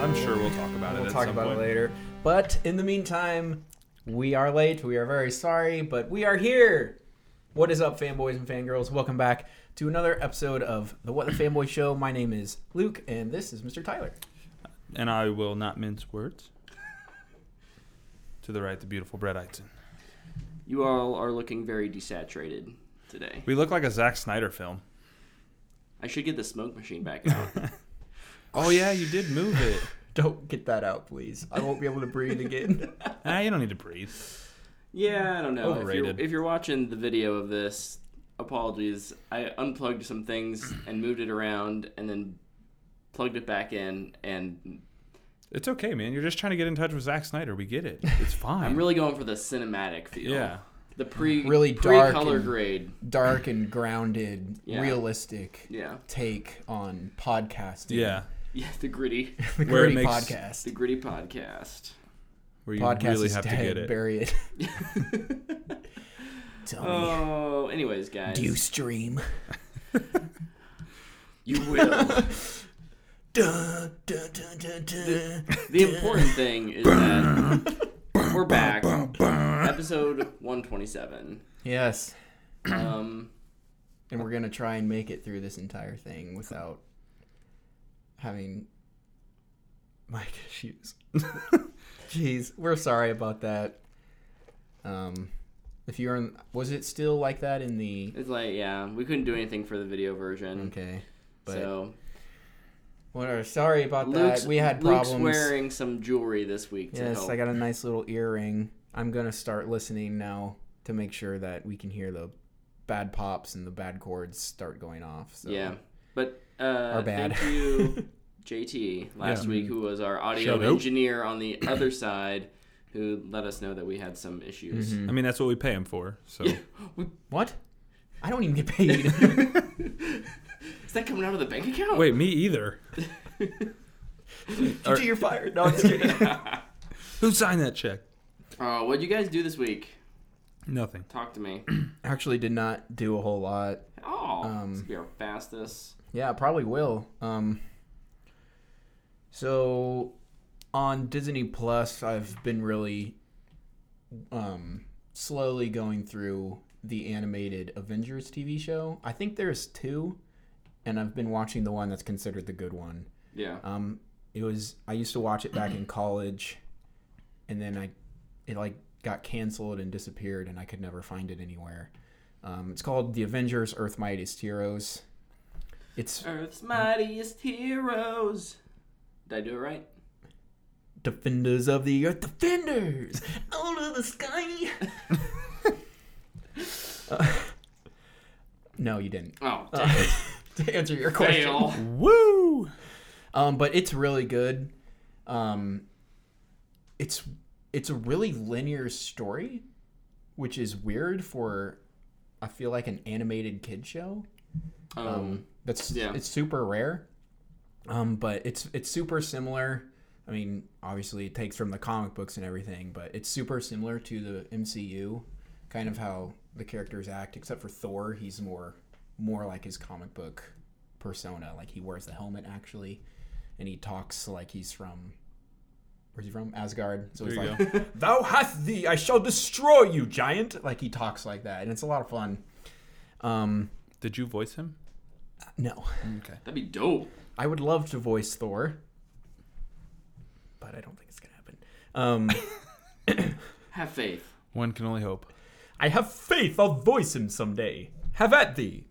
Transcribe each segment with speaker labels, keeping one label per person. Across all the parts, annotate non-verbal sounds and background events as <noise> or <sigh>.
Speaker 1: I'm sure we'll talk about it.
Speaker 2: We'll
Speaker 1: at
Speaker 2: talk
Speaker 1: some
Speaker 2: about
Speaker 1: point.
Speaker 2: it later. But in the meantime, we are late. We are very sorry, but we are here. What is up, fanboys and fangirls? Welcome back to another episode of the What the Fanboy Show. My name is Luke, and this is Mr. Tyler.
Speaker 1: And I will not mince words. to the right, the beautiful Brett Eitzen.
Speaker 3: You all are looking very desaturated today.
Speaker 1: We look like a Zack Snyder film.
Speaker 3: I should get the smoke machine back out.
Speaker 1: <laughs> Oh yeah, you did move <laughs> it.
Speaker 2: Don't get that out, please. I won't be able to breathe again.
Speaker 1: ah, you don't need to breathe.
Speaker 3: yeah, I don't know. If you're,
Speaker 1: Overrated.
Speaker 3: if you're watching the video of this, apologies. I unplugged some things and moved it around and then plugged it back in. And
Speaker 1: It's okay, man. You're just trying to get in touch with Zack Snyder. We get it. It's fine.
Speaker 3: I'm really going for the cinematic feel.
Speaker 1: yeah.
Speaker 3: The pre
Speaker 2: Really
Speaker 3: pre
Speaker 2: dark
Speaker 3: color
Speaker 2: and-
Speaker 3: grade.
Speaker 2: <laughs> Dark and grounded,
Speaker 3: Yeah.
Speaker 2: realistic
Speaker 3: Yeah. <laughs>
Speaker 2: take on podcasting. <laughs>
Speaker 1: Yeah.
Speaker 3: Yeah, the gritty.
Speaker 2: the
Speaker 1: Where it
Speaker 2: gritty
Speaker 1: makes-
Speaker 2: podcast.
Speaker 3: The gritty podcast.
Speaker 1: Where you
Speaker 2: podcast
Speaker 1: really
Speaker 2: is
Speaker 1: have
Speaker 2: dead.
Speaker 1: to get it.
Speaker 2: Bury it. <laughs> Tell me,
Speaker 3: Oh, anyways, guys.
Speaker 2: do you stream?
Speaker 3: You will.
Speaker 2: Dun, dun, dun, dun, dun.
Speaker 3: The important thing is that we're back. Episode 127.
Speaker 2: yes,
Speaker 3: Um,
Speaker 2: and we're gonna try and make it through this entire thing without having mic issues. <laughs> Jeez, we're sorry about that. Um, if you're in, was it still like that in the?
Speaker 3: it's like, yeah, we couldn't do anything for the video version.
Speaker 2: Okay, Mm, but
Speaker 3: so,
Speaker 2: we're sorry about that.
Speaker 3: Luke's,
Speaker 2: we had
Speaker 3: Luke's
Speaker 2: problems.
Speaker 3: wearing some jewelry this week to
Speaker 2: Yes,
Speaker 3: help.
Speaker 2: I got a nice little earring. I'm gonna start listening now to make sure that we can hear the bad pops and the bad chords start going off. So.
Speaker 3: Yeah. But uh,
Speaker 2: Our bad. <laughs>
Speaker 3: thank you, JT, last
Speaker 1: Yeah.
Speaker 3: week, who was our audio
Speaker 1: Shout out.
Speaker 3: engineer on the
Speaker 2: <coughs>
Speaker 3: other side, who let us know that we had some issues.
Speaker 2: Mm-hmm.
Speaker 3: <gasps>
Speaker 1: I mean, that's what we pay him for. So <laughs>
Speaker 2: What? I don't even get
Speaker 3: <laughs>
Speaker 2: paid.
Speaker 3: Is that coming out of the bank account?
Speaker 1: wait, me either.
Speaker 2: <laughs> Gee, You're fired. No, I'm
Speaker 3: <laughs>
Speaker 2: just kidding. <laughs>
Speaker 1: Who signed that check?
Speaker 3: Uh, what'd you guys do this week?
Speaker 1: Nothing.
Speaker 3: Talk to me.
Speaker 2: Actually, did not do a whole lot.
Speaker 3: Oh,
Speaker 2: Um,
Speaker 3: this will be our fastest.
Speaker 2: Yeah, probably will. Um. So, on Disney Plus, I've been really, um, slowly going through the animated Avengers TV show. I think there's two, and I've been watching the one that's considered the good one.
Speaker 3: Yeah.
Speaker 2: Um, it was I used to watch it back in college, and then I, it like got canceled and disappeared, and I could never find it anywhere. Um, it's called The Avengers: Earth Mightiest Heroes. It's
Speaker 3: Earth's mightiest heroes. Did I do it right?
Speaker 2: Defenders of the Earth, Defenders out of the sky. <laughs> Uh, no, you didn't.
Speaker 3: Oh, damn.
Speaker 2: Uh, <laughs> to answer your question,
Speaker 3: fail.
Speaker 1: Woo!
Speaker 2: Um, but it's really good. Um, it's it's a really linear story, which is weird for I feel like an animated kid show.
Speaker 3: Um,
Speaker 2: Um, that's
Speaker 3: yeah.
Speaker 2: it's super rare. Um, but it's it's super similar. I mean, obviously it takes from the comic books and everything, but it's super similar to the MCU, kind of how the characters act, except for Thor, he's more more like his comic book persona. Like he wears the helmet actually, and he talks like he's from where's he from? Asgard. So he's
Speaker 1: There you <laughs>
Speaker 2: like, <laughs> "Thou hast thee, I shall destroy you, giant." Like he talks like that, and it's a lot of fun. Um,
Speaker 1: Did you voice him?
Speaker 2: no.
Speaker 1: Okay.
Speaker 3: That'd be dope.
Speaker 2: I would love to voice Thor, but I don't think it's gonna happen. Um,
Speaker 3: Have faith.
Speaker 1: One can only hope.
Speaker 2: I have faith I'll voice him someday. Have at thee.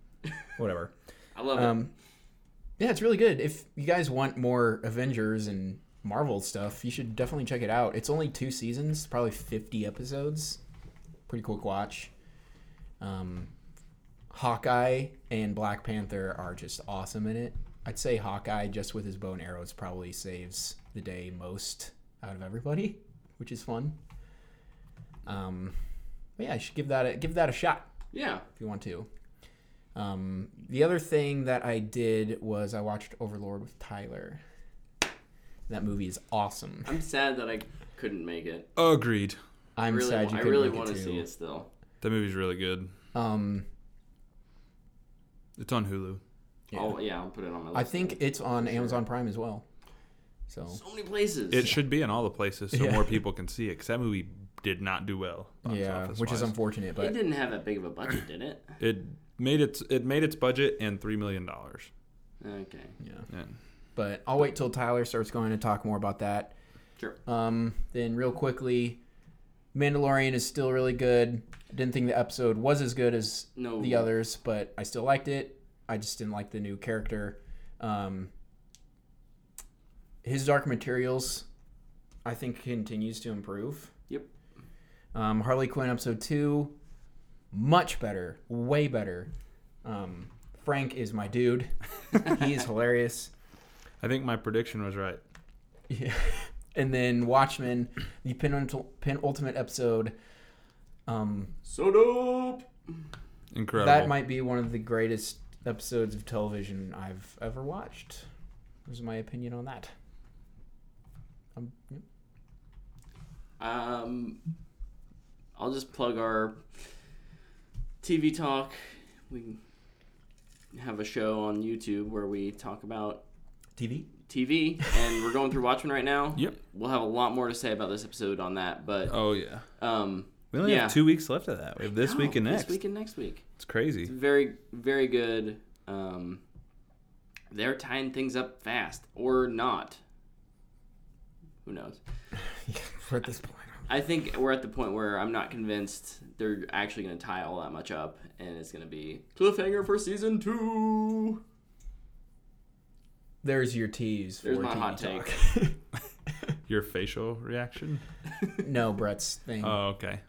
Speaker 2: Whatever.
Speaker 3: I love it.
Speaker 2: Um, yeah, it's really good. If you guys want more Avengers and Marvel stuff, you should definitely check it out. It's only two seasons, probably 50 episodes. Pretty quick watch. Um, Hawkeye and Black Panther are just awesome in it. I'd say Hawkeye, just with his bow and arrows, probably saves the day most out of everybody, which is fun. Um, but yeah, I should give that a, give that a shot
Speaker 3: Yeah.
Speaker 2: if you want to. Um, the other thing that I did was I watched Overlord with Tyler. That movie is awesome.
Speaker 3: I'm sad that I couldn't make it.
Speaker 1: Agreed.
Speaker 2: I'm
Speaker 3: Really,
Speaker 2: sad you
Speaker 3: I
Speaker 2: couldn't
Speaker 3: really
Speaker 2: make
Speaker 3: want
Speaker 2: it
Speaker 3: to
Speaker 2: too.
Speaker 3: see it still.
Speaker 1: That movie's really good.
Speaker 2: Um,
Speaker 1: It's on Hulu.
Speaker 2: Yeah.
Speaker 3: Oh yeah, I'll put it on my list.
Speaker 2: I think
Speaker 3: then.
Speaker 2: it's on Amazon Prime as well. So
Speaker 3: So many places.
Speaker 1: It should be in all the places so
Speaker 2: Yeah.
Speaker 1: more people can see it. Because that movie did not do well. box
Speaker 2: yeah,
Speaker 1: office
Speaker 2: which is
Speaker 1: wise.
Speaker 2: unfortunate,
Speaker 3: it
Speaker 2: but
Speaker 3: didn't have that big of a budget, did it?
Speaker 1: It made its it made its budget and three million dollars.
Speaker 3: Okay.
Speaker 2: yeah.
Speaker 1: Yeah.
Speaker 2: But I'll wait till Tyler starts going to talk more about that.
Speaker 3: Sure.
Speaker 2: Um, then real quickly, Mandalorian is still really good. I didn't think the episode was as good as
Speaker 3: No.
Speaker 2: the others, but I still liked it. I just didn't like the new character. Um, his Dark Materials, I think, continues to improve.
Speaker 3: Yep.
Speaker 2: Um, Harley Quinn episode two, much better, way better. Um, Frank is my dude. he is hilarious.
Speaker 1: I think my prediction was right.
Speaker 2: Yeah. And then Watchmen, the penulti- penultimate episode. Um,
Speaker 3: So dope.
Speaker 1: Incredible.
Speaker 2: that might be one of the greatest episodes of television I've ever watched. Is my opinion on that. Um, yep.
Speaker 3: Um, I'll just plug our TV talk. We have a show on YouTube where we talk about
Speaker 2: <laughs> TV.
Speaker 3: TV, and we're going through Watchmen right now.
Speaker 1: Yep.
Speaker 3: We'll have a lot more to say about this episode on that, but
Speaker 1: oh yeah.
Speaker 3: um,
Speaker 1: We only
Speaker 3: Yeah.
Speaker 1: have two weeks left of that. We have this
Speaker 3: no,
Speaker 1: week and next.
Speaker 3: This week and next week.
Speaker 1: It's crazy.
Speaker 3: It's very, very good. Um, they're tying things up fast or not. Who knows?
Speaker 2: at this point.
Speaker 3: I think we're at the point where I'm not convinced they're actually going to tie all that much up, and it's going to be cliffhanger for season two.
Speaker 2: There's your tease.
Speaker 3: There's
Speaker 2: for
Speaker 3: my
Speaker 2: TV
Speaker 3: hot take.
Speaker 1: Your facial reaction.
Speaker 2: talk. <laughs> no, Brett's thing.
Speaker 1: Oh okay.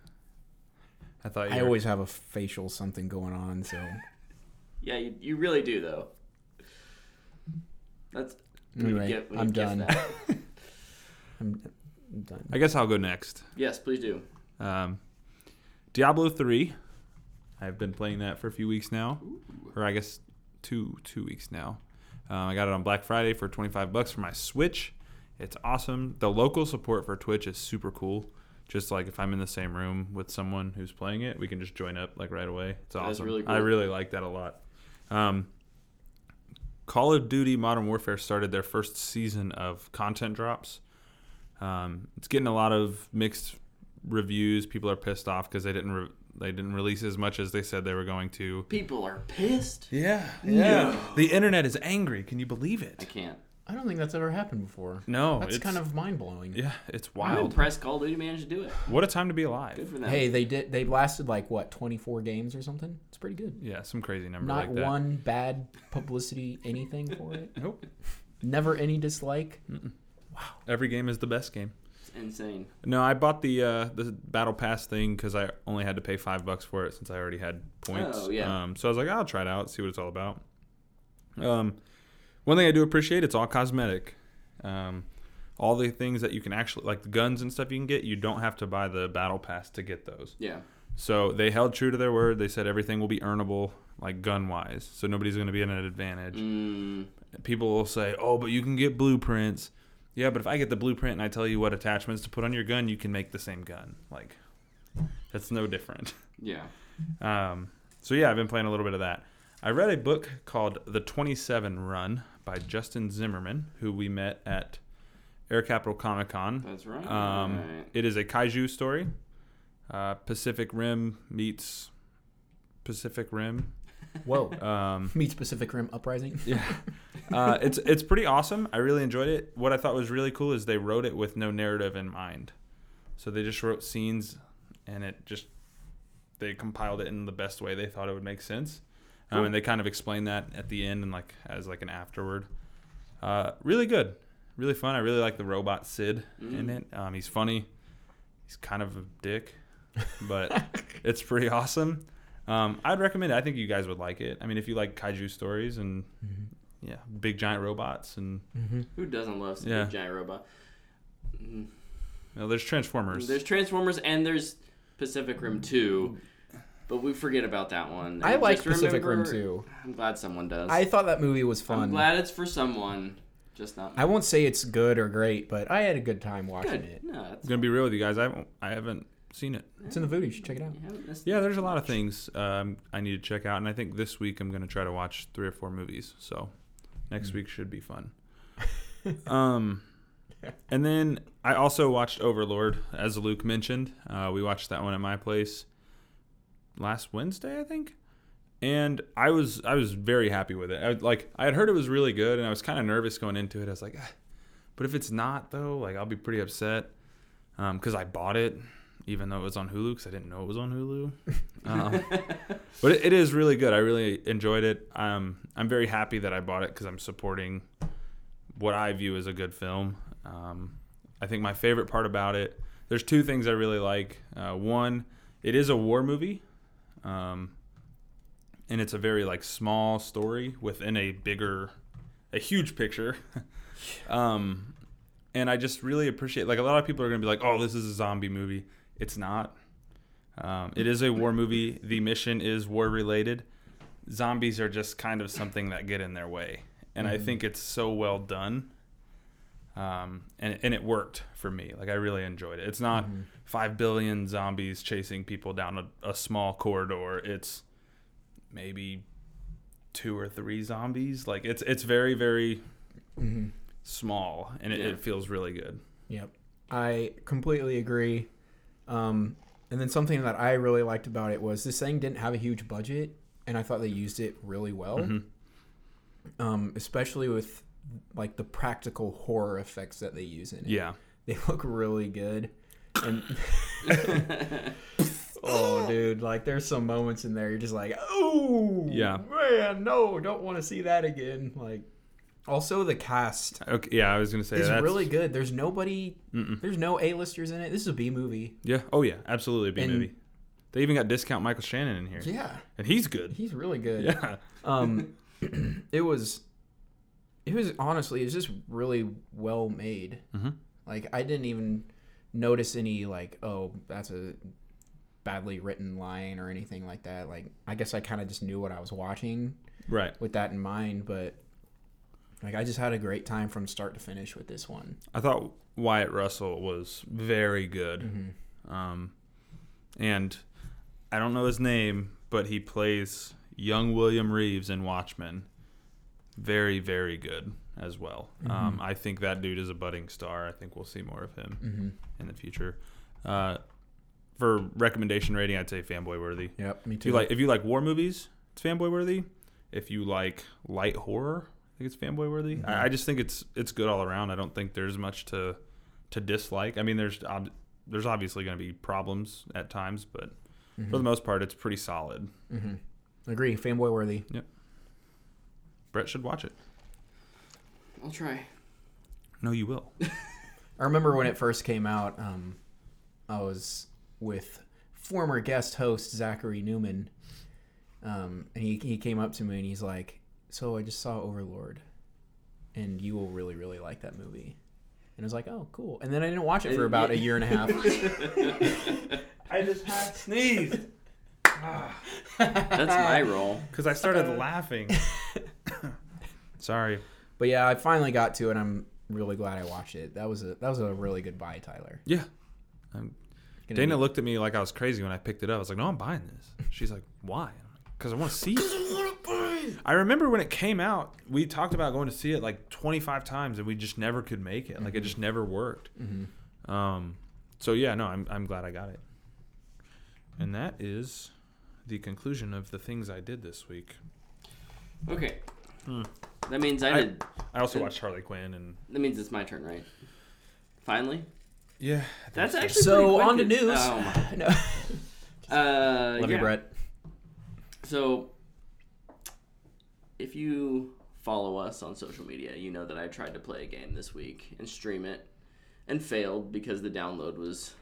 Speaker 1: I thought you.
Speaker 2: I
Speaker 1: were-
Speaker 2: always have a facial something going on, so
Speaker 3: Yeah, you, you really do though. That's we
Speaker 2: Anyway,
Speaker 3: get- we
Speaker 2: I'm
Speaker 3: get
Speaker 2: done.
Speaker 3: that.
Speaker 2: I'm, I'm done.
Speaker 1: I guess I'll go next.
Speaker 3: yes, please do.
Speaker 1: Um, Diablo three. I've been playing that for a few weeks now, or I guess two two weeks now. Um, I got it on Black Friday for twenty five bucks for my Switch. It's awesome. The local support for Twitch is super cool. Just like if I'm in the same room with someone who's playing it, we can just join up like right away. It's
Speaker 3: That is
Speaker 1: awesome.
Speaker 3: really
Speaker 1: I
Speaker 3: cool.
Speaker 1: really like that a lot. Um, Call of Duty Modern Warfare started their first season of content drops. Um, it's getting a lot of mixed reviews. People are pissed off because they didn't re- they didn't release as much as they said they were going to.
Speaker 3: People are pissed.
Speaker 1: Yeah,
Speaker 3: yeah.
Speaker 1: The internet is angry. Can you believe
Speaker 3: I
Speaker 1: it?
Speaker 3: can't.
Speaker 2: I don't think that's ever happened before.
Speaker 1: No,
Speaker 2: That's
Speaker 1: it's
Speaker 2: kind of mind blowing.
Speaker 1: yeah, it's
Speaker 3: I'm
Speaker 1: wild.
Speaker 3: impressed Call of Duty managed to do it.
Speaker 1: What a time to be
Speaker 3: Good
Speaker 1: alive.
Speaker 3: for them.
Speaker 2: Hey, they did. They lasted like what, 24 games or something? It's pretty good.
Speaker 1: Yeah, some crazy number
Speaker 2: Not
Speaker 1: like that.
Speaker 2: one bad publicity, anything for it.
Speaker 1: Nope.
Speaker 2: Never any dislike.
Speaker 1: Every game is the best game.
Speaker 3: It's insane.
Speaker 1: No, I bought the uh, the battle pass thing because I only had to pay five bucks for it since I already had points.
Speaker 3: Oh, yeah.
Speaker 1: Um, so I was like, I'll try it out, see what it's all about. Um, one thing I do appreciate, it's all cosmetic. Um, all the things that you can actually like the guns and stuff you can get, you don't have to buy the battle pass to get those.
Speaker 3: Yeah.
Speaker 1: So they held true to their word. They said everything will be earnable, like gun wise. So nobody's going to be at an advantage
Speaker 3: Mm,
Speaker 1: people will say, "Oh, but you can get blueprints." Yeah, but if I get the blueprint and I tell you what attachments to put on your gun, you can make the same gun. Like, that's no different.
Speaker 3: yeah.
Speaker 1: Um, so yeah, I've been playing a little bit of that. I read a book called The 27 Run by Justin Zimmerman, who we met at Air Capital Comic Con.
Speaker 3: That's right.
Speaker 1: Um, it is a kaiju story. Uh, Pacific Rim meets Pacific Rim. <laughs>
Speaker 2: Whoa.
Speaker 1: Um,
Speaker 2: Meets Pacific Rim Uprising.
Speaker 1: yeah. Uh, it's it's pretty awesome. I really enjoyed it. What I thought was really cool is they wrote it with no narrative in mind. So they just wrote scenes and it just they compiled it in the best way they thought it would make sense. Um, and they kind of explained that at the end and like as like an afterward. Uh, really good. Really fun. I really like the robot Sid in it. Um, he's funny. He's kind of a dick, but it's pretty awesome. Um, I'd recommend it. I think you guys would like it. I mean, if you like kaiju stories and yeah, big giant robots and
Speaker 3: Who doesn't love some
Speaker 1: Yeah.
Speaker 3: big giant robot? Mm,
Speaker 1: you know, there's Transformers.
Speaker 3: There's Transformers and there's Pacific Rim 2, but we forget about that one. And
Speaker 2: I like
Speaker 3: just
Speaker 2: Pacific Rim
Speaker 3: remember-
Speaker 2: too.
Speaker 3: I'm glad someone does.
Speaker 2: I thought that movie was
Speaker 3: I'm
Speaker 2: fun.
Speaker 3: glad it's for someone, just not
Speaker 2: I won't say it's good or great, but I had a good time watching
Speaker 3: good.
Speaker 2: it.
Speaker 3: No, that's,
Speaker 1: I'm gonna be real with you guys. I haven't I haven't seen it.
Speaker 2: It's in the voodoo. You should check it out.
Speaker 3: you haven't missed
Speaker 1: Yeah, there's a lot of things um, I need to check out, and I think this week I'm gonna try to watch three or four movies. So next week should be fun. um, And then I also watched Overlord, as Luke mentioned. Uh, we watched that one at my place last Wednesday, I think. And I was I was very happy with it. I, would- like I had heard it was really good, and I was kind of nervous going into it. I was like, "Ah, but if it's not though, like I'll be pretty upset because I bought it, even though it was on Hulu, because I didn't know it was on Hulu. Um, but it, it is really good. I really enjoyed it. Um, I'm very happy that I bought it because I'm supporting what I view as a good film. Um, I think my favorite part about it, there's two things I really like. Uh, one, it is a war movie, um, and it's a very like small story within a bigger, a huge picture. <laughs> um, and I just really appreciate like a lot of people are gonna be like, oh, this is a zombie movie. It's not. Um, it is a war movie. The mission is war related. Zombies are just kind of something that get in their way, and I think it's so well done. Um, and and it worked for me. Like I really enjoyed it. It's not five billion zombies chasing people down a, a small corridor. It's maybe two or three zombies. Like it's it's very very
Speaker 2: Mhm.
Speaker 1: small, and it,
Speaker 3: Yeah.
Speaker 1: it feels really good.
Speaker 2: Yep. I completely agree. Um, and then something that I really liked about it was this thing didn't have a huge budget, and I thought they used it really well,
Speaker 3: Mm-hmm.
Speaker 2: um, especially with like the practical horror effects that they use in it.
Speaker 1: Yeah.
Speaker 2: They look really good.
Speaker 3: <laughs>
Speaker 2: And
Speaker 1: <gasps>
Speaker 2: oh, dude, like there's some moments in there you're just like, oh,
Speaker 1: Yeah.
Speaker 2: man, no, don't want to see that again. Like, also the cast
Speaker 1: Okay. Yeah, I was gonna say
Speaker 2: it's
Speaker 1: that's
Speaker 2: really good. There's nobody. There's no A-listers in it. This is a B movie.
Speaker 1: Yeah. Oh yeah. Absolutely. B
Speaker 2: And-
Speaker 1: movie. They even got discount Michael Shannon in here,
Speaker 2: Yeah,
Speaker 1: and he's good. <laughs>
Speaker 2: he's really good.
Speaker 1: Yeah.
Speaker 2: <laughs>
Speaker 1: <clears throat>
Speaker 2: Um, it was, it was honestly, it was just really well made.
Speaker 1: Mhm.
Speaker 2: Like I didn't even notice any like, oh, that's a badly written line or anything like that. Like I guess I kind of just knew what I was watching
Speaker 1: Right.
Speaker 2: with that in mind, but. Like I just had a great time from start to finish with this one.
Speaker 1: I thought Wyatt Russell was very good.
Speaker 2: Mm-hmm.
Speaker 1: Um, and I don't know his name, but he plays young William Reeves in Watchmen. Very, very good as well.
Speaker 2: Mm-hmm.
Speaker 1: Um, I think that dude is a budding star. I think we'll see more of
Speaker 2: Mm.
Speaker 1: him in the future. Uh, for recommendation rating, I'd say fanboy worthy.
Speaker 2: Yep, me
Speaker 1: If you like if you like war movies, it's fanboy worthy. If you like light horror, I think it's fanboy worthy. I, I just think it's it's good all around. I don't think there's much to to dislike. I mean, there's ob- there's obviously going to be problems at times, but for the most part, it's pretty solid.
Speaker 2: Agree, fanboy worthy.
Speaker 1: Brett should watch it.
Speaker 3: I'll try.
Speaker 1: No, you <laughs> will.
Speaker 2: I remember when it first came out, um, I was with former guest host Zachary Newman, um, and he, he came up to me and he's like, So I just saw Overlord, and you will really, really like that movie. And I was like, Oh, cool. And then I didn't watch it for about a year and a half.
Speaker 1: <laughs> I just had sneezed
Speaker 3: That's
Speaker 2: <laughs>
Speaker 3: my role.
Speaker 1: because I started laughing. <laughs> Sorry.
Speaker 2: But yeah, I finally got to it. I'm really glad I watched it. That was a that was a really good buy, Tyler.
Speaker 1: Yeah. Um, Dana
Speaker 2: be-
Speaker 1: looked at me like I was crazy when I picked it up. I was like, "No, I'm buying this." She's like, "Why?" Because I want to see it. I remember when it came out, we talked about going to see it like 25 times, and we just never could make it. Like it
Speaker 3: Mm-hmm.
Speaker 1: just never worked. Um, so yeah, no, I'm I'm glad I got it. And that is the conclusion of the things I did this week.
Speaker 3: Okay. That means I
Speaker 1: Hmm. I-
Speaker 3: did.
Speaker 1: I also watched Harley Quinn, and
Speaker 3: That means it's my turn, right? Finally.
Speaker 1: yeah,
Speaker 3: That's actually pretty
Speaker 2: So
Speaker 3: quick.
Speaker 2: on to news.
Speaker 3: Oh
Speaker 2: <laughs>
Speaker 3: my-
Speaker 2: no.
Speaker 3: Uh,
Speaker 2: Love
Speaker 3: yeah.
Speaker 2: you, Brett.
Speaker 3: So, if you follow us on social media, you know that I tried to play a game this week and stream it and failed because the download was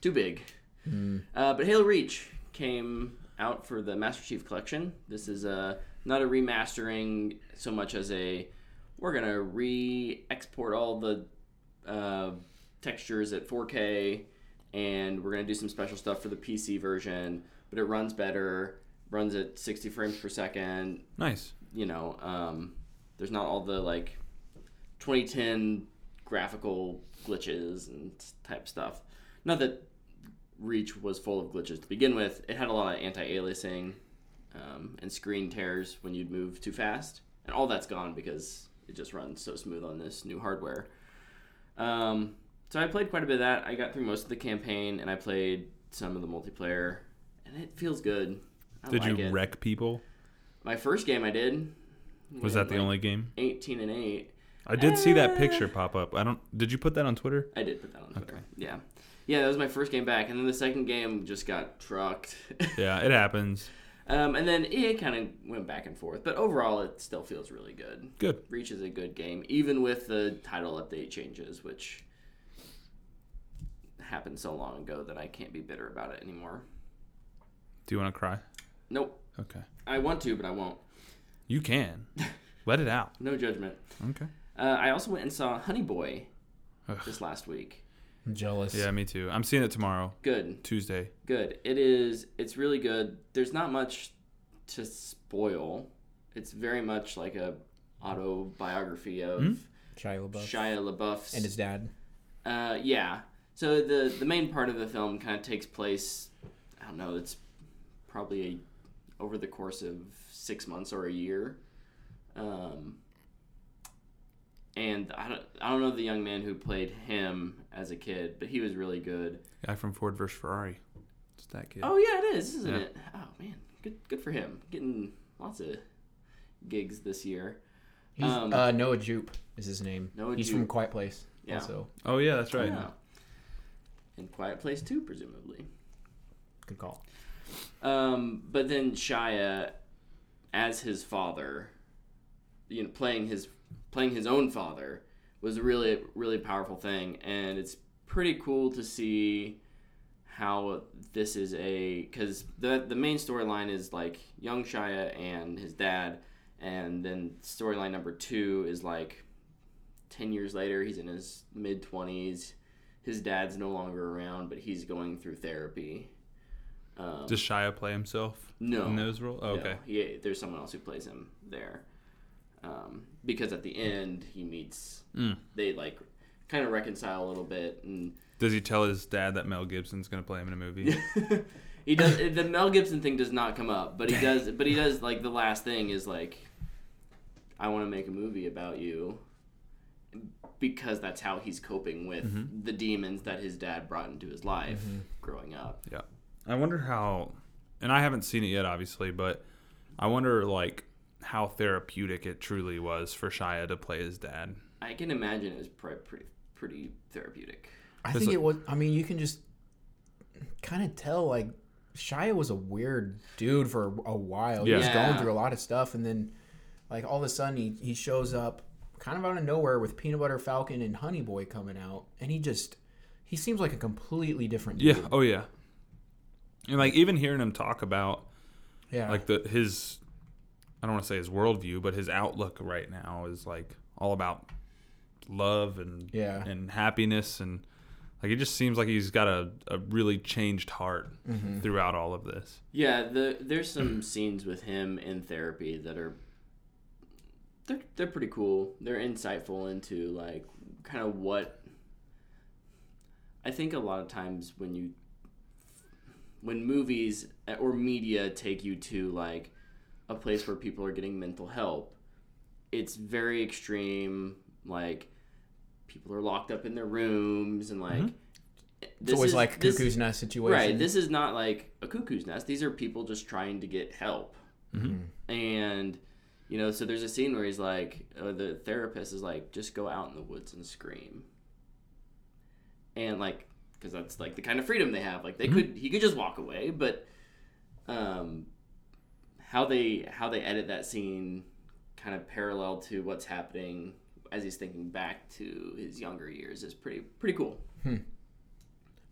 Speaker 3: too big. Uh, but Halo Reach came out for the Master Chief Collection. This is a, not a remastering so much as a we're going to re export all the uh, textures at 4K, and we're gonna do some special stuff for the PC version. But it runs better, runs at 60 frames per second.
Speaker 1: nice.
Speaker 3: You know, um, there's not all the like 2010 graphical glitches and type stuff. Not that Reach was full of glitches to begin with. It had a lot of anti-aliasing um, and screen tears when you'd move too fast, and all that's gone because it just runs so smooth on this new hardware. Um, so I played quite a bit of that. I got through most of the campaign, and I played some of the multiplayer, and it feels good. I
Speaker 1: Did
Speaker 3: like
Speaker 1: you
Speaker 3: it.
Speaker 1: wreck people?
Speaker 3: My first game I did.
Speaker 1: Was
Speaker 3: went,
Speaker 1: that the
Speaker 3: like,
Speaker 1: only game?
Speaker 3: 18 and 8.
Speaker 1: I did see that
Speaker 3: Uh, <laughs>
Speaker 1: picture pop up. I don't. Did you put that on Twitter?
Speaker 3: I did put that on Twitter. Yeah. Yeah, that was my first game back. And then the second game just
Speaker 1: <laughs>
Speaker 3: got trucked. <laughs>
Speaker 1: Yeah, it happens.
Speaker 3: um, and then it kind of went back and forth. But overall, it still feels really good.
Speaker 1: Good.
Speaker 3: Reach is a good game, even with the title update changes, which happened so long ago that I can't be bitter about it anymore.
Speaker 1: Do you want to cry?
Speaker 3: Nope.
Speaker 1: Okay.
Speaker 3: I want to, but I won't.
Speaker 1: You
Speaker 3: <laughs>
Speaker 1: can. Let it out.
Speaker 3: No judgment.
Speaker 1: Okay.
Speaker 3: Uh, I also went and saw Honey Boy
Speaker 1: Ugh.
Speaker 3: just last week.
Speaker 2: I'm jealous.
Speaker 1: Yeah, me too. I'm seeing it tomorrow,
Speaker 3: Good.
Speaker 1: Tuesday.
Speaker 3: good. It is. It's really good. There's not much to spoil. It's very much like a autobiography of
Speaker 2: Shia LaBeouf
Speaker 3: Shia LaBeouf's.
Speaker 2: and his dad.
Speaker 3: uh, yeah. So the the main part of the film kind of takes place. I don't know. It's probably a, over the course of six months or a year. Um, and I don't, I don't know the young man who played him as a kid, but he was really good.
Speaker 1: Guy from Ford versus Ferrari. It's that kid.
Speaker 3: Oh yeah, it is, isn't
Speaker 1: Yeah.
Speaker 3: it? Oh man, good good for him. Getting lots of gigs this year.
Speaker 2: He's,
Speaker 3: Um,
Speaker 2: uh, Noah Jupe is his name.
Speaker 3: Noah
Speaker 2: He's from
Speaker 3: Jupe.
Speaker 2: Quiet Place.
Speaker 3: Yeah.
Speaker 2: Also,
Speaker 1: Oh yeah, that's right.
Speaker 3: Yeah. In Quiet Place too, presumably.
Speaker 2: good call.
Speaker 3: Um, but then Shia, as his father, you know, playing his playing his own father was a really really powerful thing, and it's pretty cool to see how this is a because the the main storyline is like young Shia and his dad, and then storyline number two is like ten years later, he's in his mid twenties. His dad's no longer around, but he's going through therapy. Um,
Speaker 1: Does Shia play himself
Speaker 3: no,
Speaker 1: in those roles? Oh,
Speaker 3: no,
Speaker 1: okay.
Speaker 3: he- there's someone else who plays him there. Um, because at the end, he meets.
Speaker 1: Mm.
Speaker 3: They like kind of reconcile a little bit,
Speaker 1: <laughs>
Speaker 3: and <laughs>
Speaker 1: Does he tell his dad that Mel Gibson's gonna play him in a movie?
Speaker 3: he does the Mel Gibson thing does not come up, but he does. But he does like the last thing is like, I want to make a movie about you, because that's how he's coping with
Speaker 1: Mm-hmm.
Speaker 3: the demons that his dad brought into his life growing up.
Speaker 1: yeah. I wonder how, and I haven't seen it yet, obviously, but I wonder like how therapeutic it truly was for Shia to play his dad.
Speaker 3: I can imagine it was probably pretty pretty therapeutic.
Speaker 2: I
Speaker 1: There's
Speaker 2: think
Speaker 1: a-
Speaker 2: it was. I mean, you can just kind of tell like Shia was a weird dude for a while. He was
Speaker 3: Yeah.
Speaker 2: going through a lot of stuff, and then like all of a sudden he, he shows up kind of out of nowhere with Peanut Butter Falcon and Honey Boy coming out, and he just he seems like a completely different dude.
Speaker 1: Yeah. Oh yeah. And like even hearing him talk about
Speaker 2: yeah.
Speaker 1: like the his I don't want to say his worldview, but his outlook right now is like all about love and
Speaker 2: Yeah.
Speaker 1: and happiness and like it just seems like he's got a, a really changed heart throughout all of this.
Speaker 3: Yeah, the there's some scenes with him in therapy that are they're they're pretty cool. They're insightful into like kind of what I think a lot of times when you when movies eh, or media take you to like a place where people are getting mental help, it's very extreme like people are locked up in their rooms and like
Speaker 2: Mm-hmm.
Speaker 3: eh,
Speaker 2: it's always like a
Speaker 3: this-
Speaker 2: cuckoo's nest situation.
Speaker 3: Right. This is not like a cuckoo's nest. These are people just trying to get help. And, you know, so there's a scene where he's like, uh, the therapist is like, just go out in the woods and scream. And, like, because that's like the kind of freedom they have. Like, they could, he could just walk away, but, um, how they how they edit that scene kind of parallel to what's happening as he's thinking back to his younger years is pretty pretty cool.
Speaker 2: I'm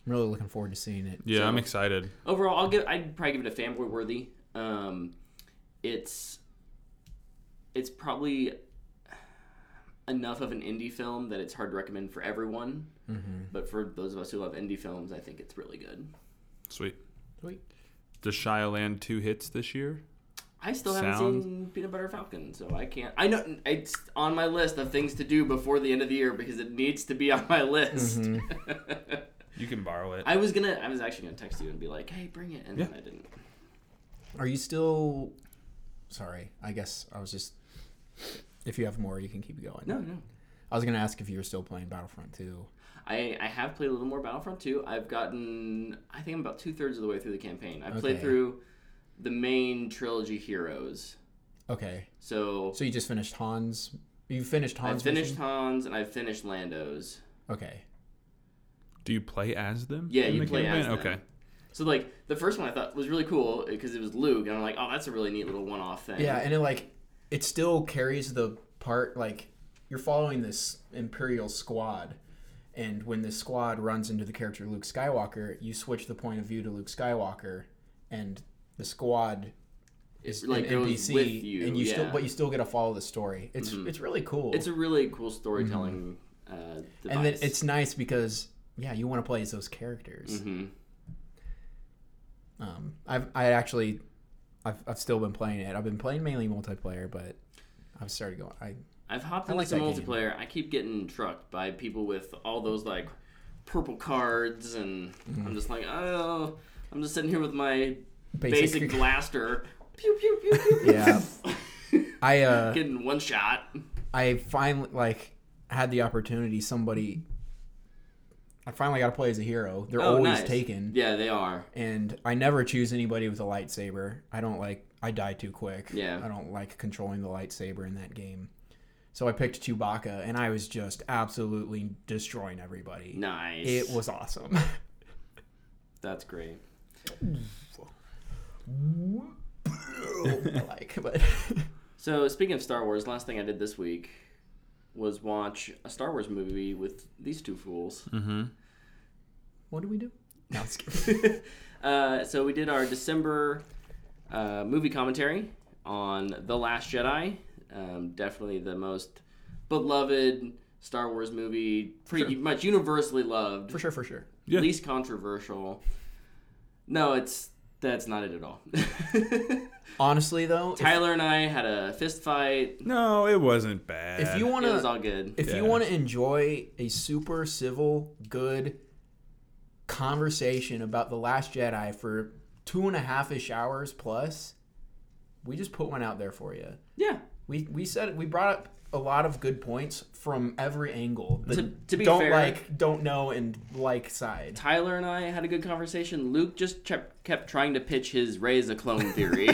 Speaker 2: really looking forward to seeing it.
Speaker 1: Yeah,
Speaker 3: So-
Speaker 1: I'm excited.
Speaker 3: overall i'll give i'd probably give it a fanboy worthy um it's it's probably enough of an indie film that it's hard to recommend for everyone but for those of us who love indie films i think it's really good
Speaker 1: Sweet.
Speaker 2: Sweet.
Speaker 1: Does Shia land two hits this year?
Speaker 3: i still haven't
Speaker 1: Sounds-
Speaker 3: seen peanut butter falcon so i can't i know it's on my list of things to do before the end of the year because it needs to be on my list
Speaker 1: You can borrow it.
Speaker 3: i was gonna i was actually gonna text you and be like hey bring it and then
Speaker 1: Yeah.
Speaker 3: i didn't
Speaker 2: Are you still? Sorry, I guess I was just If you have more, you can keep going.
Speaker 3: No, no.
Speaker 2: I was gonna ask if you were still playing Battlefront 2.
Speaker 3: I, I have played a little more Battlefront 2. I've gotten, I think I'm about two thirds of the way through the campaign. I've played
Speaker 2: Okay.
Speaker 3: through the main trilogy heroes.
Speaker 2: Okay,
Speaker 3: So,
Speaker 2: so you just finished Hans. You finished
Speaker 3: I
Speaker 2: Hans.
Speaker 3: finished
Speaker 2: mission?
Speaker 3: Hans and I finished Lando's.
Speaker 2: Okay.
Speaker 1: Do you play as them?
Speaker 3: Yeah,
Speaker 1: in
Speaker 3: you
Speaker 1: the
Speaker 3: play
Speaker 1: campaign?
Speaker 3: as them.
Speaker 1: Okay.
Speaker 3: So like the first one I thought was really cool because it was Luke, and I'm like, oh, that's a really neat little one-off thing.
Speaker 2: Yeah, and it like it still carries the part like you're following this Imperial squad, and when this squad runs into the character Luke Skywalker, you switch the point of view to Luke Skywalker, and the squad is
Speaker 3: It, like,
Speaker 2: an
Speaker 3: goes
Speaker 2: NPC,
Speaker 3: with you,
Speaker 2: and you still
Speaker 3: yeah. Mm-hmm.
Speaker 2: but you still get to follow the story. It's it's really cool.
Speaker 3: it's a really cool storytelling. Uh, device.
Speaker 2: Mm-hmm. and then it's nice because yeah, you want to play as those characters.
Speaker 3: Mhm.
Speaker 2: Um, I've I actually, I've, I've still been playing it. I've been playing mainly multiplayer, but I've started going. I
Speaker 3: I've hopped
Speaker 2: I
Speaker 3: into
Speaker 2: like
Speaker 3: some
Speaker 2: that game.
Speaker 3: multiplayer. I keep getting trucked by people with all those like purple cards, and
Speaker 2: Mm-hmm.
Speaker 3: I'm just like, oh, I'm just sitting here with my basic,
Speaker 2: Basic-
Speaker 3: blaster. <laughs> Pew pew pew pew. pew.
Speaker 2: yeah, <laughs> I uh,
Speaker 3: <laughs> Getting one shot.
Speaker 2: I finally like had the opportunity. Somebody, I finally got to play as a hero. They're
Speaker 3: Oh,
Speaker 2: always
Speaker 3: nice.
Speaker 2: taken,
Speaker 3: Yeah, they are.
Speaker 2: and I never choose anybody with a lightsaber. I don't like. I die too quick.
Speaker 3: Yeah.
Speaker 2: I don't like controlling the lightsaber in that game. So I picked Chewbacca, and I was just absolutely destroying everybody.
Speaker 3: Nice.
Speaker 2: It was
Speaker 3: <laughs>
Speaker 2: awesome. <laughs>
Speaker 3: That's great.
Speaker 2: like, but <laughs>
Speaker 3: So speaking of Star Wars, last thing I did this week was watch a Star Wars movie with these two fools.
Speaker 2: Hmm. what do we do? No, I'm just kidding.
Speaker 3: uh, so we did our December uh, movie commentary on The Last Jedi. Um, definitely the most beloved Star Wars movie, pretty much universally
Speaker 2: <laughs>
Speaker 3: loved,
Speaker 2: for sure, for sure.
Speaker 1: Yeah.
Speaker 3: least controversial. No, it's that's not it at all. <laughs>
Speaker 2: Honestly, though, if,
Speaker 3: Tyler and I had a fist fight.
Speaker 1: No, it wasn't bad.
Speaker 2: if you want
Speaker 3: It was
Speaker 2: to,
Speaker 3: all good.
Speaker 2: if you
Speaker 1: Yeah.
Speaker 2: want to enjoy a super civil, good conversation about the Last Jedi for two and a half ish hours plus, we just put one out there for you.
Speaker 3: yeah.
Speaker 2: We we said we brought up a lot of good points from every angle. The
Speaker 3: To- to be
Speaker 2: don't
Speaker 3: fair-
Speaker 2: like, don't know, and like side.
Speaker 3: Tyler and I had a good conversation. Luke just kept, kept trying to pitch his Ray is a clone
Speaker 1: <laughs>
Speaker 3: theory.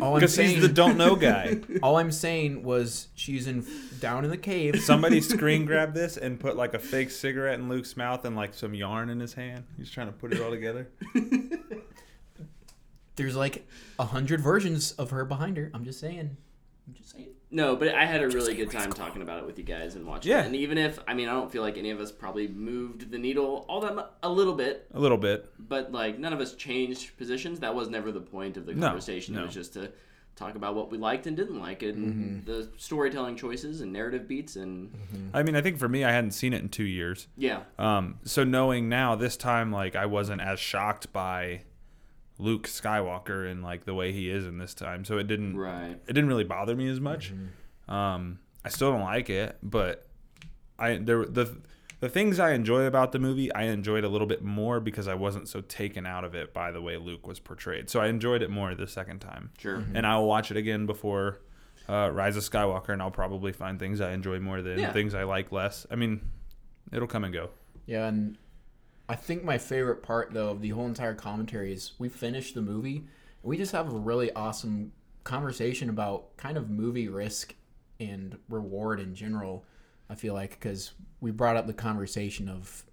Speaker 2: All I'm
Speaker 1: because
Speaker 2: saying,
Speaker 1: he's the don't know guy.
Speaker 2: all I'm saying was she's in down in the cave.
Speaker 1: Somebody screen grabbed this and put like a fake cigarette in Luke's mouth and like some yarn in his hand. He's trying to put it all together.
Speaker 2: There's like a hundred versions of her behind her. I'm just saying. I'm just saying.
Speaker 3: no, but I had a really good time talking about it with you guys and watching
Speaker 1: Yeah.
Speaker 3: it. And even if, I mean, I don't feel like any of us probably moved the needle all that mu- a little bit,
Speaker 1: A little bit.
Speaker 3: but like none of us changed positions. That was never the point of the
Speaker 1: No,
Speaker 3: conversation. It
Speaker 1: no.
Speaker 3: was just to talk about what we liked and didn't like and
Speaker 2: Mm-hmm.
Speaker 3: the storytelling choices and narrative beats. And
Speaker 1: I mean, I think for me, I hadn't seen it in two years.
Speaker 3: yeah,
Speaker 1: Um, so knowing now this time, like I wasn't as shocked by Luke Skywalker and like the way he is in this time. So it didn't
Speaker 3: right.
Speaker 1: it didn't really bother me as much. Um, I still don't like it, but I there the the things I enjoy about the movie, I enjoyed a little bit more because I wasn't so taken out of it by the way Luke was portrayed. So I enjoyed it more the second time,
Speaker 3: Sure.
Speaker 2: Mm-hmm.
Speaker 1: and I'll watch it again before uh, Rise of Skywalker, and I'll probably find things I enjoy more than
Speaker 3: Yeah.
Speaker 1: things I like less. I mean, it'll come and go.
Speaker 2: Yeah, and I think my favorite part though of the whole entire commentary is we finish the movie and we just have a really awesome conversation about kind of movie risk and reward in general. I feel like because we brought up the conversation of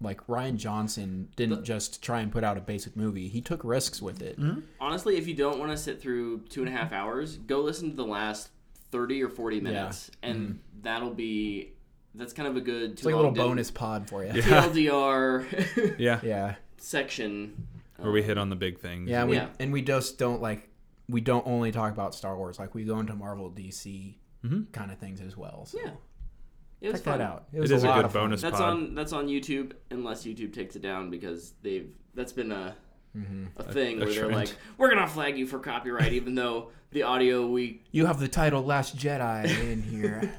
Speaker 2: like Ryan Johnson didn't just try and put out a basic movie; he took risks with it.
Speaker 3: honestly, if you don't want to sit through two and a half hours, go listen to the last thirty or forty minutes, and that'll be that's kind of a good.
Speaker 2: Mm-hmm. It's like a little bonus pod for you. Yeah,
Speaker 3: TLDR
Speaker 1: Yeah,
Speaker 2: <laughs> yeah,
Speaker 3: section.
Speaker 1: where we hit on the big things.
Speaker 2: And, we,
Speaker 3: Yeah.
Speaker 2: and we just don't like we don't only talk about Star Wars; like we go into Marvel, DC kind of things as well. So.
Speaker 3: Yeah, it was
Speaker 2: check that
Speaker 3: fun.
Speaker 2: out.
Speaker 1: Mm-hmm. it is a,
Speaker 2: lot
Speaker 1: good
Speaker 2: of fun.
Speaker 1: bonus
Speaker 3: That's
Speaker 1: pod.
Speaker 3: on that's on YouTube, unless YouTube takes it down because they've that's been a. A thing
Speaker 1: Mm-hmm. a
Speaker 3: where they're
Speaker 1: trend.
Speaker 3: like, we're gonna flag you for copyright, even though the audio we,
Speaker 2: You have the title Last Jedi in here. <laughs>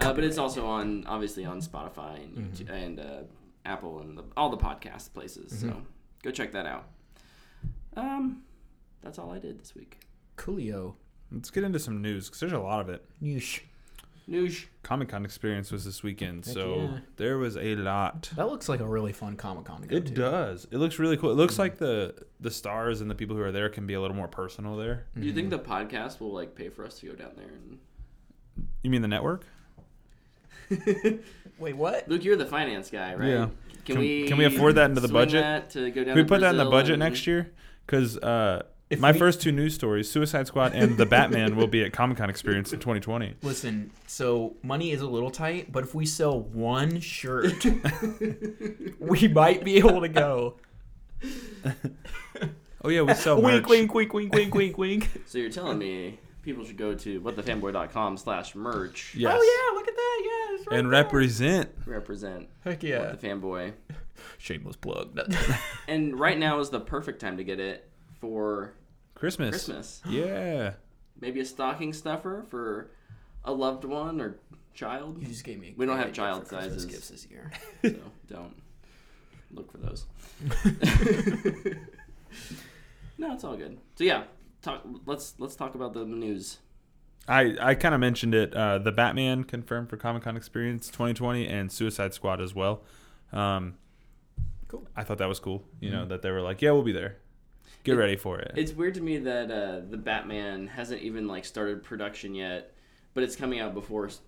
Speaker 3: uh, but it's also on obviously on Spotify and
Speaker 1: Mm-hmm.
Speaker 3: YouTube, and uh, Apple and the, all the podcast places.
Speaker 1: Mm-hmm.
Speaker 3: So go check that out. Um, that's all I did this week.
Speaker 2: Coolio.
Speaker 1: Let's get into some news because there's a lot of it.
Speaker 2: Yeesh.
Speaker 3: Noosh.
Speaker 1: Comic Con experience was this weekend,
Speaker 2: Heck
Speaker 1: so
Speaker 2: yeah.
Speaker 1: there was a lot.
Speaker 2: That looks like a really fun Comic Con to go
Speaker 1: It
Speaker 2: to.
Speaker 1: does. It looks really cool. It looks like the the stars and the people who are there can be a little more personal there.
Speaker 3: Do you think the podcast will like pay for us to go down there? And
Speaker 1: You mean the network?
Speaker 2: Wait, what?
Speaker 3: Luke, you're the finance guy, right?
Speaker 1: Yeah.
Speaker 3: Can,
Speaker 1: Can-
Speaker 3: we
Speaker 1: can we afford that into the
Speaker 3: swing
Speaker 1: budget?
Speaker 3: that to go down
Speaker 1: Can we
Speaker 3: to
Speaker 1: put that in the
Speaker 3: Brazil
Speaker 1: budget
Speaker 3: and-
Speaker 1: next year? Because uh,
Speaker 2: If
Speaker 1: my
Speaker 2: we-
Speaker 1: first two news stories, Suicide Squad and The Batman, will be at Comic Con Experience in 2020.
Speaker 2: Listen, so money is a little tight, but if we sell one shirt, <laughs> we might be able to go.
Speaker 1: Oh yeah, we <laughs> sell merch.
Speaker 2: wink, wink, wink, wink, wink, wink, wink.
Speaker 3: So you're telling me people should go to whatthefanboy.com slash merch
Speaker 1: <laughs> Yes.
Speaker 2: Oh yeah, look at that. Yeah, it's right
Speaker 1: And
Speaker 2: there.
Speaker 1: represent.
Speaker 3: represent
Speaker 2: Heck yeah.
Speaker 3: What the fanboy.
Speaker 1: <laughs>
Speaker 2: Shameless plug.
Speaker 3: And right now is the perfect time to get it for
Speaker 1: Christmas.
Speaker 3: Christmas.
Speaker 1: Yeah.
Speaker 3: Maybe a stocking stuffer for a loved one or
Speaker 2: <laughs>
Speaker 3: child.
Speaker 2: you just gave me. a
Speaker 3: We don't
Speaker 2: great
Speaker 3: have
Speaker 2: idea
Speaker 3: child
Speaker 2: for Christmas
Speaker 3: sizes.
Speaker 2: gifts this year.
Speaker 3: So don't look for those. <laughs> no, it's all good. So yeah, talk, let's let's talk about the news.
Speaker 1: I, I kind of mentioned it. Uh, the Batman confirmed for Comic Con Experience 2020 and Suicide Squad as well. Um,
Speaker 2: Cool.
Speaker 1: I thought that was cool. You know that they were like, yeah, we'll be there. Get
Speaker 3: It-
Speaker 1: ready for it.
Speaker 3: It's weird to me that uh, the Batman hasn't even like started production yet, but it's coming out before S-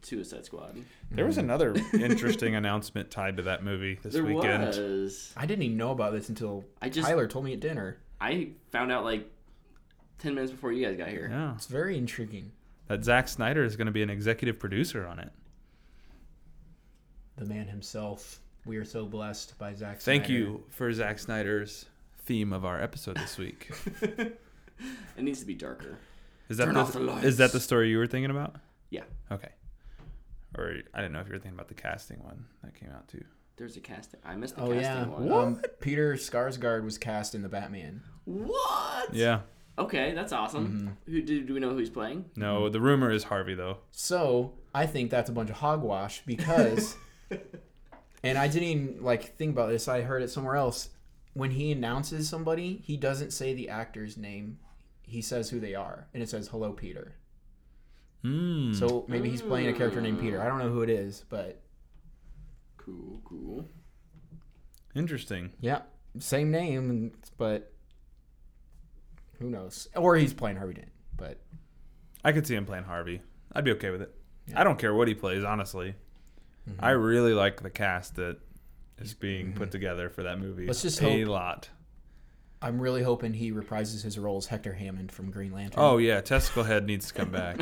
Speaker 3: Suicide Squad.
Speaker 1: There was <laughs> another interesting announcement tied to that movie this
Speaker 3: there
Speaker 1: weekend.
Speaker 3: was.
Speaker 2: <laughs> I didn't even know about this until
Speaker 3: I just
Speaker 2: Tyler told me at dinner.
Speaker 3: I found out like ten minutes before you guys got here.
Speaker 1: Yeah,
Speaker 2: It's very intriguing.
Speaker 1: that Zack Snyder is going to be an executive producer on it.
Speaker 2: The man himself. We are so blessed by Zach.
Speaker 1: Thank
Speaker 2: Snyder.
Speaker 1: you for Zack Snyder's theme of our episode this
Speaker 3: <laughs>
Speaker 1: week.
Speaker 3: It needs to be darker.
Speaker 1: Is that
Speaker 3: Turn
Speaker 1: the,
Speaker 3: off the lights.
Speaker 1: is that the story you were thinking about?
Speaker 3: Yeah.
Speaker 1: Okay. Or I didn't know if you were thinking about the casting one that came out too.
Speaker 3: There's a casting. I missed the
Speaker 2: Oh
Speaker 3: casting
Speaker 2: yeah,
Speaker 3: one.
Speaker 2: Um, Peter Skarsgård was cast in the Batman.
Speaker 3: What?
Speaker 1: Yeah.
Speaker 3: Okay, that's awesome.
Speaker 2: Mm-hmm.
Speaker 3: Who do, do we know who he's playing?
Speaker 1: No, the rumor is Harvey though.
Speaker 2: So I think that's a bunch of hogwash
Speaker 3: <laughs>
Speaker 2: because, and I didn't even, like think about this. I heard it somewhere else. When he announces somebody, he doesn't say the actor's name. He says who they are, and it says "Hello, Peter."
Speaker 1: Mm.
Speaker 2: So maybe he's playing a character named Peter. I don't know who it is, but
Speaker 3: Cool, cool.
Speaker 1: Interesting.
Speaker 2: yeah, same name, and- but who knows? Or he's playing Harvey Dent. But
Speaker 1: I could see him playing Harvey. I'd be okay with it. I don't care what he plays, honestly.
Speaker 2: Mm-hmm.
Speaker 1: I really like the cast that is being put together for that movie.
Speaker 2: Let's just
Speaker 1: a
Speaker 2: hope-
Speaker 1: lot.
Speaker 2: I'm really hoping he reprises his role as Hector Hammond from Green Lantern.
Speaker 1: Oh yeah, testicle head needs to come
Speaker 2: <laughs>
Speaker 1: back.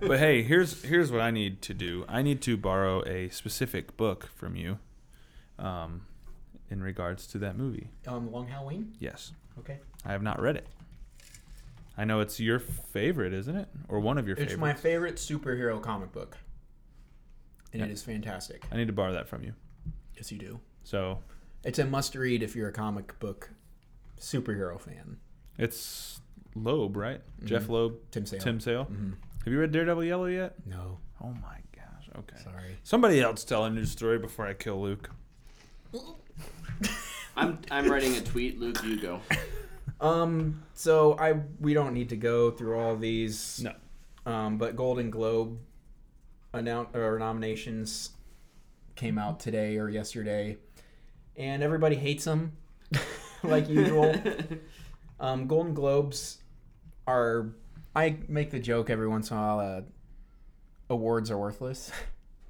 Speaker 1: but hey, here's here's what I need to do. I need to borrow a specific book from you, um, in regards to that movie.
Speaker 2: um, Long Halloween.
Speaker 1: Yes,
Speaker 2: Okay.
Speaker 1: I have not read it. I know it's your favorite, isn't it, or one of your
Speaker 2: It's
Speaker 1: favorites?
Speaker 2: my favorite superhero comic book. And it
Speaker 1: Yeah.
Speaker 2: is fantastic.
Speaker 1: I need to borrow that from you.
Speaker 2: Yes, you do.
Speaker 1: So
Speaker 2: It's a must read if you're a comic book superhero fan.
Speaker 1: it's Loeb, right? Jeff Loeb,
Speaker 2: Tim Sale.
Speaker 1: Tim Sale. Have you read Daredevil Yellow yet?
Speaker 2: No,
Speaker 1: Oh my gosh. Okay.
Speaker 2: sorry.
Speaker 1: Somebody else tell a new story before I kill Luke.
Speaker 3: I'm I'm writing a tweet. Luke, you go.
Speaker 2: Um, so I we don't need to go through all these.
Speaker 1: No.
Speaker 2: Um, but Golden Globe announce or nominations came out today or yesterday, and everybody hates them, <laughs> <laughs> like
Speaker 3: <laughs>
Speaker 2: usual. um, Golden Globes are. I make the joke every once in a while. Uh, awards are worthless.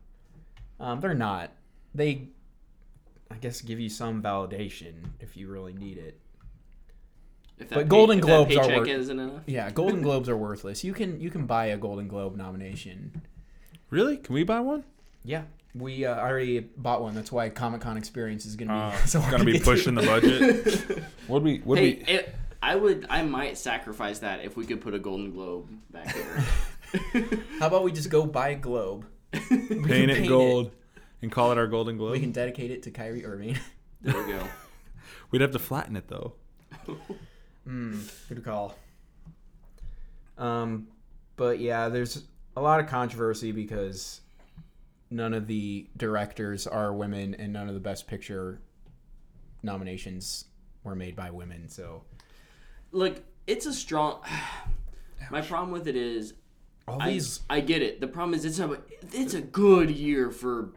Speaker 2: <laughs> um, they're not. They, I guess, give you some validation if you really need it.
Speaker 3: If
Speaker 2: But Golden
Speaker 3: if
Speaker 2: Globes are
Speaker 3: paycheck
Speaker 2: worth-
Speaker 3: isn't enough.
Speaker 2: Yeah, Golden Globes are worthless. You can you can buy a Golden Globe nomination.
Speaker 1: Really? Can we buy one?
Speaker 2: Yeah, we uh, already bought one. That's why Comic Con Experience is Oh, gonna be
Speaker 1: Uh,
Speaker 2: <laughs> so hard
Speaker 1: gonna be
Speaker 2: get
Speaker 1: pushing the
Speaker 3: <laughs>
Speaker 1: budget. <laughs> would we? Would
Speaker 3: Hey,
Speaker 1: we?
Speaker 3: it, I would. I might sacrifice that if we could put a Golden Globe back there.
Speaker 2: <laughs>
Speaker 3: <laughs>
Speaker 2: to. How about we just go buy a globe? We can
Speaker 1: Paint it gold and call it our Golden Globe.
Speaker 2: We can dedicate it to Kyrie Irving. <laughs>
Speaker 3: There we go.
Speaker 1: We'd have to flatten it though.
Speaker 2: Hmm, Good call. Um, but yeah, there's a lot of controversy because none of the directors are women, and none of the Best Picture nominations were made by women. So
Speaker 3: Look, it's a strong. <sighs> My problem with it is
Speaker 2: All
Speaker 3: I,
Speaker 2: these
Speaker 3: I get it. The problem is it's a it's a good year for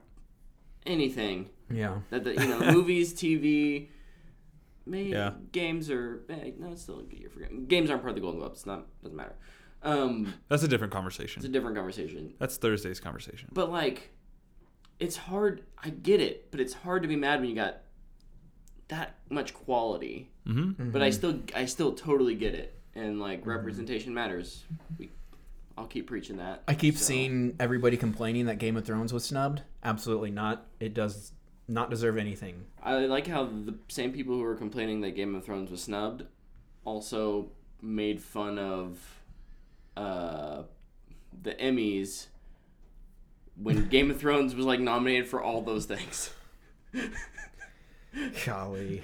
Speaker 3: anything
Speaker 2: yeah.
Speaker 3: that the
Speaker 1: <laughs>
Speaker 3: you know movies, TV, maybe
Speaker 1: Yeah.
Speaker 3: games are eh, no, it's still a good year for games. Games aren't part of the Golden Globes. It's not doesn't matter. Um,
Speaker 1: That's a different
Speaker 3: it's a
Speaker 1: conversation.
Speaker 3: different conversation.
Speaker 1: That's Thursday's conversation.
Speaker 3: But like, it's hard. I get it, but it's hard to be mad when you got that much quality.
Speaker 1: Mm-hmm.
Speaker 3: But I still, I still totally get it, and like representation matters. We, I'll keep preaching that.
Speaker 2: I keep
Speaker 3: so.
Speaker 2: seeing everybody complaining that Game of Thrones was snubbed. Absolutely not. It does not deserve anything.
Speaker 3: I like how the same people who were complaining that Game of Thrones was snubbed also made fun of uh, the Emmys
Speaker 2: <laughs>
Speaker 3: when Game of Thrones was like nominated for all those things.
Speaker 2: Golly.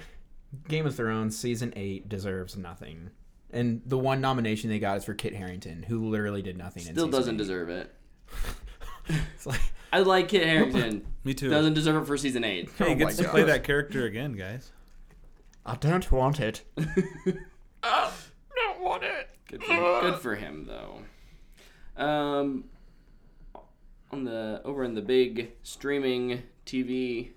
Speaker 2: Game of Thrones season 8 deserves nothing. And the one nomination they got is for Kit Harrington, who literally did nothing.
Speaker 3: Still
Speaker 2: in season
Speaker 3: doesn't
Speaker 2: eight.
Speaker 3: deserve it.
Speaker 2: It's <laughs> like,
Speaker 3: I like Kit Harrington.
Speaker 1: Me too.
Speaker 3: Doesn't deserve it for season eight.
Speaker 1: hey,
Speaker 2: Oh
Speaker 1: he gets
Speaker 2: my
Speaker 1: to play
Speaker 2: gosh.
Speaker 1: that character again, guys.
Speaker 2: I don't want <laughs> it.
Speaker 3: Don't want it. Good for, good for him though. Um, on the over in the big streaming TV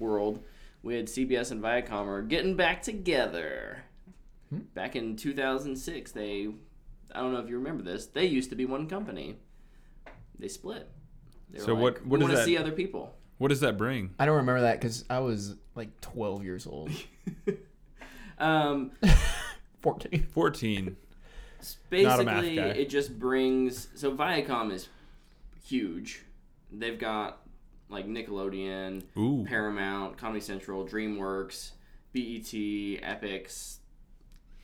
Speaker 3: world, we had CBS and Viacom are getting back together.
Speaker 1: Hmm?
Speaker 3: Back in 2006, they I don't know if you remember this. They used to be one company. They split. They were
Speaker 1: So
Speaker 3: like,
Speaker 1: what- what
Speaker 3: we
Speaker 1: is
Speaker 3: want to
Speaker 1: that-
Speaker 3: see other people.
Speaker 1: What does that bring?
Speaker 2: I don't remember that because I was like 12 years <laughs> old.
Speaker 3: Um,
Speaker 2: 14.
Speaker 1: 14. <laughs> Not a math
Speaker 3: basically
Speaker 1: guy.
Speaker 3: it just brings so Viacom is huge. They've got like Nickelodeon,
Speaker 1: Ooh.
Speaker 3: Paramount, Comedy Central, DreamWorks, BET, Epics.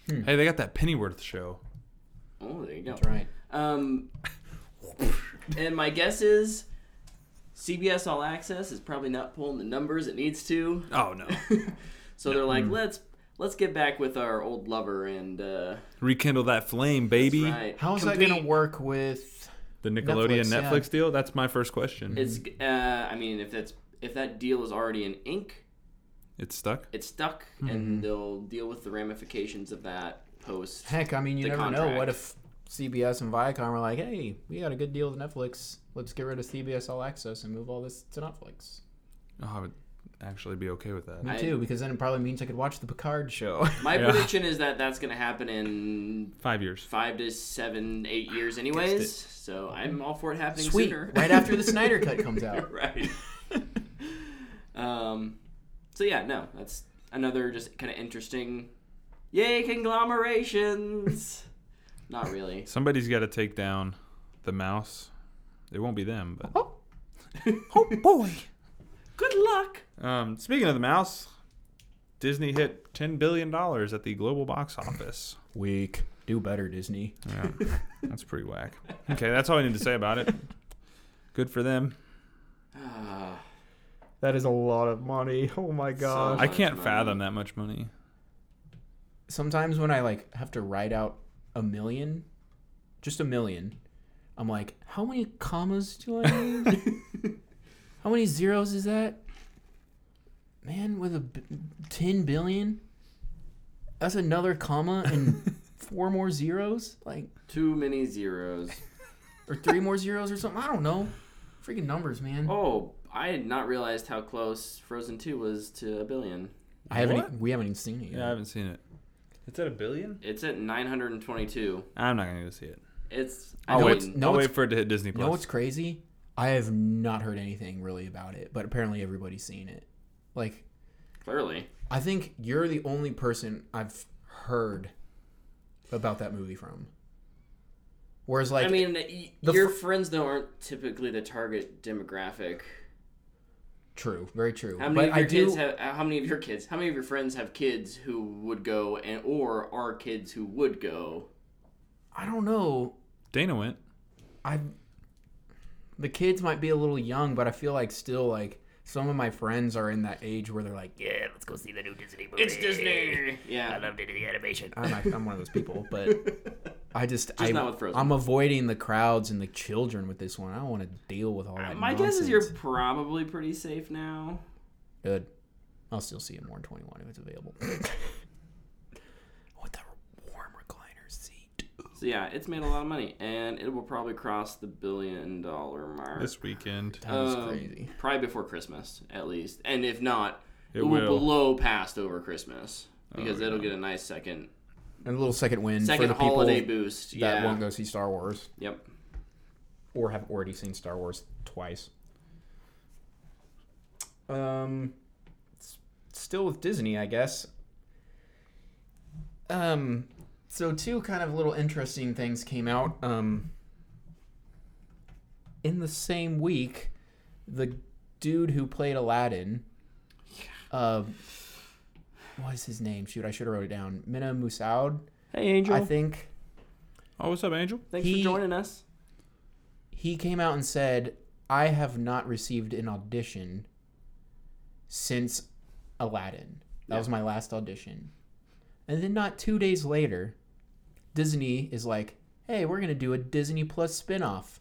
Speaker 1: Hey, they got that Pennyworth show.
Speaker 3: Oh, there you go.
Speaker 2: That's right.
Speaker 3: Um, and my guess is CBS All Access is probably not pulling the numbers it needs to.
Speaker 1: Oh, no.
Speaker 3: So they're like, let's let's get back with our old lover and uh,
Speaker 1: Rekindle that flame, baby.
Speaker 3: right.
Speaker 2: How is that going
Speaker 3: Compete.
Speaker 2: to work with.
Speaker 1: The Nickelodeon
Speaker 2: Netflix,
Speaker 1: Netflix,
Speaker 2: yeah.
Speaker 1: deal? That's my first question.
Speaker 3: It's uh, I mean, if that's if that deal is already in ink,
Speaker 1: it's stuck?
Speaker 3: it's stuck
Speaker 2: Mm-hmm.
Speaker 3: and they'll deal with the ramifications of that post
Speaker 2: Heck, I mean, you
Speaker 3: The
Speaker 2: never know. What
Speaker 3: contract.
Speaker 2: if CBS and Viacom are like, hey, we got a good deal with Netflix. Let's get rid of CBS All Access and move all this to Netflix.
Speaker 1: Oh, I would actually be okay with that.
Speaker 2: Me
Speaker 3: I-
Speaker 2: too, because then it probably means I could watch the Picard
Speaker 3: <laughs>
Speaker 2: show.
Speaker 3: my
Speaker 1: Yeah.
Speaker 3: prediction is that that's going to happen in
Speaker 1: Five years.
Speaker 3: five to seven eight years anyways so i'm all for it happening
Speaker 2: Ah, Sweet,
Speaker 3: sooner
Speaker 2: right after
Speaker 3: <laughs>
Speaker 2: the Snyder Cut comes out.
Speaker 3: right <laughs> um so yeah no that's another just kind of interesting yay conglomerations <laughs> not really
Speaker 1: Somebody's got to take down the mouse. It won't be them, but. <laughs>
Speaker 2: Oh, oh boy.
Speaker 3: good luck
Speaker 1: Um, speaking of the mouse, Disney hit $10 billion at the global box office.
Speaker 2: Weak. Do better, Disney.
Speaker 1: Yeah, that's pretty whack. Okay, that's all I need to say about it. Good for them.
Speaker 3: Ah,
Speaker 2: That is a lot of money. <laughs> Oh my
Speaker 3: gosh.
Speaker 1: I
Speaker 3: much
Speaker 1: can't
Speaker 3: money.
Speaker 1: fathom that much money.
Speaker 2: Sometimes when I like have to write out a million, just a million, I'm like, how many commas do I need?
Speaker 1: <laughs>
Speaker 2: how many zeros is that? Man, with a b- 10 billion? That's another comma and
Speaker 1: <laughs>
Speaker 2: four more zeros? Like
Speaker 3: too many zeros
Speaker 2: or three more zeros or something. I don't know. Freaking numbers, man.
Speaker 3: oh i had not realized how close frozen 2 was to a billion
Speaker 2: I haven't. e,
Speaker 1: What?
Speaker 2: We haven't even seen it yet.
Speaker 1: Yeah, I haven't seen it. It's at a billion?
Speaker 3: It's at 922.
Speaker 1: I'm not gonna go see it.
Speaker 3: It's. I
Speaker 1: I'll
Speaker 2: know
Speaker 1: wait.
Speaker 2: Oh, it's-
Speaker 3: mean,
Speaker 2: no,
Speaker 1: I'll
Speaker 2: it's-
Speaker 1: wait for it to hit Disney
Speaker 2: you
Speaker 1: Plus.
Speaker 2: know what's crazy? I have not heard anything really about it, but apparently everybody's seen it. Like,
Speaker 3: Clearly.
Speaker 2: I think you're the only person I've heard about that movie from. Whereas, like,
Speaker 3: I mean, y-
Speaker 2: the
Speaker 3: your
Speaker 2: fir-
Speaker 3: friends though aren't typically the target demographic.
Speaker 2: true, very true.
Speaker 3: How many
Speaker 2: but
Speaker 3: of
Speaker 2: I
Speaker 3: your
Speaker 2: do.
Speaker 3: kids have? How many of your kids? How many of your friends have kids who would go and or are kids who would go?
Speaker 2: I don't know.
Speaker 1: Dana went.
Speaker 2: I the kids might be a little young, but I feel like still like some of my friends are in that age where they're like, yeah, let's go see the new Disney movie.
Speaker 3: Yeah.
Speaker 2: loved Eh, it in the animation. I'm, act- I'm one of those people, but
Speaker 3: <laughs>
Speaker 2: I just, I,
Speaker 3: not with Frozen.
Speaker 2: I'm avoiding the crowds and the children with this one. I don't want to deal with all that.
Speaker 3: My guess is you're
Speaker 2: nonsense.
Speaker 3: probably pretty safe now.
Speaker 2: good. I'll still see it more in <laughs> 21 if it's available. with the warm recliner seat.
Speaker 3: So yeah, it's made a lot of money, and it will probably cross the billion dollar mark.
Speaker 1: This weekend.
Speaker 2: That was
Speaker 3: Um,
Speaker 2: crazy.
Speaker 3: Probably before Christmas, at least. And if not,
Speaker 1: It
Speaker 3: it, will,
Speaker 1: will.
Speaker 3: blow past over Christmas because
Speaker 1: yeah.
Speaker 3: it'll get a nice second
Speaker 2: And a little second win
Speaker 3: second
Speaker 2: Oh, for the people
Speaker 3: holiday
Speaker 2: that
Speaker 3: boost. Yeah.
Speaker 2: won't go see Star Wars
Speaker 3: Yep.
Speaker 2: or have already seen Star Wars twice. Um, s- still with Disney, I guess. Um, so two kind of little interesting things came out. Um, in the same week, the dude who played Aladdin, uh, what is his name? Shoot, I should have wrote it down. Mina Musaud,
Speaker 3: Hey Angel,
Speaker 2: I think.
Speaker 1: Oh, what's up, Angel?
Speaker 3: thanks
Speaker 2: he-
Speaker 3: for joining us.
Speaker 2: he came out and said, "I have not received an audition since Aladdin. That was my last audition." And then not 2 days later, Disney is like, "Hey, we're going to do a Disney Plus spin-off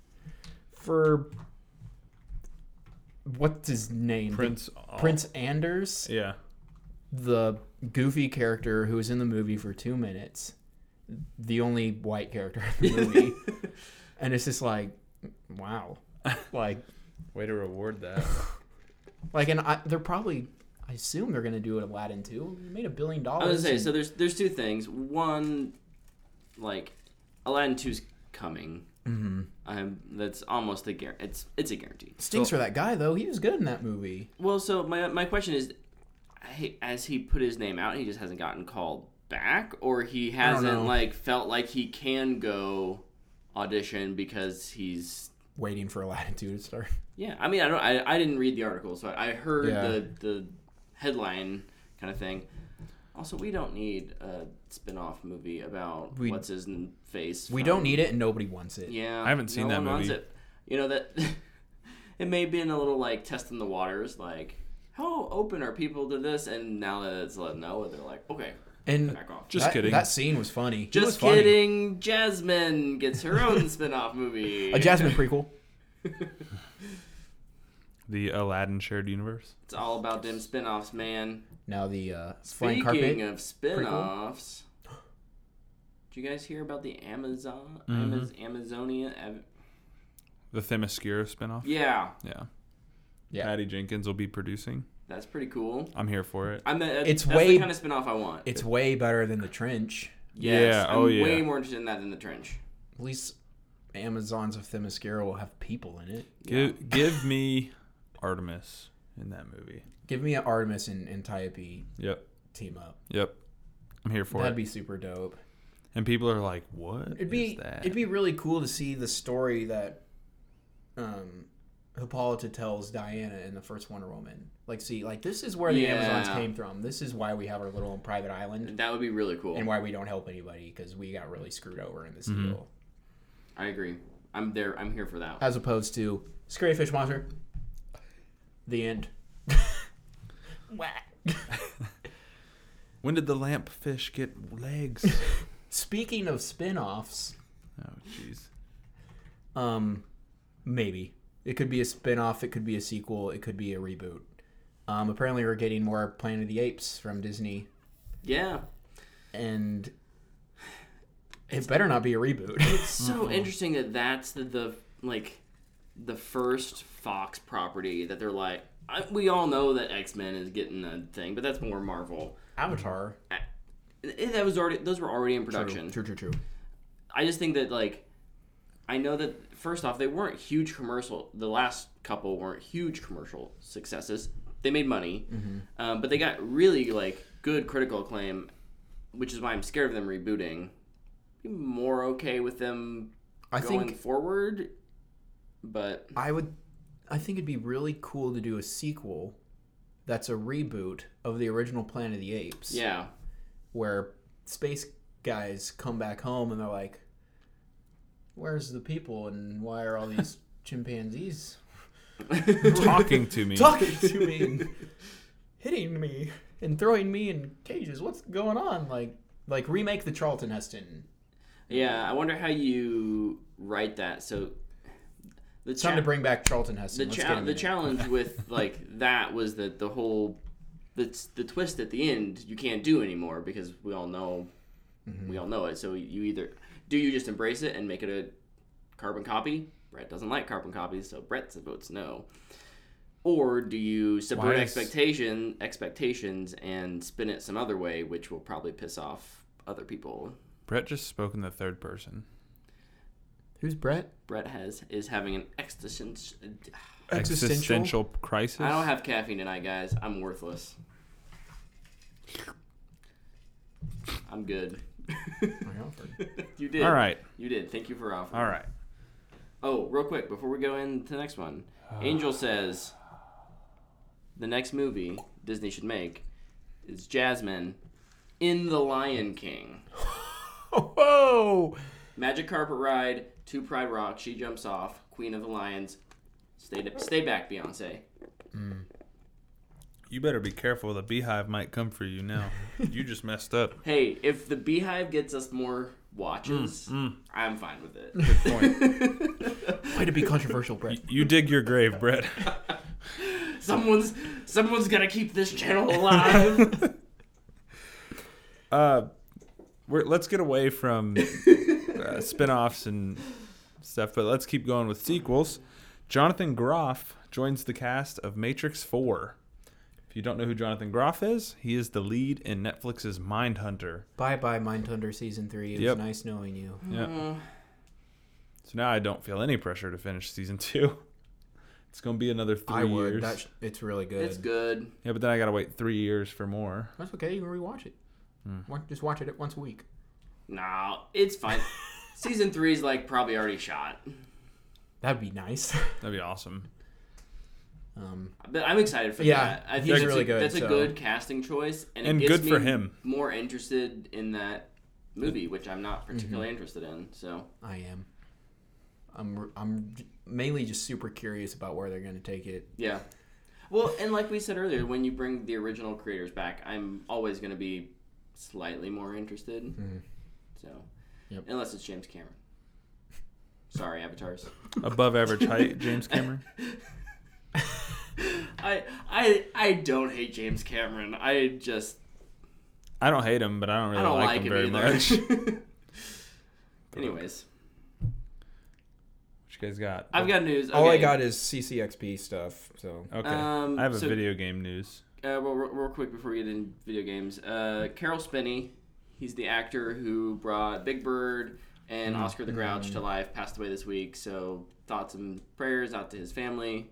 Speaker 2: for what's his name? The-
Speaker 1: Prince.
Speaker 2: Prince Anders,
Speaker 1: Yeah.
Speaker 2: the goofy character who was in the movie for 2 minutes. The only white character in the
Speaker 3: <laughs>
Speaker 2: movie. and it's just like, wow. Like
Speaker 1: Way to reward that.
Speaker 2: Like, and I, they're probably, I assume they're going to do it Aladdin too. They made a billion dollars.
Speaker 3: I was gonna say
Speaker 2: and-
Speaker 3: so. There's there's two things. One, like Aladdin 2's coming. Mm-hmm. Um, that's almost a guar. It's it's a guarantee.
Speaker 2: Stinks for that guy, though. He was good in that movie.
Speaker 3: Well, so my my question is, I- as he put his name out, he just hasn't gotten called back, or he
Speaker 2: know.
Speaker 3: hasn't like felt like he can go audition because he's
Speaker 2: Waiting for Aladdin 2 to start.
Speaker 3: yeah. I mean, I don't. I, I didn't read the article, so I, I heard
Speaker 2: Yeah.
Speaker 3: the the headline kind of thing. Also, we don't need a spin-off movie about
Speaker 2: We-
Speaker 3: what's his n- face.
Speaker 2: We
Speaker 3: from-
Speaker 2: don't need it, and nobody wants it.
Speaker 3: Um, Yeah,
Speaker 1: I haven't seen that
Speaker 3: one wants
Speaker 1: movie.
Speaker 3: it. You know that <laughs> it may have been a little like testing the waters, like how open are people to this? And now that it's let know, they're like, okay,
Speaker 2: And
Speaker 3: back off. Just,
Speaker 1: Just
Speaker 2: that,
Speaker 1: kidding.
Speaker 2: That scene was funny. It was funny.
Speaker 3: kidding. Jasmine gets
Speaker 2: <laughs>
Speaker 3: her own spin-off movie.
Speaker 2: A Jasmine prequel.
Speaker 1: <laughs> the Aladdin shared universe.
Speaker 3: It's all about them spin-offs, man.
Speaker 2: Now the uh, flying carpet.
Speaker 3: Speaking of spin-offs, did you guys hear about the Amazon
Speaker 2: Mm-hmm.
Speaker 3: Amaz- Amazonia? Av-
Speaker 1: The Themyscira spinoff.
Speaker 3: yeah,
Speaker 1: Yeah.
Speaker 2: Yeah.
Speaker 1: Patty Jenkins will be producing.
Speaker 3: that's pretty cool.
Speaker 1: I'm here for it.
Speaker 3: I mean, that-
Speaker 2: It's
Speaker 3: that's
Speaker 2: way-
Speaker 3: the kind of spin-off I want.
Speaker 2: it's way better than The Trench.
Speaker 3: Yes,
Speaker 1: Yeah,
Speaker 3: I'm
Speaker 1: oh, yeah.
Speaker 3: way more interested in that than the trench.
Speaker 2: At least Amazons of Themyscira will have people in it.
Speaker 1: Give, give me Artemis in that movie.
Speaker 2: Give me an Artemis and, and Calliope
Speaker 1: Yep.
Speaker 2: team up.
Speaker 1: Yep. I'm here for it.
Speaker 2: That'd be super dope.
Speaker 1: and people are like, "What
Speaker 2: It'd be
Speaker 1: is that?"
Speaker 2: it'd be really cool to see the story that um Hippolyta tells Diana in the first Wonder Woman. Like see, like this is where the
Speaker 3: Yeah.
Speaker 2: Amazons came from. This is why we have our little private island
Speaker 3: That would be really cool.
Speaker 2: and why we don't help anybody because we got really screwed over in this
Speaker 1: Mm-hmm.
Speaker 2: deal.
Speaker 3: I agree. I'm there. I'm here for that.
Speaker 2: As opposed to Scary Fish Monster. The end.
Speaker 1: when did the lamp fish get
Speaker 2: <laughs>
Speaker 1: legs?
Speaker 2: Speaking of spin-offs,
Speaker 1: oh, jeez.
Speaker 2: um maybe. It could be a spin-off, it could be a sequel, it could be a reboot. Um, apparently we're getting more Planet of the Apes from Disney.
Speaker 3: Yeah.
Speaker 2: and it better not be a reboot.
Speaker 3: <laughs>
Speaker 2: <laughs>
Speaker 3: It's so interesting that that's the, the like the first Fox property that they're like. I, we all know that X Men is getting a thing, but that's more Marvel.
Speaker 2: Avatar.
Speaker 3: It- it- that was already. Those were already in production.
Speaker 2: True, true, true.
Speaker 3: I just think that like. I know that first off, they weren't huge commercial. The last couple weren't huge commercial successes. They made money,
Speaker 2: Mm-hmm.
Speaker 3: um, but they got really like good critical acclaim, which is why I'm scared of them rebooting. Be more okay with them
Speaker 2: I
Speaker 3: going
Speaker 2: think
Speaker 3: forward, but
Speaker 2: I would. I think it'd be really cool to do a sequel that's a reboot of the original Planet of the Apes,
Speaker 3: yeah,
Speaker 2: where space guys come back home and they're like, "Where's the people? And why are all
Speaker 3: <laughs>
Speaker 2: these chimpanzees
Speaker 1: Talking to me.
Speaker 2: talking <laughs> to me and hitting me and throwing me in cages? What's going on?" Like, like remake the Charlton Heston
Speaker 3: yeah. I wonder how you write that. So the
Speaker 2: It's time
Speaker 3: cha-
Speaker 2: to bring back Charlton Heston.
Speaker 3: the,
Speaker 2: Let's
Speaker 3: cha-
Speaker 2: get him
Speaker 3: the
Speaker 2: in. <laughs>
Speaker 3: challenge with like that was that the whole the, the
Speaker 2: Mm-hmm.
Speaker 3: twist at the end you can't do anymore because we all know we all know it. So you either Do you just embrace it and make it a carbon copy? Brett doesn't like carbon copies, so Brett votes no. Or do you
Speaker 1: Why
Speaker 3: subvert
Speaker 1: is-
Speaker 3: expectation expectations and spin it some other way, which will probably piss off other people?
Speaker 1: Brett just spoke in the third person.
Speaker 2: Who's Brett?
Speaker 3: Brett has is having an existential.
Speaker 2: Existential?
Speaker 1: crisis.
Speaker 3: I don't have caffeine tonight, guys. I'm worthless. I'm good.
Speaker 2: I offered.
Speaker 3: you did.
Speaker 1: All right.
Speaker 3: You did. Thank you for offering.
Speaker 1: All right.
Speaker 3: Oh, real quick before we go into the next one,
Speaker 1: Uh.
Speaker 3: Angel says the next movie Disney should make is Jasmine in the Lion King.
Speaker 2: <laughs> Whoa!
Speaker 3: Magic carpet ride to Pride Rock. She jumps off. Queen of the Lions. Stay stay back, Beyonce.
Speaker 1: You better be careful. The beehive might come for you now. you just messed up.
Speaker 3: Hey, if the Beehive gets us more
Speaker 1: Mm,
Speaker 3: watches, I'm fine with
Speaker 1: <laughs>
Speaker 3: it.
Speaker 2: Way to be controversial, Brett.
Speaker 1: You dig your grave, Brett.
Speaker 3: someone's someone's gonna keep this
Speaker 2: <laughs>
Speaker 3: channel alive.
Speaker 1: Uh, <laughs> we're, let's get away from uh, spin-offs and stuff, but let's keep going with sequels. Jonathan Groff joins the cast of Matrix 4. If you don't know who Jonathan Groff is, he is the lead in Netflix's Mindhunter.
Speaker 2: Bye bye, Mindhunter Season 3. It
Speaker 1: Yep.
Speaker 2: was nice knowing you.
Speaker 1: Yeah. So now I don't feel any pressure to finish season 2. It's going to be another 3
Speaker 2: I would.
Speaker 1: years.
Speaker 2: That sh- it's really good.
Speaker 3: it's good.
Speaker 1: yeah, but then I got to wait 3 years for more.
Speaker 2: That's okay. You can rewatch it.
Speaker 1: Hmm.
Speaker 2: Wa- Just watch it once a week.
Speaker 3: No, it's <laughs> fine. Season three's like probably already shot,
Speaker 2: That'd be nice. <laughs>
Speaker 1: That'd be awesome.
Speaker 2: um,
Speaker 3: but I'm excited for
Speaker 2: Yeah,
Speaker 3: that. I think
Speaker 2: he's
Speaker 3: that's,
Speaker 2: really
Speaker 3: a,
Speaker 2: good,
Speaker 3: that's a
Speaker 2: so-
Speaker 3: good casting choice, and,
Speaker 1: And
Speaker 3: it gets
Speaker 1: good for
Speaker 3: me
Speaker 1: him.
Speaker 3: More interested in that movie, which I'm not
Speaker 2: Mm-hmm.
Speaker 3: particularly interested in. So
Speaker 2: I am. I'm. I'm j- mainly just super curious about where they're going to take it.
Speaker 3: yeah. Well, and like we said earlier, when you bring the original creators back, I'm always going to be slightly more interested. So,
Speaker 2: Mm-hmm. Yep.
Speaker 3: unless it's James Cameron. Sorry, avatars.
Speaker 1: Above average
Speaker 3: <laughs>
Speaker 1: height, James Cameron.
Speaker 3: I I I don't hate James Cameron. I just
Speaker 1: I don't hate him, but I don't really
Speaker 3: I don't
Speaker 1: like,
Speaker 3: like,
Speaker 1: him
Speaker 3: him
Speaker 1: very
Speaker 3: either. <laughs>
Speaker 1: much. what
Speaker 3: Anyways,
Speaker 1: you guys got?
Speaker 3: I've got news.
Speaker 2: All I
Speaker 3: Okay,
Speaker 2: got is CCXP stuff. So
Speaker 1: Oh, Okay.
Speaker 3: Um,
Speaker 1: I have a
Speaker 3: so-
Speaker 1: video game news.
Speaker 3: Uh, well, real, real quick before we get into video games, uh, Carol Spinney, he's the actor who brought Big Bird and
Speaker 1: Mm-hmm.
Speaker 3: Oscar the Grouch to life, passed away this week. So thoughts and prayers out to his family.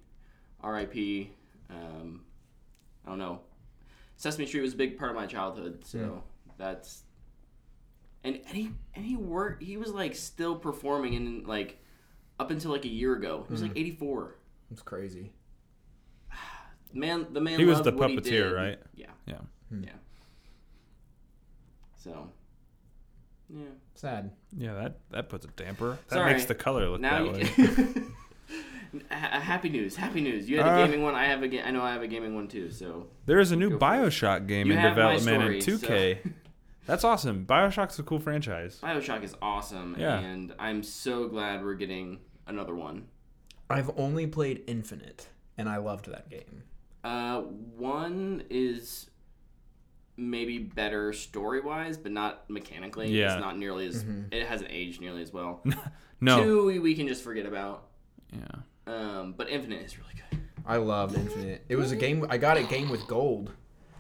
Speaker 3: R.I.P. Um, I don't know. Sesame Street was a big part of my childhood, so that's and and he and he worked. He was like still performing in like up until like a year ago. He was
Speaker 1: Mm-hmm.
Speaker 3: like eighty four.
Speaker 2: it's crazy.
Speaker 3: Man, the man.
Speaker 1: He was
Speaker 3: loved
Speaker 1: the
Speaker 3: what he
Speaker 1: puppeteer,
Speaker 3: did.
Speaker 1: right?
Speaker 3: Yeah.
Speaker 1: Yeah.
Speaker 3: Yeah. So. Yeah.
Speaker 2: Sad.
Speaker 1: Yeah, that that puts a damper. That
Speaker 3: Sorry.
Speaker 1: makes the color look
Speaker 3: now
Speaker 1: that way.
Speaker 3: you. Can... <laughs> Ha- happy news! Happy news! You had a
Speaker 1: Uh,
Speaker 3: gaming one. I have a ga- I know I have a gaming one too. So
Speaker 1: There
Speaker 3: <laughs>
Speaker 1: is a new
Speaker 3: Go for it.
Speaker 1: BioShock game
Speaker 3: You
Speaker 1: in
Speaker 3: have my
Speaker 1: development in
Speaker 3: story, <laughs>
Speaker 1: 2K. That's awesome. BioShock's a cool franchise.
Speaker 3: Bioshock is awesome,
Speaker 1: Yeah.
Speaker 3: and I'm so glad we're getting another one.
Speaker 2: I've only played Infinite, and I loved that game.
Speaker 3: Uh, one is maybe better story wise, but not mechanically.
Speaker 1: Yeah.
Speaker 3: It's not nearly as
Speaker 2: Mm-hmm.
Speaker 3: it hasn't aged nearly as well.
Speaker 1: No.
Speaker 3: Two we- we can just forget about.
Speaker 1: Yeah.
Speaker 3: Um, but Infinite is really good.
Speaker 2: I loved Infinite. It was a game. I got a game with gold.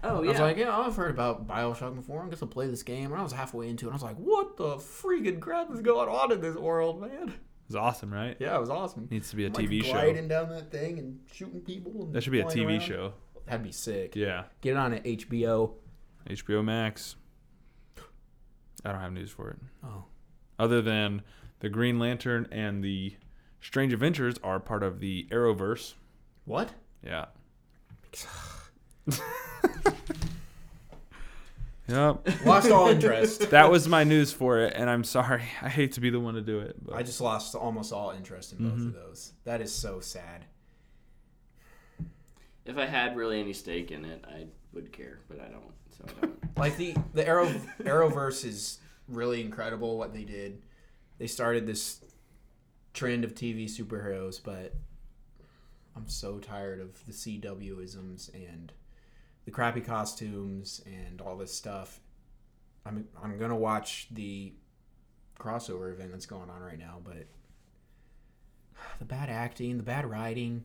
Speaker 3: Oh
Speaker 2: I
Speaker 3: yeah.
Speaker 2: was like, yeah, I've heard about Bioshock before. I'm gonna play this game. And I was halfway into it. And I was like, what the freaking crap is going on in this world, man?
Speaker 1: It's awesome, right?
Speaker 2: Yeah, it was awesome.
Speaker 1: Needs to be a
Speaker 2: I'm,
Speaker 1: TV
Speaker 2: like,
Speaker 1: show.
Speaker 2: gliding down that thing and shooting people. And
Speaker 1: That should be a
Speaker 2: flying
Speaker 1: TV
Speaker 2: around.
Speaker 1: show.
Speaker 2: That'd be sick.
Speaker 1: Yeah.
Speaker 2: Get it on at HBO.
Speaker 1: HBO Max. I don't have news for it.
Speaker 2: Oh.
Speaker 1: Other than the Green Lantern and the Strange Adventures are part of the Arrowverse.
Speaker 2: What? <laughs>
Speaker 1: Yeah. yep.
Speaker 2: Lost all interest.
Speaker 1: That was my news for it, and I'm sorry. I hate to be the one to do it. But
Speaker 2: I just lost almost all interest in both of those. That is so sad.
Speaker 3: If I had really any stake in it, I would care, but I don't, so I don't.
Speaker 2: like the the Arrow <laughs> Arrowverse is really incredible what they did. They started this trend of TV superheroes, but I'm so tired of the CW isms and the crappy costumes and all this stuff. I'm I'm gonna watch the crossover event that's going on right now, but the bad acting, the bad writing.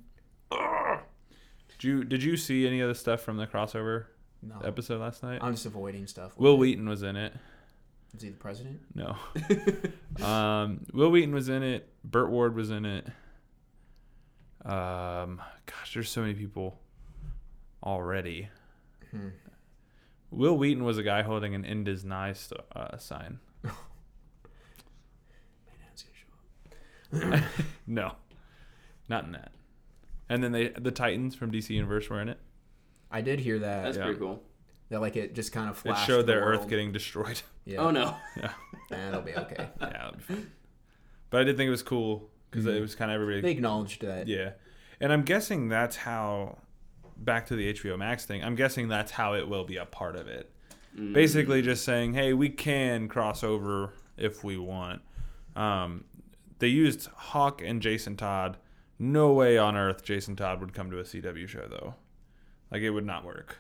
Speaker 1: Did you did you see any of the stuff from the crossover
Speaker 2: No,
Speaker 1: episode last night?
Speaker 2: I'm just avoiding stuff. with
Speaker 1: Will
Speaker 2: it.
Speaker 1: Wheaton was in it.
Speaker 2: Is he the president? <laughs>
Speaker 1: No. um, Will Wheaton was in it. Burt Ward was in it. Um, gosh, there's so many people already.
Speaker 2: Hmm.
Speaker 1: Will Wheaton was a guy holding an "End is nigh" st- uh, sign. No, not in that. And then they the Titans from DC Universe were in it.
Speaker 2: I did hear that
Speaker 3: That's
Speaker 1: Yeah.
Speaker 3: pretty cool.
Speaker 2: that like it just kind of
Speaker 1: It
Speaker 2: flashed.
Speaker 1: showed
Speaker 2: the
Speaker 1: their Earth
Speaker 2: world.
Speaker 1: getting destroyed. <laughs>
Speaker 2: Yeah, <laughs>
Speaker 3: Oh no. <laughs>
Speaker 2: that'll be okay.
Speaker 1: yeah, that'd be fun. but I did think it was cool because
Speaker 2: Hmm.
Speaker 1: it was kind of everybody
Speaker 2: They acknowledged that.
Speaker 1: Yeah. And I'm guessing that's how back to the HBO Max thing. I'm guessing that's how it will be a part of it. Basically just saying, "Hey, we can cross over if we want." Um they used Hawk and Jason Todd. No way on earth Jason Todd would come to a CW show though. Like it would not work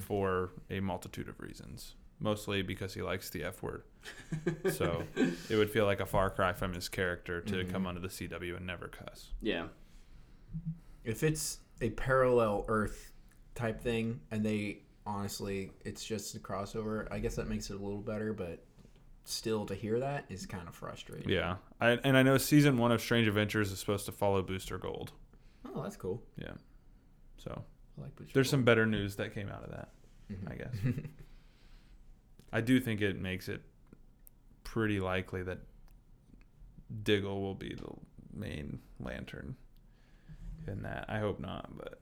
Speaker 1: for a multitude of reasons. Mostly because he likes the F word. so it would feel like a far cry from his character to come onto the CW and never cuss.
Speaker 3: Yeah.
Speaker 2: If it's a parallel Earth type thing, and they honestly, it's just a crossover. I guess that makes it a little better, but still, to hear that is kind of frustrating.
Speaker 1: Yeah, I, and I know season one of Strange Adventures is supposed to follow Booster Gold.
Speaker 2: Oh, that's cool.
Speaker 1: Yeah, so
Speaker 2: I like Booster
Speaker 1: there's
Speaker 2: Gold.
Speaker 1: some better news that came out of that,
Speaker 2: Mm-hmm.
Speaker 1: I guess.
Speaker 2: <laughs>
Speaker 1: I do think it makes it pretty likely that Diggle will be the main lantern in that. I hope not, but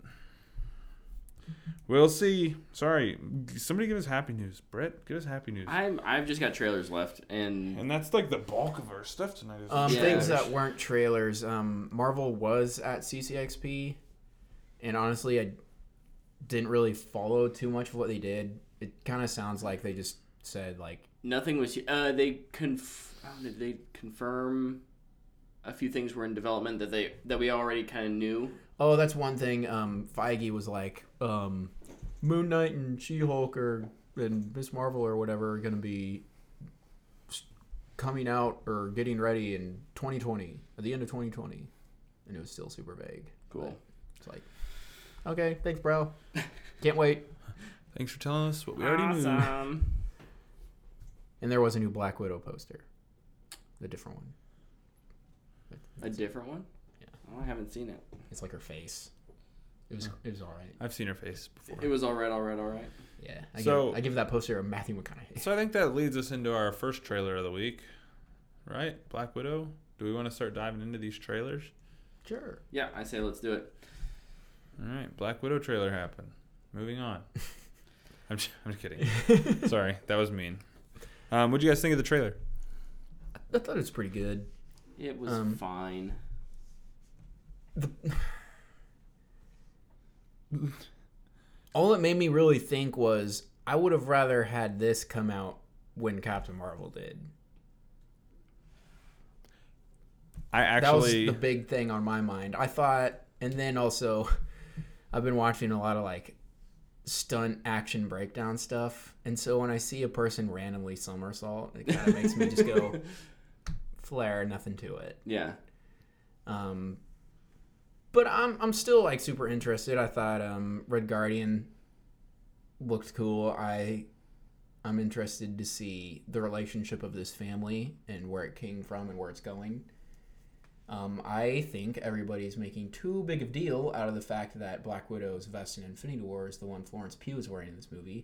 Speaker 1: we'll see. Sorry, somebody give us happy news, Brett. Give us happy news.
Speaker 3: I'm I've just got trailers left and
Speaker 1: and that's like the bulk of our stuff tonight. Is
Speaker 2: Um,
Speaker 3: Yeah.
Speaker 2: Things that weren't trailers. Um, Marvel was at CCXP, and honestly, I didn't really follow too much of what they did. It kind of sounds like they just said like,
Speaker 3: nothing was uh they conf oh, did they confirm a few things were in development that they that we already kind of knew.
Speaker 2: "Oh, that's one thing." Um, Feige was like, um, "Moon Knight and She Hulk or and Miss Marvel or whatever are gonna be s- coming out or getting ready in 2020 at the end of 2020," and it was still super vague.
Speaker 3: Cool.
Speaker 2: It's like, okay, thanks, bro. Can't wait.
Speaker 1: Thanks for telling us what we already knew.
Speaker 3: awesome.
Speaker 2: And there was a new Black Widow poster, the different one.
Speaker 3: A different one? Yeah. Oh, I haven't seen it.
Speaker 2: It's like her face. It was it was all right.
Speaker 1: I've seen her face before.
Speaker 3: It was all right, all right, all right.
Speaker 2: Yeah. I
Speaker 1: So-
Speaker 2: give, I give that poster a Matthew McConaughey.
Speaker 1: So I think that leads us into our first trailer of the week, right? Black Widow. Do we want to start diving into these trailers?
Speaker 2: Sure.
Speaker 3: Yeah, I say let's do it.
Speaker 1: All right, Black Widow trailer happened. Moving
Speaker 2: <laughs>
Speaker 1: on. I'm just, I'm just kidding. Sorry, that was mean. Um, what do you guys think of the trailer?
Speaker 2: I thought it was pretty good.
Speaker 3: It was
Speaker 2: Um,
Speaker 3: fine.
Speaker 2: All it made me really think was I would have rather had this come out when Captain Marvel did.
Speaker 1: I
Speaker 2: That was
Speaker 1: actually
Speaker 2: the big thing on my mind. I thought, and then also, <laughs> I've been watching a lot of like stunt action breakdown stuff, and so when I see a person randomly somersault, it kind of makes me just go, "Flare, nothing to it."
Speaker 3: Yeah.
Speaker 2: Um, but I'm I'm still like super interested. I thought um, Red Guardian looked cool. I I'm interested to see the relationship of this family and where it came from and where it's going. Um, I think everybody's making too big of deal out of the fact that Black Widow's vest in Infinity War is the one Florence Pugh is wearing in this movie.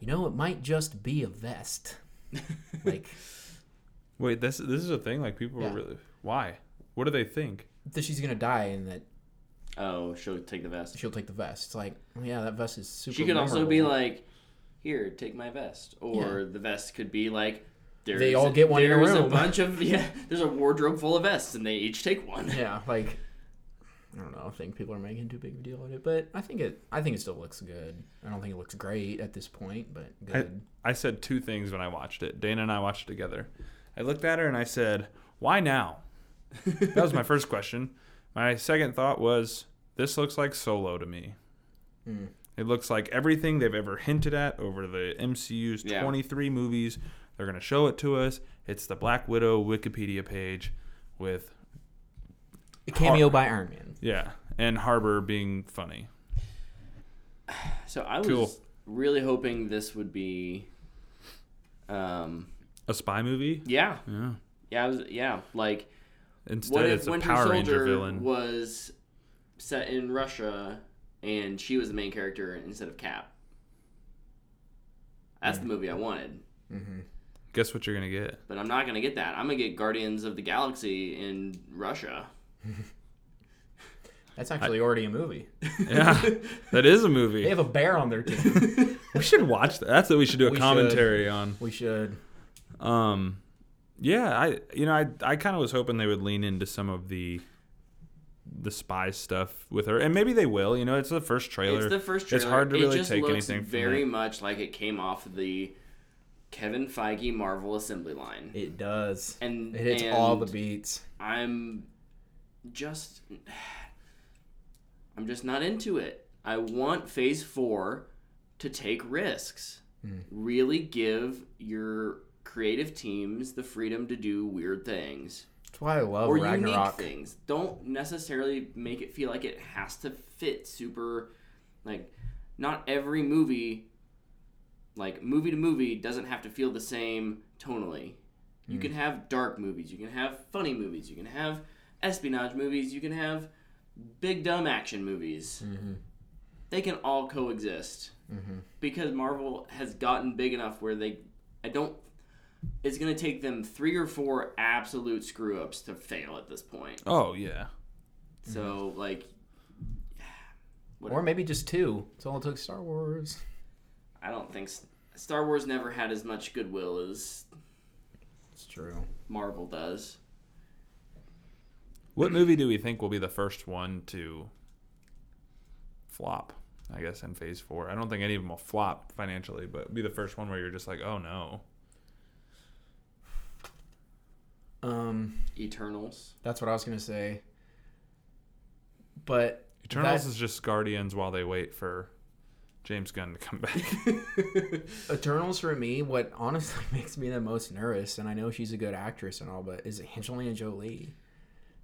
Speaker 2: You know, it might just be a vest. like,
Speaker 1: wait. This this is a thing. Like people
Speaker 2: Yeah.
Speaker 1: were really why? What do they think?
Speaker 2: that she's gonna die and that
Speaker 3: Oh, she'll take the vest.
Speaker 2: she'll take the vest. It's like, oh, yeah, that vest is super.
Speaker 3: She could also be
Speaker 2: memorable.
Speaker 3: like, "Here, take my vest," or the vest could be like, there's,
Speaker 2: all get one in a
Speaker 3: There's a
Speaker 2: room."
Speaker 3: bunch of <laughs> yeah. There's a wardrobe full of vests, and they each take one.
Speaker 2: yeah, like I don't know. I think people are making too big of a deal of it, but I think it. I think it still looks good. I don't think it looks great at this point, but
Speaker 1: I,
Speaker 2: good.
Speaker 1: I said two things when I watched it. Dana and I watched it together. I looked at her and I said, "Why
Speaker 3: <laughs>
Speaker 1: now?" that was my first question. My second thought was, "This looks like Solo to me."
Speaker 3: Hmm.
Speaker 1: It looks like everything they've ever hinted at over the MCU's
Speaker 3: Yeah.
Speaker 1: 23 movies They're going to show it to us. It's the Black Widow Wikipedia page with
Speaker 2: A cameo
Speaker 1: Har-
Speaker 2: by Iron Man.
Speaker 1: yeah, and Harbor being funny.
Speaker 3: So I was
Speaker 1: Cool.
Speaker 3: really hoping this would be, um,
Speaker 1: A spy movie?
Speaker 3: yeah,
Speaker 1: Yeah.
Speaker 3: yeah, I was, yeah, like
Speaker 1: Instead,
Speaker 3: what if
Speaker 1: it's a
Speaker 3: Winter
Speaker 1: Power Ranger
Speaker 3: Soldier
Speaker 1: villain.
Speaker 3: was set in Russia and she was the main character instead of Cap? That's the movie I wanted,
Speaker 2: Mm-hmm.
Speaker 1: Guess what you're going to
Speaker 3: <laughs>
Speaker 1: get?
Speaker 3: but I'm not gonna get that. I'm gonna get Guardians of the Galaxy in Russia.
Speaker 2: That's actually already a movie.
Speaker 1: Yeah. that is a movie.
Speaker 2: <laughs> They have a bear on their team.
Speaker 1: we should watch that. That's what we should do a
Speaker 2: We should.
Speaker 1: commentary on.
Speaker 2: we should.
Speaker 1: Um, yeah, I you know I I kind of was hoping they would lean into some of the the spy stuff with her, and maybe they will. You know, it's the first trailer.
Speaker 3: It's the first trailer.
Speaker 1: It's hard to
Speaker 3: It
Speaker 1: really
Speaker 3: just
Speaker 1: take
Speaker 3: looks
Speaker 1: anything. From
Speaker 3: Very
Speaker 1: that.
Speaker 3: much like it came off the Kevin Feige Marvel assembly line.
Speaker 2: It does.
Speaker 3: and
Speaker 2: It hits all the
Speaker 3: and
Speaker 2: beats.
Speaker 3: I'm just <sighs> I'm just not into it. I want Phase Four to take risks.
Speaker 1: Hmm.
Speaker 3: Really give your creative teams the freedom to do weird things
Speaker 2: That's why I love
Speaker 3: or
Speaker 2: Ragnarok.
Speaker 3: unique things. Don't necessarily make it feel like it has to fit super. Like, not every movie, like movie to movie, doesn't have to feel the same tonally. You
Speaker 2: Hmm.
Speaker 3: can have dark movies. You can have funny movies. You can have espionage movies. You can have big dumb action movies.
Speaker 2: Mm-hmm.
Speaker 3: They can all coexist because Marvel has gotten big enough where they, I don't it's going to take them three or four absolute screw ups to fail at this point.
Speaker 1: Oh yeah, Mm-hmm.
Speaker 3: So like,
Speaker 2: Or maybe just two. It's all it took Star Wars.
Speaker 3: I don't think S- Star Wars never had as much goodwill as
Speaker 2: It's true.
Speaker 3: Marvel does.
Speaker 1: what movie do we think will be the first one to flop? I guess in Phase Four. I don't think any of them will flop financially, but be the first one where you're just like, oh no.
Speaker 2: Um,
Speaker 3: Eternals.
Speaker 2: that's what I was gonna say. But
Speaker 1: Eternals
Speaker 2: That-
Speaker 1: is just Guardians while they wait for James Gunn to come back.
Speaker 2: Eternals for me, what honestly <laughs> makes me the most nervous, and I know she's a good actress and all, but is Angelina Jolie.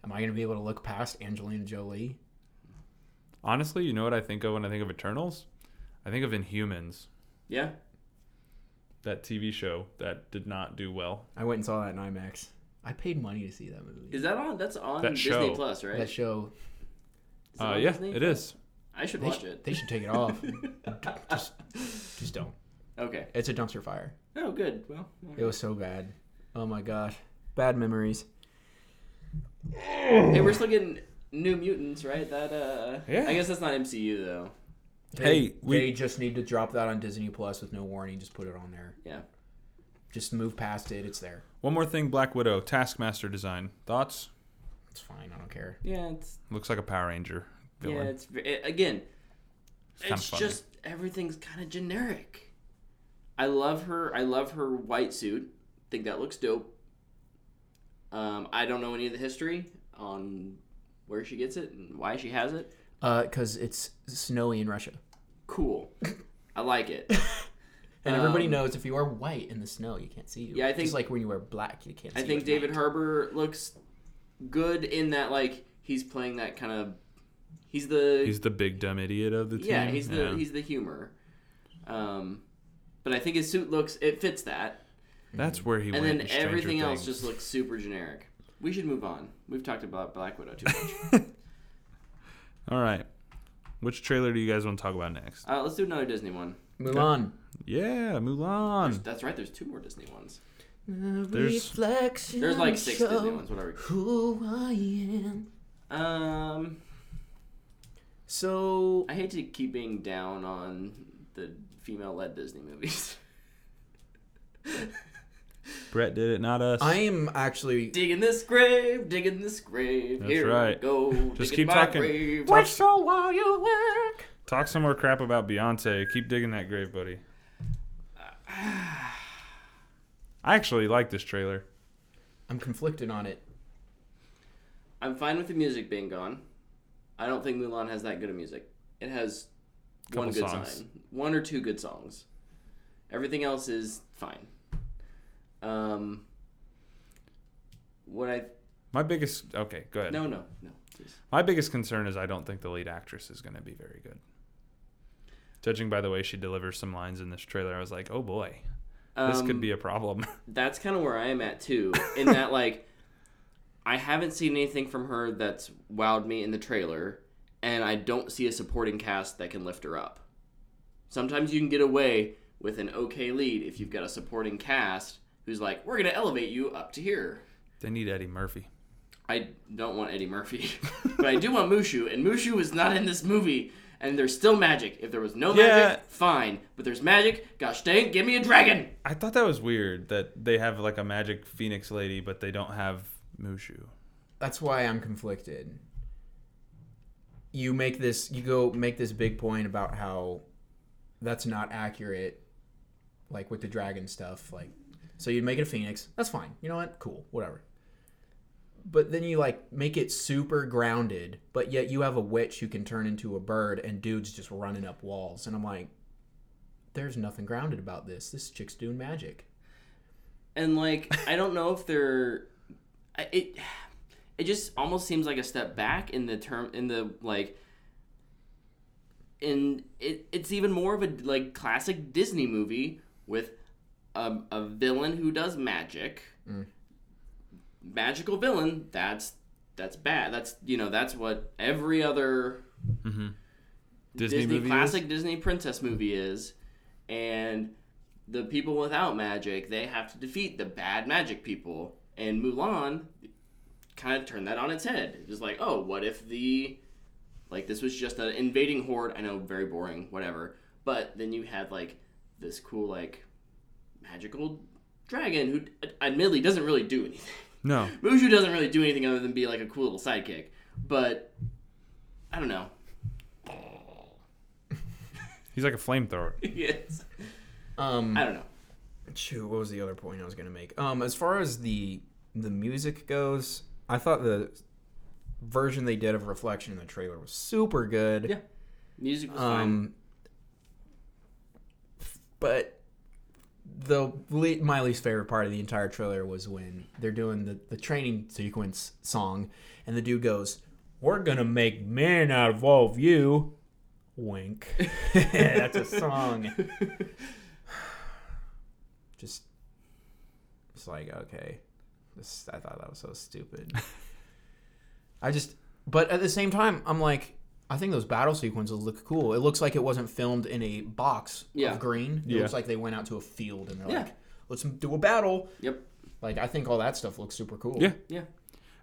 Speaker 2: Am I gonna be able to look past Angelina Jolie?
Speaker 1: Honestly, you know what I think of when I think of Eternals? I think of Inhumans,
Speaker 3: Yeah.
Speaker 1: that TV show that did not do well.
Speaker 2: I went and saw that in IMAX. I paid money to see that movie.
Speaker 3: Is that on? That's on
Speaker 1: That
Speaker 3: Disney
Speaker 1: show.
Speaker 3: Plus, right?
Speaker 2: that show?
Speaker 3: Is it
Speaker 1: Uh,
Speaker 3: on
Speaker 1: yeah,
Speaker 3: Disney?
Speaker 1: it is.
Speaker 3: I should
Speaker 2: They,
Speaker 3: watch
Speaker 2: sh-
Speaker 3: it.
Speaker 2: they should take it off.
Speaker 3: <laughs>
Speaker 2: just, just don't.
Speaker 3: Okay.
Speaker 2: It's a dumpster fire.
Speaker 3: Oh, good. Well, all
Speaker 2: It was so bad. Oh my gosh, bad memories.
Speaker 3: right. hey, we're still getting New Mutants, right? That uh,
Speaker 1: Yeah.
Speaker 3: I guess that's not MCU though.
Speaker 2: They-
Speaker 1: Hey, we-
Speaker 2: they just need to drop that on Disney Plus with no warning. Just put it on there.
Speaker 3: Yeah.
Speaker 2: Just move past it. It's there.
Speaker 1: One more thing Black Widow, Taskmaster design. Thoughts?
Speaker 2: It's fine. I don't care.
Speaker 3: Yeah, it's
Speaker 1: Looks like a Power Ranger
Speaker 3: yeah,
Speaker 1: villain.
Speaker 3: it's ve- it, again.
Speaker 1: kinda
Speaker 3: It's,
Speaker 1: funny.
Speaker 3: just everything's kind of generic. I love her. I love her white suit. Think that looks dope. Um, I don't know any of the history on where she gets it and why she has it.
Speaker 2: Uh, cause it's snowy in Russia,
Speaker 1: <laughs>
Speaker 3: Cool. I like it.
Speaker 2: and everybody
Speaker 3: Um,
Speaker 2: knows if you are white in the snow, you can't see you.
Speaker 3: Yeah, I think-
Speaker 2: just like when you wear black, you can't. see
Speaker 3: I
Speaker 2: you
Speaker 3: think
Speaker 2: at
Speaker 3: David
Speaker 2: night.
Speaker 3: Harbour looks good in that like he's playing that kind of he's the
Speaker 1: He's the big dumb idiot of the team.
Speaker 3: yeah he's the
Speaker 1: Yeah.
Speaker 3: he's the humor. Um, but I think his suit looks it fits that.
Speaker 1: That's where he
Speaker 3: and
Speaker 1: went.
Speaker 3: then
Speaker 1: in Stranger
Speaker 3: everything else
Speaker 1: Things.
Speaker 3: just looks super generic. We should move on. We've talked about Black Widow too much.
Speaker 1: All right. Which trailer do you guys want to talk about next?
Speaker 3: uh, let's do another Disney one.
Speaker 2: Mulan.
Speaker 1: Yeah, Mulan.
Speaker 3: That's right. There's two more Disney ones.
Speaker 1: There's-
Speaker 3: There's like six Disney ones. Whatever.
Speaker 2: Who I am.
Speaker 3: Um,
Speaker 2: So
Speaker 3: I hate to keep being down on the female-led Disney movies. <laughs>
Speaker 1: Brett did it, not us.
Speaker 2: I am actually.
Speaker 3: digging this grave, digging this grave.
Speaker 1: That's
Speaker 3: here
Speaker 1: right.
Speaker 3: we go.
Speaker 1: Just
Speaker 3: digging
Speaker 1: keep
Speaker 3: my
Speaker 1: talking.
Speaker 3: grave.
Speaker 2: so while you work.
Speaker 1: Talk some more crap about Beyonce. Keep digging that grave, buddy. <sighs> I actually like this trailer.
Speaker 2: I'm conflicted on it.
Speaker 3: I'm fine with the music being gone. I don't think Mulan has that good of music. It has one
Speaker 1: Couple
Speaker 3: good
Speaker 1: songs.
Speaker 3: song, one or two good songs. Everything else is fine. Um, what I
Speaker 1: My biggest okay, go ahead.
Speaker 3: no no no. please.
Speaker 1: My biggest concern is I don't think the lead actress is going to be very good. Judging by the way she delivers some lines in this trailer, I was like, oh boy, this could
Speaker 3: Um,
Speaker 1: be a problem. <laughs>
Speaker 3: that's kind of where I am at too. In that, like, I haven't seen anything from her that's wowed me in the trailer, and I don't see a supporting cast that can lift her up. Sometimes you can get away with an okay lead if you've got a supporting cast who's like, "We're gonna elevate you up to here."
Speaker 1: they need Eddie Murphy.
Speaker 3: I don't want Eddie Murphy, <laughs> but I do want Mushu, and Mushu is not in this movie. And there's still magic. If there was no
Speaker 1: Yeah.
Speaker 3: magic, fine. But there's magic. Gosh dang, give me a dragon.
Speaker 1: I thought that was weird that they have like a magic phoenix lady, but they don't have Mushu.
Speaker 2: that's why I'm conflicted. You make this you go make this big point about how that's not accurate like with the dragon stuff like so you'd make it a phoenix. That's fine. You know what? Cool. Whatever. But then you like make it super grounded, but yet you have a witch who can turn into a bird and dudes just running up walls and I'm like there's nothing grounded about this. This chick's doing magic.
Speaker 3: and like I don't know if they're I- it. It just almost seems like a step back in the term in the like. In it, it's even more of a like classic Disney movie with a, a villain who does magic.
Speaker 1: Mm.
Speaker 3: Magical villain. That's that's bad. That's you know that's what every other
Speaker 1: Mm-hmm. Disney,
Speaker 3: Disney,
Speaker 1: movie is?
Speaker 3: classic Disney princess movie is, and the people without magic they have to defeat the bad magic people. And Mulan kind of turned that on its head. It was like, oh, what if the like this was just an invading horde? I know, very boring, whatever. But then you had like this cool like magical dragon who ad- admittedly doesn't really do anything. <laughs>
Speaker 1: No,
Speaker 3: Mushu doesn't really do anything other than be like a cool little sidekick. But I don't know.
Speaker 1: he's like a flamethrower.
Speaker 3: yes.
Speaker 2: Um
Speaker 3: I don't know.
Speaker 2: Shoot, what was the other point I was gonna make? Um, as far as the the music goes, I thought the version they did of Reflection in the trailer was super good.
Speaker 3: Yeah, Music was fine.
Speaker 2: Um, but the le- my least favorite part of the entire trailer was when they're doing the the training sequence song, and the dude goes, "We're gonna make men out of all of you." Wink. <laughs> That's a song. Just, it's like okay, this I thought that was so <laughs> stupid. I just, but at the same time, I'm like, I think those battle sequences look cool. It looks like it wasn't filmed in a box
Speaker 3: Yeah.
Speaker 2: of green. It
Speaker 1: Yeah.
Speaker 2: looks like they went out to a field and they're
Speaker 3: Yeah.
Speaker 2: like, let's do a battle.
Speaker 3: Yep.
Speaker 2: Like, I think all that stuff looks super cool.
Speaker 1: Yeah.
Speaker 3: Yeah.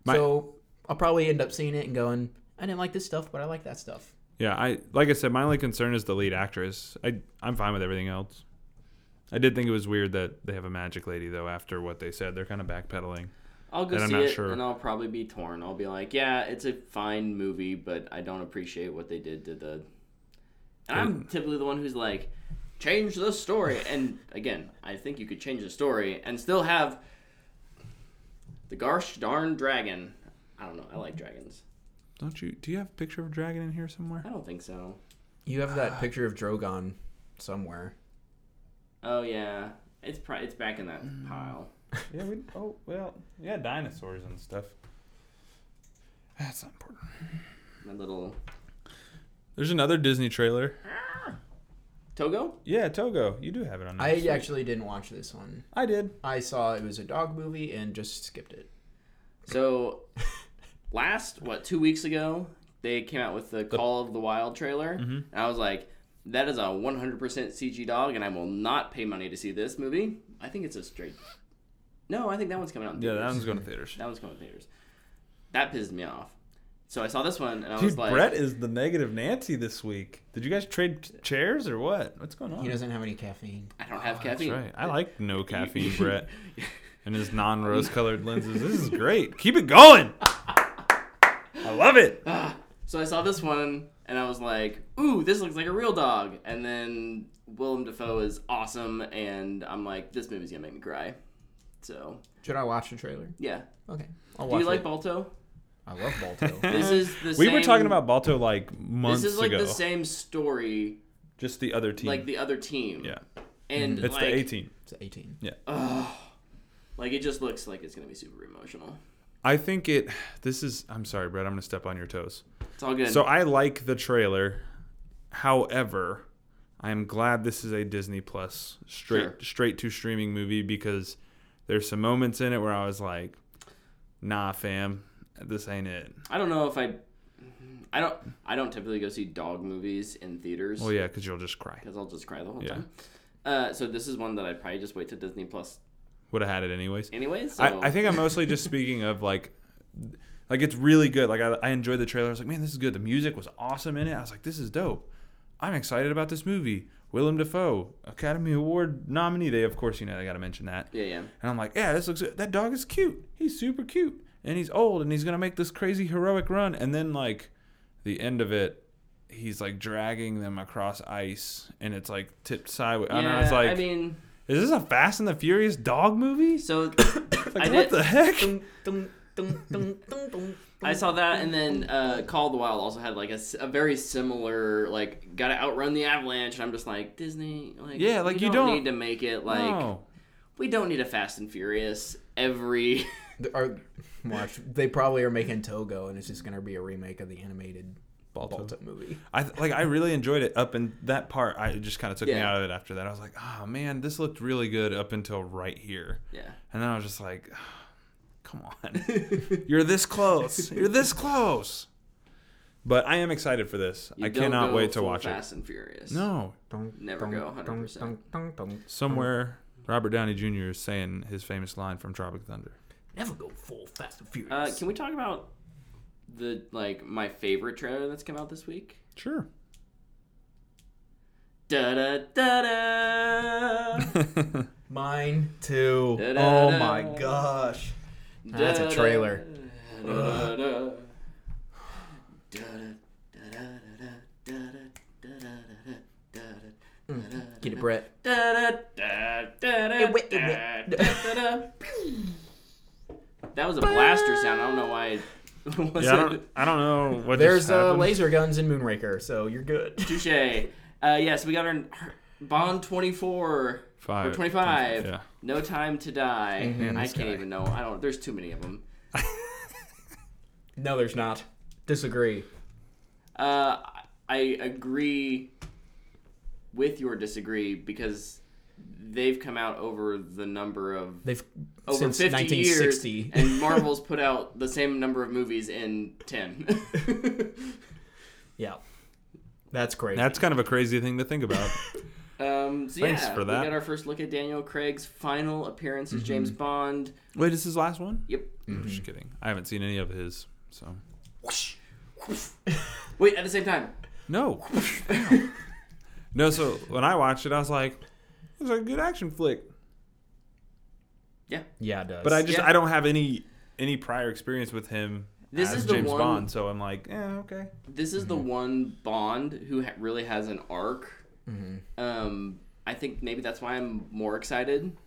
Speaker 1: My-
Speaker 2: so I'll probably end up seeing it and going, I didn't like this stuff, but I like that stuff.
Speaker 1: Yeah, I like I said, my only concern is the lead actress. I I'm fine with everything else. I did think it was weird that they have a magic lady though. After what they said, they're kind of backpedaling.
Speaker 3: I'll go
Speaker 1: And I'm
Speaker 3: see
Speaker 1: not
Speaker 3: it,
Speaker 1: sure.
Speaker 3: and I'll probably be torn. I'll be like, yeah, it's a fine movie, but I don't appreciate what they did to the. And I'm typically the one who's like, change the story. And again, I think you could change the story and still have the gosh darn dragon. I don't know. I like dragons.
Speaker 1: Don't you? Do you have a picture of a dragon in here somewhere?
Speaker 3: I don't think so.
Speaker 2: You have <sighs> that picture of Drogon somewhere.
Speaker 3: Oh yeah, it's pri- it's back in that
Speaker 1: Mm.
Speaker 3: pile.
Speaker 1: <laughs> Yeah. We, oh well. Yeah, dinosaurs and stuff. That's not important.
Speaker 3: My little
Speaker 1: There's another Disney trailer.
Speaker 3: Togo.
Speaker 1: Yeah, Togo. You do have it on.
Speaker 2: I
Speaker 1: Netflix.
Speaker 2: actually didn't watch this one.
Speaker 1: I did.
Speaker 2: I saw it was a dog movie and just skipped it.
Speaker 3: So, last what two weeks ago, they came out with the Call of the Wild trailer,
Speaker 1: Mm-hmm.
Speaker 3: and I was like, "That is a 100% CG dog, and I will not pay money to see this movie." I think it's a straight. No, I think that one's coming out. In
Speaker 1: Yeah,
Speaker 3: theaters.
Speaker 1: that one's going to theaters.
Speaker 3: that one's coming in theaters. That pissed me off. So I saw this one, and I
Speaker 1: Dude,
Speaker 3: was like,
Speaker 1: Brett is the negative Nancy this week. Did you guys trade t- chairs or what? What's going on?
Speaker 2: He doesn't have any caffeine.
Speaker 3: "I don't have
Speaker 1: Oh, That's
Speaker 3: caffeine."
Speaker 1: right. I like
Speaker 3: <laughs>
Speaker 1: no caffeine, Brett, and his non-rose-colored lenses. This is great. Keep it going. I love it.
Speaker 3: So I saw this one and I was like, ooh, this looks like a real dog. And then Willem Dafoe is awesome and I'm like, this movie's gonna make me cry. So
Speaker 2: Should I watch the trailer?
Speaker 3: yeah.
Speaker 2: Okay. I'll
Speaker 3: Do
Speaker 2: watch
Speaker 3: you like
Speaker 2: it.
Speaker 3: Balto?
Speaker 2: I love
Speaker 3: <laughs>
Speaker 2: Balto.
Speaker 3: This is the
Speaker 1: We
Speaker 3: same,
Speaker 1: were talking about Balto like months
Speaker 3: This is like
Speaker 1: ago.
Speaker 3: the same story,
Speaker 1: Just the other team.
Speaker 3: like the other team.
Speaker 1: yeah,
Speaker 3: And
Speaker 1: it's
Speaker 3: like
Speaker 1: the A team.
Speaker 2: it's 18.
Speaker 1: Yeah.
Speaker 3: Like it just looks like it's gonna be super emotional.
Speaker 1: I think it. This is. I'm sorry, Brett. I'm gonna step on your toes.
Speaker 3: It's all good.
Speaker 1: So I like the trailer. However, I am glad this is a Disney Plus straight
Speaker 3: Sure.
Speaker 1: straight to streaming movie because there's some moments in it where I was like, "Nah, fam, this ain't it."
Speaker 3: I don't know if I, I don't I don't typically go see dog movies in theaters
Speaker 1: Well,
Speaker 3: because
Speaker 1: yeah, because you'll just cry.
Speaker 3: I'll just cry the whole
Speaker 1: Yeah.
Speaker 3: time. Uh, so this is one that I'd probably just wait to Disney Plus
Speaker 1: Would have had it anyways.
Speaker 3: anyway. So
Speaker 1: I, I think I'm mostly just speaking of like, like it's really good. Like I, I enjoyed the trailer. I was like, man, this is good. The music was awesome in it. I was like, this is dope. I'm excited about this movie. Willem Dafoe, Academy Award nominee. They, of course, you know, they got to mention that.
Speaker 3: yeah, yeah.
Speaker 1: And I'm like, yeah, this looks good. That dog is cute. He's super cute. And he's old and he's going to make this crazy heroic run. And then, like, the end of it, he's like dragging them across ice and it's like tipped sideways. and I was
Speaker 3: Yeah,
Speaker 1: like,
Speaker 3: I mean,
Speaker 1: is this a Fast and the Furious dog movie?
Speaker 3: so
Speaker 1: <coughs> Like,
Speaker 3: I
Speaker 1: what
Speaker 3: did.
Speaker 1: the heck?
Speaker 3: I saw that, and then uh, Call of the Wild also had like a, s- a very similar like got to outrun the avalanche. And I'm just like Disney, like
Speaker 1: Yeah, like,
Speaker 3: we
Speaker 1: you don't-
Speaker 3: need to make it like
Speaker 1: No.
Speaker 3: we don't need a Fast and Furious every. <laughs>
Speaker 2: The- Are watch? They probably are making Togo, and it's just gonna be a remake of the animated
Speaker 1: Balto.
Speaker 2: Balto, movie.
Speaker 1: I th- like I really enjoyed it up in that part. I it just kind of took me
Speaker 3: Yeah.
Speaker 1: out of it after that. I was like, oh man, this looked really good up until right here,
Speaker 3: yeah,
Speaker 1: and then I was just like, "Ah, come
Speaker 3: <laughs>
Speaker 1: on, you're this close, you're this close. But I am excited for this.
Speaker 3: You
Speaker 1: I
Speaker 3: don't
Speaker 1: cannot
Speaker 3: go
Speaker 1: wait to
Speaker 3: full
Speaker 1: watch
Speaker 3: Fast and Furious.
Speaker 1: it. No,
Speaker 3: Never go 100%.
Speaker 1: somewhere Robert Downey Jr. is saying his famous line from Tropic Thunder.
Speaker 2: Never go full Fast and Furious.
Speaker 3: Uh, can we talk about the like my favorite trailer that's come out this week?
Speaker 1: <laughs> Sure.
Speaker 3: Da da da da.
Speaker 2: Mine too.
Speaker 3: Da, da,
Speaker 2: Oh
Speaker 3: da.
Speaker 2: my gosh. That's a trailer. Get it, Brett. went, it went.
Speaker 3: That was a blaster sound. I don't know why. It was
Speaker 1: yeah, I
Speaker 3: yeah,
Speaker 1: don't, I don't know what.
Speaker 2: There's
Speaker 1: just
Speaker 2: uh,
Speaker 1: happened.
Speaker 2: laser guns in Moonraker, so you're good.
Speaker 3: touche. Uh, yes, we got our our Bond 24
Speaker 1: Five.
Speaker 3: or 25.
Speaker 1: Yeah.
Speaker 3: No time to die. I
Speaker 1: this
Speaker 3: can't
Speaker 1: guy.
Speaker 3: even know. I don't. There's too many of them.
Speaker 2: No, there's not. Disagree.
Speaker 3: Uh, I agree with your disagree because they've come out over the number of
Speaker 2: They've
Speaker 3: over
Speaker 2: since
Speaker 3: 50
Speaker 2: 1960.
Speaker 3: years,
Speaker 2: <laughs>
Speaker 3: <laughs> and Marvel's put out the same number of movies in 10.
Speaker 2: yeah, that's crazy.
Speaker 1: That's kind of a crazy thing to think
Speaker 3: <laughs>
Speaker 1: about.
Speaker 3: <laughs> um, so
Speaker 1: Thanks
Speaker 3: yeah,
Speaker 1: for
Speaker 3: we
Speaker 1: that. Mm-hmm.
Speaker 3: got our first look at Daniel Craig's final appearance as James Bond.
Speaker 1: Wait, is his last one?
Speaker 3: Yep.
Speaker 1: I'm just kidding. I haven't seen any of his, so
Speaker 3: Wait, at the same time.
Speaker 1: no, <laughs> no. So when I watched it, I was like, "It was a good action flick,"
Speaker 3: Yeah.
Speaker 2: yeah, it does.
Speaker 1: but I just
Speaker 3: Yeah.
Speaker 1: I don't have any any prior experience with him
Speaker 3: This
Speaker 1: as
Speaker 3: is the
Speaker 1: James
Speaker 3: one-
Speaker 1: Bond, so I'm like, "Yeah, okay."
Speaker 3: This is the one Bond who ha- really has an arc. Um, I think maybe that's why I'm more excited.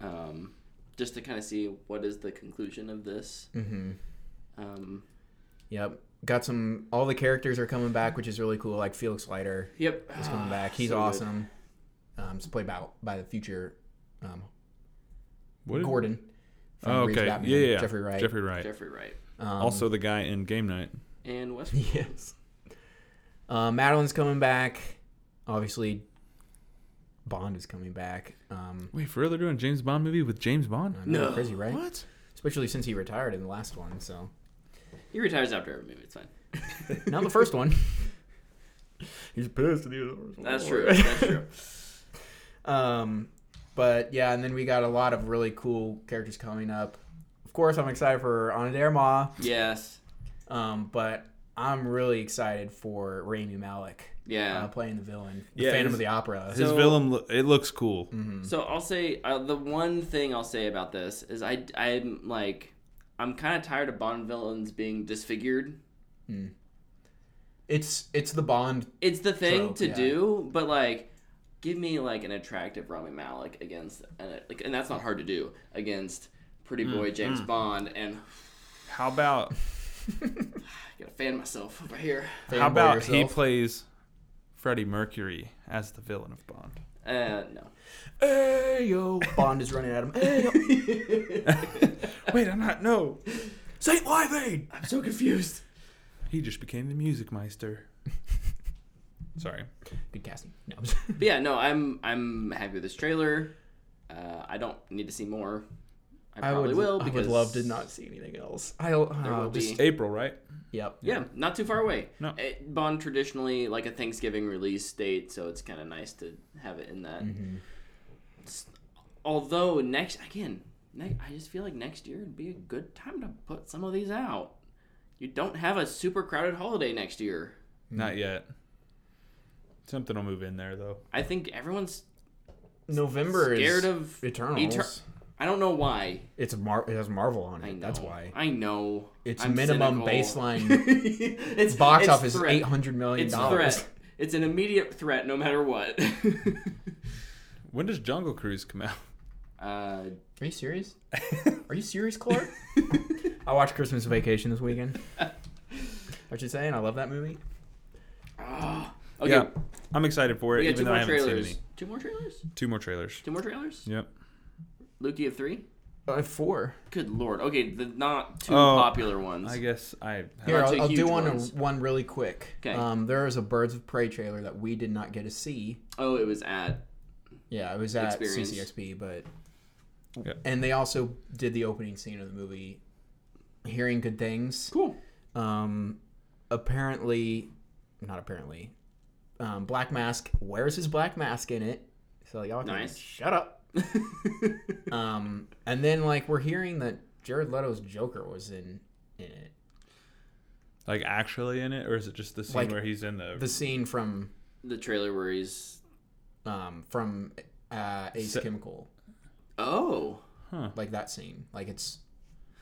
Speaker 3: Um, just to kind of see what is the conclusion of this.
Speaker 2: Mhm.
Speaker 3: Um,
Speaker 2: Yep. Got some. All the characters are coming back, which is really cool. Like Felix Leiter
Speaker 3: yep.
Speaker 2: is
Speaker 1: Ah,
Speaker 2: coming back. He's
Speaker 3: So good.
Speaker 2: awesome. Um, it's played by by the future um,
Speaker 1: What did-
Speaker 2: Gordon. from
Speaker 1: Oh,
Speaker 2: Reeves
Speaker 1: okay. Yeah,
Speaker 2: Batman,
Speaker 1: yeah, yeah.
Speaker 2: Jeffrey Wright.
Speaker 1: Jeffrey Wright.
Speaker 3: Jeffrey Wright
Speaker 2: Um,
Speaker 1: also, the guy in Game Night.
Speaker 3: and
Speaker 2: <laughs>
Speaker 3: West.
Speaker 2: yes. Uh, Madeline's coming back. Obviously, Bond is coming back. Um,
Speaker 1: Wait, for real? They're doing a James Bond movie with James Bond?
Speaker 2: I know,
Speaker 3: No.
Speaker 2: crazy, right?
Speaker 1: What?
Speaker 2: Especially since he retired in the last one, so
Speaker 3: He retires after every movie. It's fine.
Speaker 2: not the first one. He's pissed at you.
Speaker 3: That's true. That's true.
Speaker 2: <laughs> Um, but yeah, and then we got a lot of really cool characters coming up. Of course, I'm excited for Anadair Ma,
Speaker 3: Yes.
Speaker 2: um, but I'm really excited for Rami Malik
Speaker 3: Yeah.
Speaker 2: uh, playing the villain, the
Speaker 1: Yeah,
Speaker 2: Phantom
Speaker 1: his-
Speaker 2: of the Opera.
Speaker 1: His
Speaker 3: So-
Speaker 1: villain, lo- it looks cool.
Speaker 3: So I'll say uh, the one thing I'll say about this is I I'm like I'm kind of tired of Bond villains being disfigured.
Speaker 2: It's it's the Bond.
Speaker 3: It's the thing
Speaker 2: Trope,
Speaker 3: to
Speaker 2: yeah.
Speaker 3: do, but like give me like an attractive Rami Malik against and like and that's not hard to do against pretty
Speaker 2: Hmm,
Speaker 3: boy James Bond and oh,
Speaker 1: How about
Speaker 3: I gotta fan myself over here.
Speaker 1: how
Speaker 2: fanboy
Speaker 1: about he
Speaker 2: yourself.
Speaker 1: plays Freddie Mercury as the villain of Bond?
Speaker 3: Uh, no.
Speaker 2: Ayo, <laughs> Bond is running at him. Ayo,
Speaker 1: Wait, I'm not. No,
Speaker 2: Saint Wyvern.
Speaker 3: I'm so confused.
Speaker 1: he just became the music meister. <laughs> Sorry.
Speaker 2: Good casting. No, I'm sorry.
Speaker 3: But yeah, no, I'm I'm happy with this trailer. Uh, I don't need to see more.
Speaker 2: <laughs>
Speaker 3: I
Speaker 2: I
Speaker 3: probably
Speaker 2: would,
Speaker 3: will
Speaker 2: I
Speaker 3: because
Speaker 2: would love to not see anything else. I'll
Speaker 3: There
Speaker 2: uh,
Speaker 3: will
Speaker 2: just,
Speaker 3: be.
Speaker 1: April, right?
Speaker 2: Yep.
Speaker 3: Yeah, not too far away.
Speaker 1: No.
Speaker 3: Eh, Bond traditionally like a Thanksgiving release date, so it's kind of nice to have it in that.
Speaker 2: Mm-hmm.
Speaker 3: S- Although next again, ne- I just feel like next year would be a good time to put some of these out. You don't have a super crowded holiday next year.
Speaker 1: Not yet. Something will move in there though.
Speaker 3: I think everyone's
Speaker 2: November is
Speaker 3: scared of
Speaker 2: Eternals.
Speaker 3: Eter- I don't know why.
Speaker 2: it's Mar- it has Marvel on it.
Speaker 3: I know.
Speaker 2: That's why.
Speaker 3: I know.
Speaker 2: Its
Speaker 3: I'm
Speaker 2: minimum
Speaker 3: cynical.
Speaker 2: baseline
Speaker 3: <laughs> it's
Speaker 2: box
Speaker 3: it's
Speaker 2: office
Speaker 3: threat.
Speaker 2: is eight hundred million
Speaker 3: It's
Speaker 2: dollars.
Speaker 3: threat. It's an immediate threat, no matter what. <laughs>
Speaker 1: When does Jungle Cruise come out?
Speaker 3: uh,
Speaker 2: Are you
Speaker 3: <laughs>
Speaker 2: serious? Are you serious, Clark? I watched Christmas Vacation this
Speaker 3: <laughs>
Speaker 2: weekend. What you saying? I love that movie.
Speaker 3: ah. okay.
Speaker 1: Yeah, I'm excited for it.
Speaker 3: We got two
Speaker 1: even though I
Speaker 3: more
Speaker 1: haven't
Speaker 3: trailers.
Speaker 1: seen
Speaker 3: Two more trailers.
Speaker 1: any. Two more trailers.
Speaker 3: Two more trailers.
Speaker 1: Yep.
Speaker 3: Luke, you have three.
Speaker 2: I have four.
Speaker 3: Good lord. Okay, the not too
Speaker 1: Oh,
Speaker 3: popular ones.
Speaker 1: I guess I.
Speaker 2: Here,
Speaker 3: Not
Speaker 2: I'll,
Speaker 3: two
Speaker 2: I'll do
Speaker 3: huge
Speaker 2: one
Speaker 3: ones.
Speaker 2: one really quick.
Speaker 3: 'Kay.
Speaker 2: Um, there is a Birds of Prey trailer that we did not get to see.
Speaker 3: oh, it was at.
Speaker 2: Yeah, it was at
Speaker 3: Experience.
Speaker 2: CCXP, but
Speaker 1: Yeah.
Speaker 2: and they also did the opening scene of the movie, "Hearing Good Things."
Speaker 3: Cool.
Speaker 2: Um, apparently, not apparently, um, Black Mask wears his black mask in it. So like, y'all can
Speaker 3: Nice.
Speaker 2: shut
Speaker 3: <laughs>
Speaker 2: up. um, and then like we're hearing that Jared Leto's Joker was in in it.
Speaker 1: Like actually in it, or is it just the scene
Speaker 2: Like,
Speaker 1: where he's in the?
Speaker 2: The scene from
Speaker 3: The trailer where he's.
Speaker 2: um from uh, Ace
Speaker 1: So-
Speaker 2: Chemical,
Speaker 3: Oh.
Speaker 2: like that scene, like it's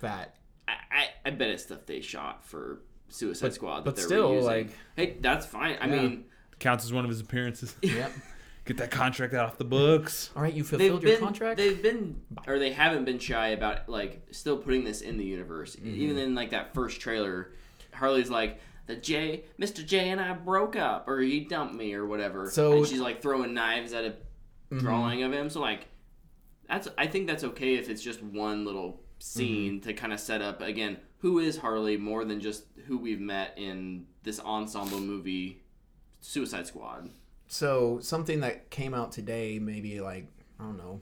Speaker 2: that.
Speaker 3: I, I, I bet it's stuff they shot for Suicide
Speaker 2: But-
Speaker 3: Squad. That
Speaker 2: but
Speaker 3: they're
Speaker 2: still,
Speaker 3: reusing.
Speaker 2: like-
Speaker 3: Hey, that's fine. I
Speaker 2: Yeah.
Speaker 3: mean,
Speaker 1: counts as one of his appearances.
Speaker 3: <coughs>
Speaker 2: Yep.
Speaker 1: <laughs> Get that contract out off the books.
Speaker 2: All right, you
Speaker 3: they've
Speaker 2: fulfilled
Speaker 3: been
Speaker 2: your contract.
Speaker 3: they've been or they haven't been shy about like still putting this in the universe
Speaker 2: Mm-hmm.
Speaker 3: even in like that first trailer harley's like the j mr j and i broke up or he dumped me or whatever
Speaker 2: So- Mm-hmm.
Speaker 3: and she's like throwing knives at a drawing of him so like that's i think that's okay if it's just one little scene
Speaker 2: Mm-hmm.
Speaker 3: to kind of set up again who is harley more than just who we've met in this ensemble movie suicide squad <laughs>
Speaker 2: So something that came out today, maybe like I don't know,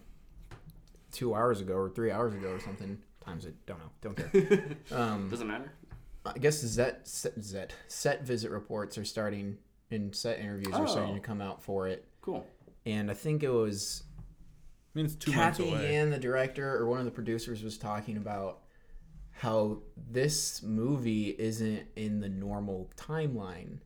Speaker 2: two hours ago or three hours ago or something. Times it, don't know, don't
Speaker 1: <laughs>
Speaker 2: care. um,
Speaker 3: doesn't matter
Speaker 2: I guess Zet set, Zet set visit reports are starting and set interviews are starting
Speaker 3: Oh.
Speaker 2: to come out for it.
Speaker 3: cool
Speaker 2: And I think it was
Speaker 1: I mean, it's two
Speaker 2: Kathy
Speaker 1: months away.
Speaker 2: Han, the director or one of the producers, was talking about how this movie isn't in the normal timeline.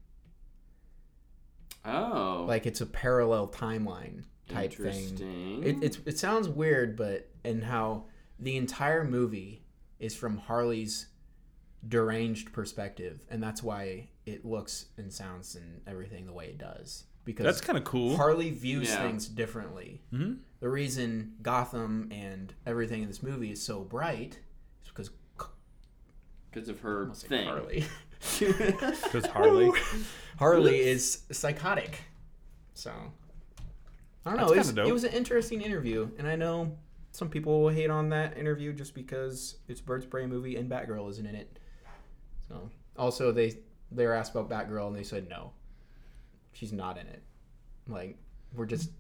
Speaker 3: oh
Speaker 2: Like it's a parallel timeline type
Speaker 3: interesting
Speaker 2: thing. It,
Speaker 1: Mm.
Speaker 2: it's, it sounds weird, but and how the entire movie is from Harley's deranged perspective, and that's why it looks and sounds and everything the way it does. Because
Speaker 1: That's kind of cool.
Speaker 2: Harley views
Speaker 3: Yeah.
Speaker 2: things differently.
Speaker 1: Mhm.
Speaker 2: The reason Gotham and everything in this movie is so bright is because
Speaker 3: because of her
Speaker 2: it's like
Speaker 3: thing.
Speaker 2: Harley.
Speaker 3: <laughs>
Speaker 2: <laughs>
Speaker 1: Because Harley.
Speaker 2: Harley is psychotic. So I don't know.
Speaker 1: That's
Speaker 2: It was,
Speaker 1: kinda dope.
Speaker 2: it was an interesting interview, and I know some people will hate on that interview just because it's a Birds of Prey movie and Batgirl isn't in it. So also they they were asked about Batgirl and they said no, she's not in it. Like we're just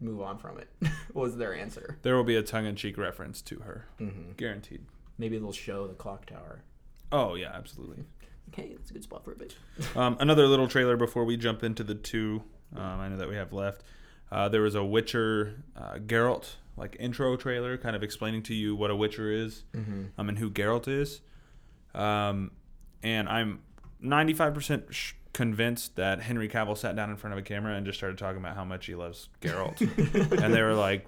Speaker 2: move on from it <laughs> was their answer.
Speaker 1: there will be a tongue-in-cheek reference to her,
Speaker 3: Mm-hmm.
Speaker 1: guaranteed.
Speaker 2: Maybe they'll show the clock tower.
Speaker 1: Oh yeah, absolutely.
Speaker 2: Okay, that's a good spot for a bit.
Speaker 1: Um, another little trailer before we jump into the two um, I know that we have left. Uh, there was a Witcher uh, Geralt like intro trailer, kind of explaining to you what a Witcher is um, and who Geralt is. Um, and I'm 95% sh- convinced that Henry Cavill sat down in front of a camera and just started talking about how much he loves Geralt. and they were like,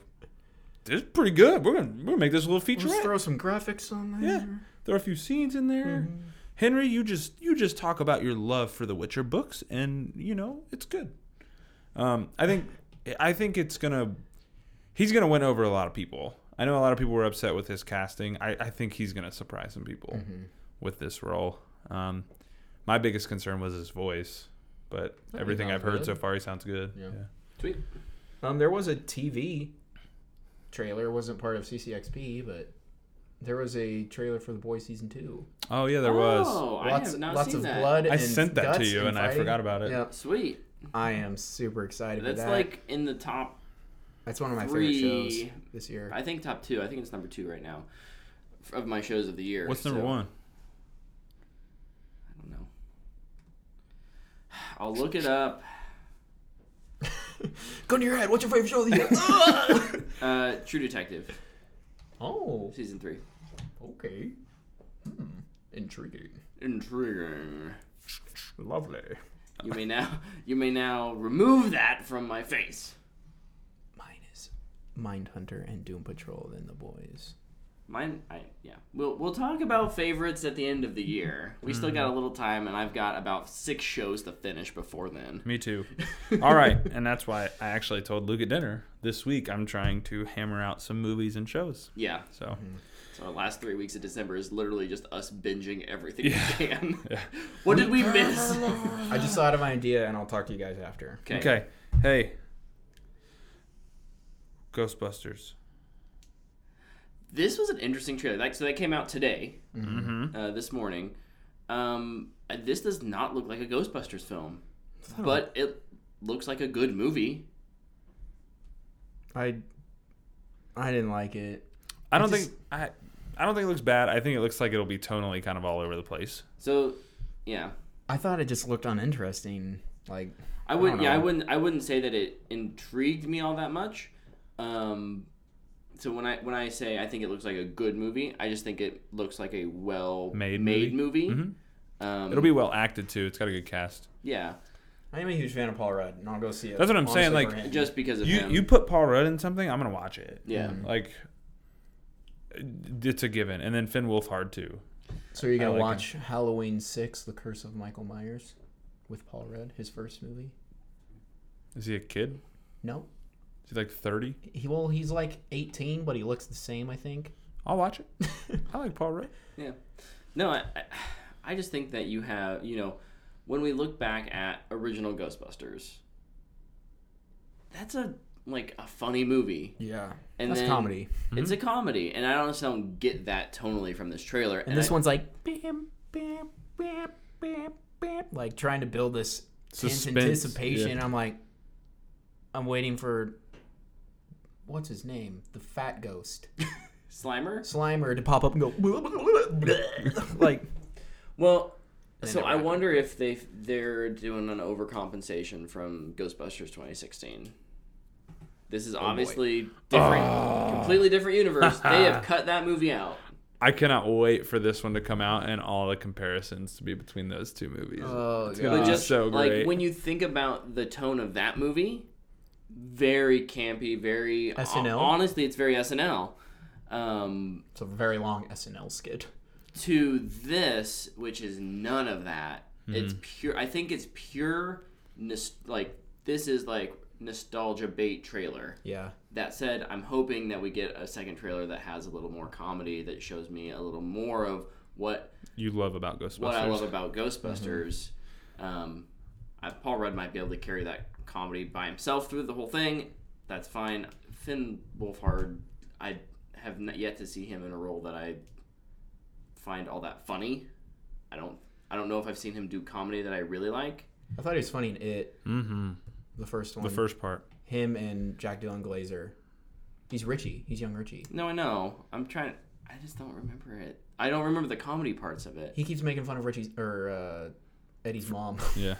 Speaker 1: "This is pretty good. We're gonna we're gonna make this a little featurette."
Speaker 2: Let's throw some graphics on there.
Speaker 1: Yeah, there are a few scenes in there.
Speaker 2: Mm-hmm.
Speaker 1: Henry, you just you just talk about your love for the Witcher books, and you know it's good. Um, I think I think it's gonna he's gonna win over a lot of people. I know a lot of people were upset with his casting. I, I think he's gonna surprise some people
Speaker 2: Mm-hmm.
Speaker 1: with this role. Um, my biggest concern was his voice, but
Speaker 2: think
Speaker 1: everything
Speaker 2: that
Speaker 1: I've
Speaker 2: was
Speaker 1: heard
Speaker 2: good.
Speaker 1: so far, he sounds good.
Speaker 2: Yeah.
Speaker 3: Sweet.
Speaker 2: Um, there was a TV trailer. It wasn't part of CCXP, but there was a trailer for The Boys season two.
Speaker 1: Oh yeah, there was.
Speaker 3: Oh, I
Speaker 2: lots
Speaker 3: have not
Speaker 2: lots
Speaker 3: seen
Speaker 2: of
Speaker 3: that.
Speaker 2: blood.
Speaker 1: I
Speaker 2: and
Speaker 1: sent that to
Speaker 2: guts
Speaker 1: you, and I
Speaker 2: fighting.
Speaker 1: forgot about it.
Speaker 2: Yep.
Speaker 3: Sweet.
Speaker 2: I am super excited.
Speaker 3: That's
Speaker 2: for that.
Speaker 3: like in the top.
Speaker 2: that's one of my
Speaker 3: three-
Speaker 2: favorite shows this year.
Speaker 3: I think top two. I think it's number two right now, f- of my shows of the year.
Speaker 1: What's number
Speaker 3: so-
Speaker 1: one?
Speaker 3: I don't know. I'll look it up.
Speaker 2: Gun to your head. What's your favorite show of the
Speaker 3: <laughs>
Speaker 2: year? <laughs>
Speaker 3: Uh, True Detective
Speaker 2: oh,
Speaker 3: season three.
Speaker 2: okay. Hmm. Intriguing.
Speaker 3: Intriguing.
Speaker 2: Lovely.
Speaker 3: You may now you may now remove that from my face.
Speaker 2: Mine is Mindhunter and Doom Patrol and The Boys.
Speaker 3: Mine, I yeah. We'll we'll talk about favorites at the end of the year. We still
Speaker 1: Mm-hmm.
Speaker 3: got a little time, and I've got about six shows to finish before then.
Speaker 1: Me too. All right, and that's why I actually told Luke at dinner this week. I'm trying to hammer out some movies and shows.
Speaker 3: Yeah.
Speaker 1: So
Speaker 3: So our last three weeks of December is literally just us binging everything
Speaker 1: Yeah.
Speaker 3: we can.
Speaker 1: <laughs> Yeah.
Speaker 3: <laughs> What did we miss?
Speaker 2: I just thought of an idea, and I'll talk to you guys after.
Speaker 3: Okay.
Speaker 1: okay, hey, Ghostbusters.
Speaker 3: This was an interesting trailer. Like, so that came out today,
Speaker 1: Mm-hmm.
Speaker 3: uh, this morning. Um, uh, this does not look like a Ghostbusters film, but it looks like a good movie.
Speaker 2: I I didn't like it.
Speaker 1: I don't
Speaker 2: I just-
Speaker 1: think I. I don't think it looks bad. I think it looks like it'll be tonally kind of all over the place.
Speaker 3: So, yeah,
Speaker 2: I thought it just looked uninteresting. Like
Speaker 3: I
Speaker 2: don't
Speaker 3: wouldn't. Yeah, I
Speaker 2: know.
Speaker 3: wouldn't. I wouldn't say that it intrigued me all that much. Um, so when I when I say I think it looks like a good movie, I just think it looks like a well
Speaker 1: Made
Speaker 3: movie.
Speaker 1: Mhm.
Speaker 3: Um,
Speaker 1: It'll be well acted too. It's got a good cast.
Speaker 3: yeah,
Speaker 2: I am a huge fan of Paul Rudd, and I'll go see it.
Speaker 1: That's what I'm saying,
Speaker 2: honestly,
Speaker 1: like,
Speaker 2: for him.
Speaker 3: just because of
Speaker 1: You
Speaker 3: him.
Speaker 1: you Mm. put Paul Rudd in something, I'm gonna watch it.
Speaker 3: yeah,
Speaker 1: Like it's a given. And then Finn Wolfhard too.
Speaker 2: so you're
Speaker 1: I
Speaker 2: gonna
Speaker 1: like
Speaker 2: watch Halloween Six: The Curse of Michael Myers with Paul Rudd, his first movie.
Speaker 1: Is he a kid?
Speaker 2: No,
Speaker 1: Is he like 30?
Speaker 2: he well he's like 18, but he looks the same. I think. <laughs>
Speaker 1: I'll watch it. I like Paul Rudd.
Speaker 3: yeah. No, I I- I just think that you have you know when we look back at original Ghostbusters, that's a like a funny movie.
Speaker 2: Yeah,
Speaker 3: And
Speaker 2: that's
Speaker 3: then-
Speaker 2: comedy.
Speaker 3: It's a comedy, and I honestly don't get that tonally from this trailer.
Speaker 2: And this
Speaker 3: I-
Speaker 2: one's like bam, bam, bam, bam, bam, like trying to build this tense
Speaker 1: Suspense,
Speaker 2: anticipation.
Speaker 1: yeah.
Speaker 2: I'm like, I'm waiting for what's his name, the fat ghost
Speaker 3: Slimer.
Speaker 2: Slimer, to pop up and go <laughs> like,
Speaker 3: Well,
Speaker 2: They
Speaker 3: so
Speaker 2: never
Speaker 3: I
Speaker 2: happened.
Speaker 3: wonder if they they're doing an overcompensation from Ghostbusters 2016. This is obviously different,
Speaker 1: Ah.
Speaker 3: completely
Speaker 1: <laughs>
Speaker 3: different universe. they have cut that movie out.
Speaker 1: I cannot wait for this one to come out and all the comparisons to be between those two movies.
Speaker 2: oh
Speaker 1: It's
Speaker 2: god,
Speaker 1: gonna
Speaker 3: But
Speaker 1: be
Speaker 3: just
Speaker 1: Ah, so
Speaker 3: like
Speaker 1: great.
Speaker 3: when you think about the tone of that movie, very campy, very
Speaker 2: SNL?
Speaker 3: Honestly, it's very SNL. Um,
Speaker 2: it's a very long SNL skit.
Speaker 3: to this, which is none of that. It's pure. I think it's pure. Nos- like this is like nostalgia bait trailer.
Speaker 2: Yeah,
Speaker 3: That said, I'm hoping that we get a second trailer that has a little more comedy that shows me a little more of what
Speaker 1: you love about Ghostbusters.
Speaker 3: what I love about Ghostbusters. Um, I, Paul Rudd might be able to carry that comedy by himself through the whole thing. That's fine. Finn Wolfhard, I have not yet to see him in a role that I find all that funny. I don't. I don't know if I've seen him do comedy that I really like.
Speaker 2: I thought he was funny in it,
Speaker 1: mm-hmm.
Speaker 2: the first one.
Speaker 1: The first part.
Speaker 2: him and Jack Dylan Glazer. He's Richie. He's young Richie.
Speaker 3: No, I know. I'm trying. I just don't remember it. I don't remember the comedy parts of it.
Speaker 2: He keeps making fun of Richie's or uh, Eddie's
Speaker 3: <laughs>
Speaker 2: mom.
Speaker 1: Yeah.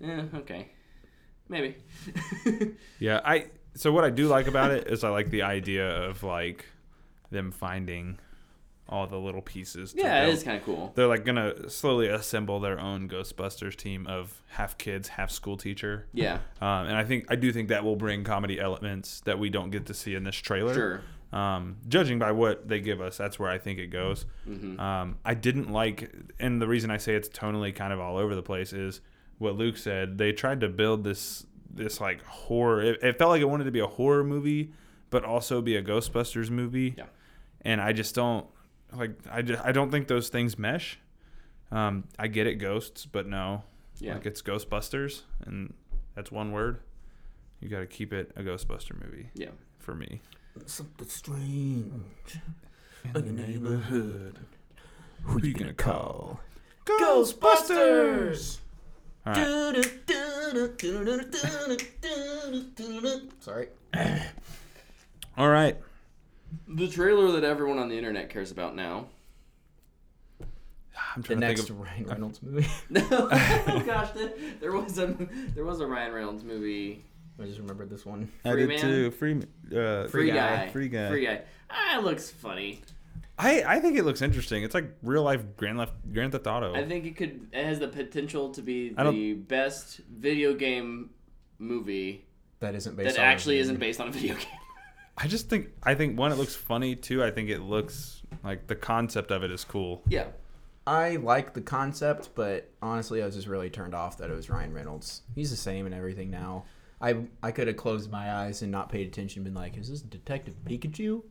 Speaker 3: Yeah. Eh, Okay. Maybe. <laughs>
Speaker 1: Yeah, I so what I do like about it is I like the idea of like them finding all the little pieces. to
Speaker 3: yeah, it
Speaker 1: build.
Speaker 3: is kind of cool.
Speaker 1: They're like gonna slowly assemble their own Ghostbusters team of half kids, half school teacher,
Speaker 3: Yeah.
Speaker 1: um, and I think I do think that will bring comedy elements that we don't get to see in this trailer.
Speaker 3: Sure.
Speaker 1: Um, judging by what they give us, that's where I think it goes.
Speaker 3: Mm-hmm.
Speaker 1: Um, I didn't like, and the reason I say it's tonally kind of all over the place is what Luke said. They tried to build this this like horror. It, it felt like it wanted to be a horror movie, but also be a Ghostbusters movie.
Speaker 3: Yeah.
Speaker 1: And I just don't like. I just I don't think those things mesh. Um, I get it, ghosts, but no,
Speaker 3: Yeah.
Speaker 1: like it's Ghostbusters, and that's one word. You got to keep it a Ghostbuster movie
Speaker 3: Yeah.
Speaker 1: for me.
Speaker 2: Something strange.
Speaker 1: In
Speaker 2: the neighborhood,
Speaker 1: who you gonna call? All right.
Speaker 2: Sorry.
Speaker 1: All right.
Speaker 3: The trailer that everyone on the internet cares about
Speaker 2: <laughs>
Speaker 3: now. <laughs>
Speaker 1: I'm
Speaker 2: The
Speaker 1: trying to
Speaker 2: next
Speaker 1: think
Speaker 2: Ryan Reynolds movie. <laughs>
Speaker 3: oh gosh, there, there was a there was a Ryan Reynolds movie.
Speaker 2: I just remembered this one.
Speaker 1: of.
Speaker 3: Free Man?
Speaker 1: Free, uh,
Speaker 2: Free Guy.
Speaker 1: Free Guy.
Speaker 3: Free guy. Ah, it looks funny.
Speaker 1: I, I think it looks interesting. It's like real life Grand Theft Grand Theft Auto.
Speaker 2: Oh.
Speaker 3: I think it could. It has the potential to be
Speaker 1: I don't-
Speaker 3: the best video game movie
Speaker 2: That isn't based.
Speaker 3: that
Speaker 2: on a
Speaker 3: actually
Speaker 2: movie.
Speaker 3: isn't based on a video <laughs> game.
Speaker 1: I just think I think one it looks funny too. I think it looks like the concept of it is cool.
Speaker 3: yeah.
Speaker 2: I like the concept, but honestly, I was just really turned off that it was Ryan Reynolds. He's the same in everything now. I I could have closed my eyes and not paid attention, been like, is this Detective Pikachu?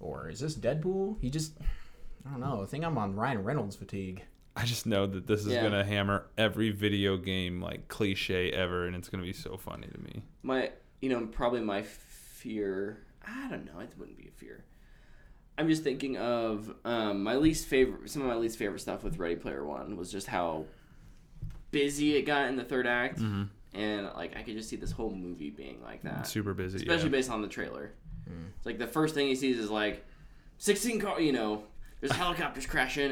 Speaker 2: Or is this Deadpool? He just, I don't know. I think I'm on Ryan Reynolds fatigue.
Speaker 1: I just know that this is
Speaker 3: Yeah.
Speaker 1: gonna hammer every video game like cliche ever, and it's gonna be so funny to me.
Speaker 3: my you know probably my fear i don't know it wouldn't be a fear i'm just thinking of um, my least favorite some of my least favorite stuff with ready player one was just how busy it got in the third act and like i could just see this whole movie being like that
Speaker 1: Super busy. yeah. Mm.
Speaker 3: especially based on the trailer it's like the first thing he sees is like 16 car you know there's helicopters crashing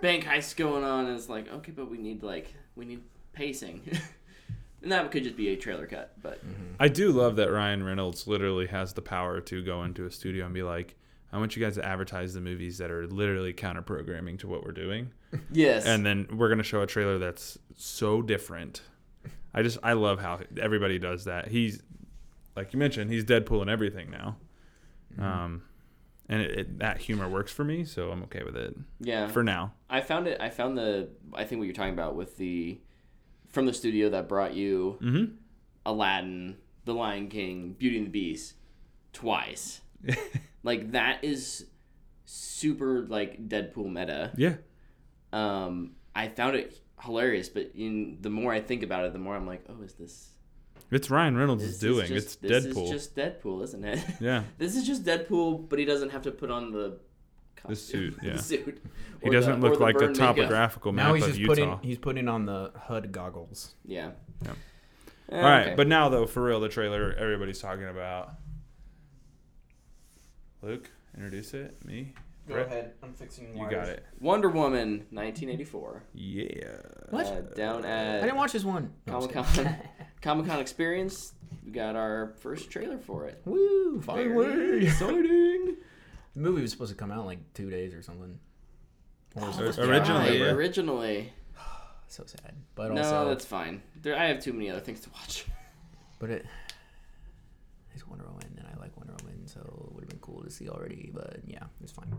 Speaker 1: <laughs>
Speaker 3: bank heists going on and it's like okay but we need like we need pacing <laughs> and that could just be a trailer cut but
Speaker 1: I do love that Ryan Reynolds literally has the power to go into a studio and be like, I want you guys to advertise the movies that are literally counter programming to what we're doing.
Speaker 3: Yes.
Speaker 1: And then we're going to show a trailer that's so different. I just, I love how everybody does that. He's, like you mentioned, he's Deadpool and everything now.
Speaker 3: Mm-hmm.
Speaker 1: Um, and it, it, that humor works for me, so I'm okay with it
Speaker 3: yeah.
Speaker 1: for now.
Speaker 3: I found it I found the I think what you're talking about with the from the studio that brought you
Speaker 1: Mhm.
Speaker 3: Aladdin, The Lion King, Beauty and the Beast
Speaker 1: <laughs>
Speaker 3: twice. like that is super like Deadpool meta.
Speaker 1: Yeah.
Speaker 3: Um I found it hilarious, but in the more I think about it, the more I'm like, "Oh, is this
Speaker 1: It's Ryan Reynolds
Speaker 3: this
Speaker 1: is doing. it's
Speaker 3: just- this
Speaker 1: Deadpool.
Speaker 3: is just Deadpool, isn't it?
Speaker 1: yeah.
Speaker 3: <laughs> This is just Deadpool, but he doesn't have to put on the costume.
Speaker 1: suit,
Speaker 3: <laughs> the
Speaker 1: yeah.
Speaker 3: suit.
Speaker 1: He
Speaker 3: Or the-
Speaker 1: doesn't
Speaker 3: or
Speaker 1: look like the
Speaker 3: burn makeup.
Speaker 1: topographical map
Speaker 2: Now he's
Speaker 1: of
Speaker 2: just
Speaker 1: Utah.
Speaker 2: putting he's putting on the HUD goggles.
Speaker 3: Yeah.
Speaker 1: Yeah.
Speaker 3: Eh,
Speaker 1: All right,
Speaker 3: okay.
Speaker 1: but now though, for real, the trailer everybody's talking about. Luke, introduce it. Me, Brett?
Speaker 2: ahead. I'm fixing.
Speaker 1: You got it.
Speaker 3: Wonder Woman, 1984.
Speaker 1: Yeah.
Speaker 2: What?
Speaker 3: Uh, down
Speaker 2: I
Speaker 3: at
Speaker 2: didn't watch this one. No, I'm
Speaker 3: Comic
Speaker 2: just <laughs>
Speaker 3: Con. Comic Con Experience. We got our first trailer for it.
Speaker 2: kidding. Woo! Finally.
Speaker 3: Very exciting.
Speaker 2: The movie was supposed to come out in like two days or something. Or was it
Speaker 1: Or-
Speaker 2: just-
Speaker 1: originally, yeah.
Speaker 3: Originally.
Speaker 2: So sad. But
Speaker 3: no,
Speaker 2: also,
Speaker 3: that's fine. There, I have too many other things to watch.
Speaker 2: but it. It's Wonder Woman, and I like Wonder Woman, so it would have been cool to see already. But yeah, it's fine.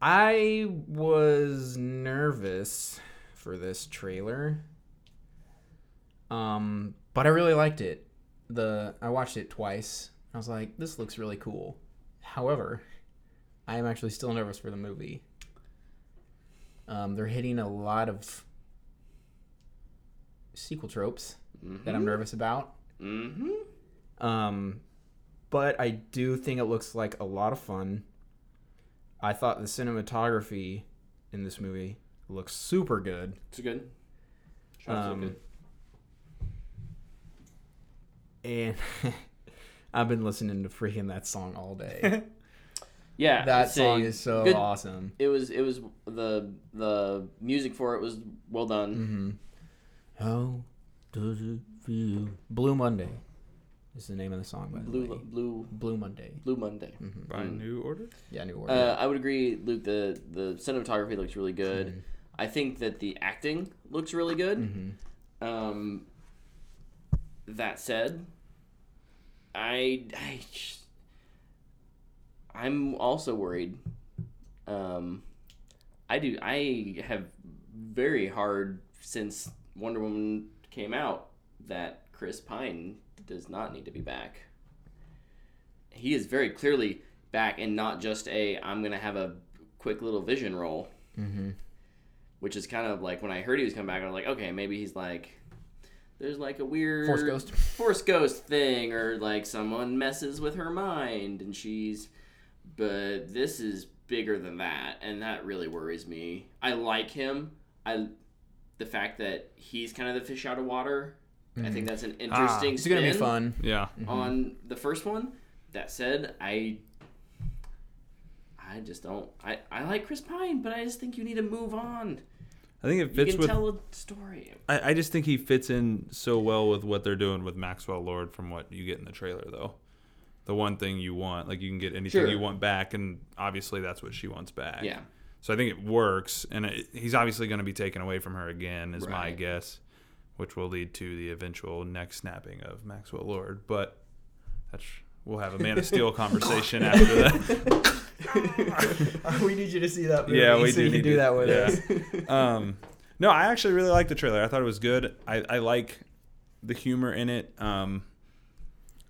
Speaker 2: I was nervous for this trailer, um, but I really liked it. The I watched it twice. I was like, this looks really cool. However, I am actually still nervous for the movie. Um, they're hitting a lot of sequel tropes that I'm nervous about.
Speaker 3: Mm-hmm.
Speaker 2: Um, but I do think it looks like a lot of fun. I thought the cinematography in this movie looks super good.
Speaker 3: It's good. Shots look
Speaker 2: Um,
Speaker 3: good.
Speaker 2: And <laughs> I've been listening to freaking that song all
Speaker 3: <laughs>
Speaker 2: day.
Speaker 3: Yeah,
Speaker 2: that
Speaker 3: I'd say
Speaker 2: song is so
Speaker 3: good-
Speaker 2: awesome.
Speaker 3: It was. It was the the music for it was well done.
Speaker 2: Mm-hmm. How does it feel? Blue Monday is the name of the song, by the
Speaker 3: Blue
Speaker 2: way.
Speaker 3: Blue
Speaker 2: Blue Monday.
Speaker 3: Blue Monday.
Speaker 2: Mm.
Speaker 1: By
Speaker 3: Hmm.
Speaker 1: new order.
Speaker 2: Yeah, New Order.
Speaker 3: Uh, I would agree, Luke. The the cinematography looks really good. I think that the acting looks really good. Um, that said, I, I just- I'm also worried. Um, I do. I have very hard since Wonder Woman came out that Chris Pine does not need to be back. He is very clearly back and not just a I'm gonna have a quick little vision role.
Speaker 2: Mm-hmm.
Speaker 3: Which is kind of like when I heard he was coming back, I was like, okay, maybe he's like there's like a weird
Speaker 2: Force Ghost.
Speaker 3: <laughs> force ghost thing or like someone messes with her mind and she's but this is bigger than that and that really worries me i like him i the fact that he's kind of the fish out of water i
Speaker 1: Mm-hmm.
Speaker 3: think that's
Speaker 1: Ah,
Speaker 3: an interesting
Speaker 2: It's gonna be
Speaker 3: spin <laughs>
Speaker 2: fun. <laughs>
Speaker 1: Yeah.
Speaker 3: on the first one that said i i just don't i i like chris pine but i just think you need to move on
Speaker 1: I think it
Speaker 3: you
Speaker 1: fits
Speaker 3: can
Speaker 1: with.
Speaker 3: tell a story
Speaker 1: I, I just think he fits in so well with what they're doing with Maxwell Lord from what you get in the trailer, though. The one thing you want, like you can get anything
Speaker 3: Sure.
Speaker 1: you want back, and obviously that's what she wants back.
Speaker 3: yeah
Speaker 1: So I think it works, and it, he's obviously going to be taken away from her again, is my
Speaker 3: Right.
Speaker 1: guess, which will lead to the eventual neck snapping of Maxwell Lord. But that's we'll have a Man of
Speaker 2: <laughs>
Speaker 1: Steel conversation after that.
Speaker 2: we need you to see that
Speaker 1: Yeah, we do need to- yeah.
Speaker 2: us.
Speaker 1: <laughs>
Speaker 2: <laughs>
Speaker 1: Um, no, I actually really liked the trailer. I thought it was good. I, I like the humor in it. Um,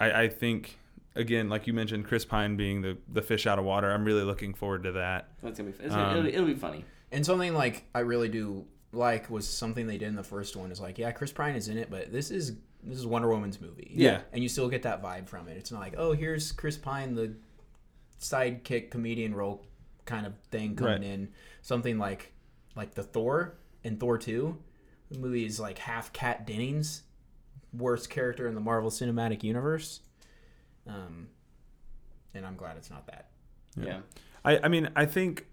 Speaker 1: I, I think again, like you mentioned, Chris Pine being the the fish out of water. I'm really looking forward to that.
Speaker 3: that's gonna be it's gonna,
Speaker 1: Um,
Speaker 3: it'll, be- it'll be funny
Speaker 2: And something like I really do like was something they did in the first one is like, yeah, Chris Pine is in it, but this is this is Wonder Woman's movie.
Speaker 1: Yeah.
Speaker 2: And you still get that vibe from it. It's not like, oh, here's Chris Pine, the sidekick comedian role kind of thing coming
Speaker 1: Right.
Speaker 2: in. Something like like the Thor and Thor two. The movie is like half Cat Dennings, worst character in the Marvel Cinematic Universe. Um and I'm glad it's not that.
Speaker 1: Yeah.
Speaker 3: yeah.
Speaker 1: I, I mean, I think